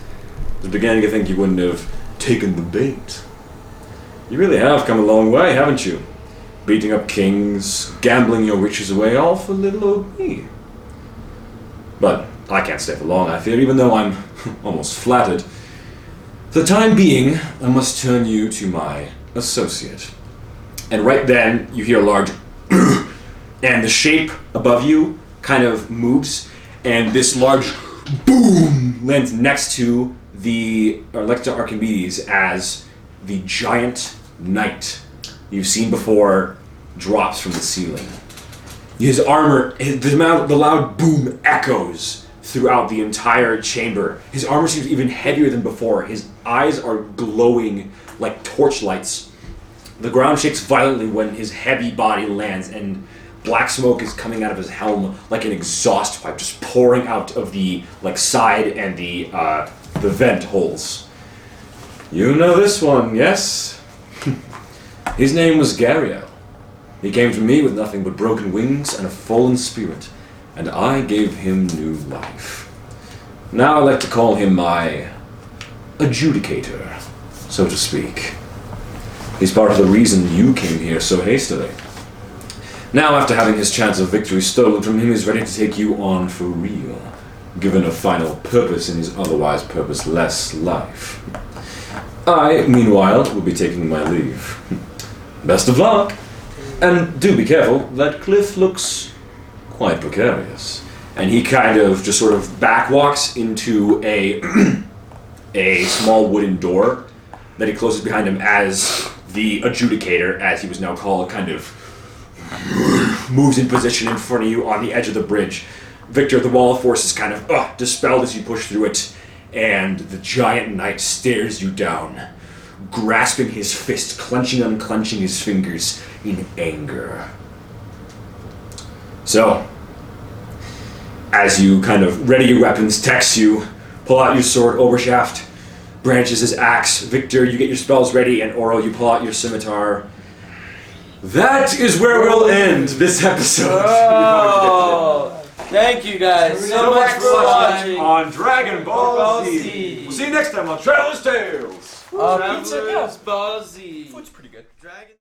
S1: I was beginning to think you wouldn't have taken the bait. You really have come a long way, haven't you? Beating up kings, gambling your riches away, all for little old me. But I can't stay for long, I fear, even though I'm almost flattered. For the time being, I must turn you to my associate. And right then, you hear a large and the shape above you kind of moves, and this large boom lands next to the or next to Archimedes as the giant knight you've seen before drops from the ceiling. His armor, his, the, amount, the loud boom echoes throughout the entire chamber. His armor seems even heavier than before. His eyes are glowing like torchlights the ground shakes violently when his heavy body lands, and black smoke is coming out of his helm like an exhaust pipe, just pouring out of the like side and the uh, the vent holes. You know this one, yes? his name was Gario. He came to me with nothing but broken wings and a fallen spirit, and I gave him new life. Now I like to call him my adjudicator, so to speak. He's part of the reason you came here so hastily.
S5: Now, after having his chance of victory stolen from him, he's ready to take you on for real, given a final purpose in his otherwise purposeless life. I, meanwhile, will be taking my leave. Best of luck! And do be careful, that cliff looks quite precarious.
S1: and he kind of just sort of back walks into a a small wooden door that he closes behind him as the adjudicator, as he was now called, kind of moves in position in front of you on the edge of the bridge. Victor, the wall of force is kind of uh, dispelled as you push through it, and the giant knight stares you down, grasping his fist, clenching, unclenching his fingers in anger. So, as you kind of ready your weapons, text you, pull out your sword, Obershaft branches his axe. Victor, you get your spells ready, and Oro, you pull out your scimitar. That is where we'll end this episode.
S4: Oh, thank you guys so
S1: So
S4: much
S1: much
S4: for watching.
S3: Uh,
S1: on Dragon Ball
S4: Ball
S1: Z.
S4: Z.
S1: We'll see you next time on Traveler's Tales.
S4: Uh, Pizza Balls.
S8: Food's pretty good. Dragon.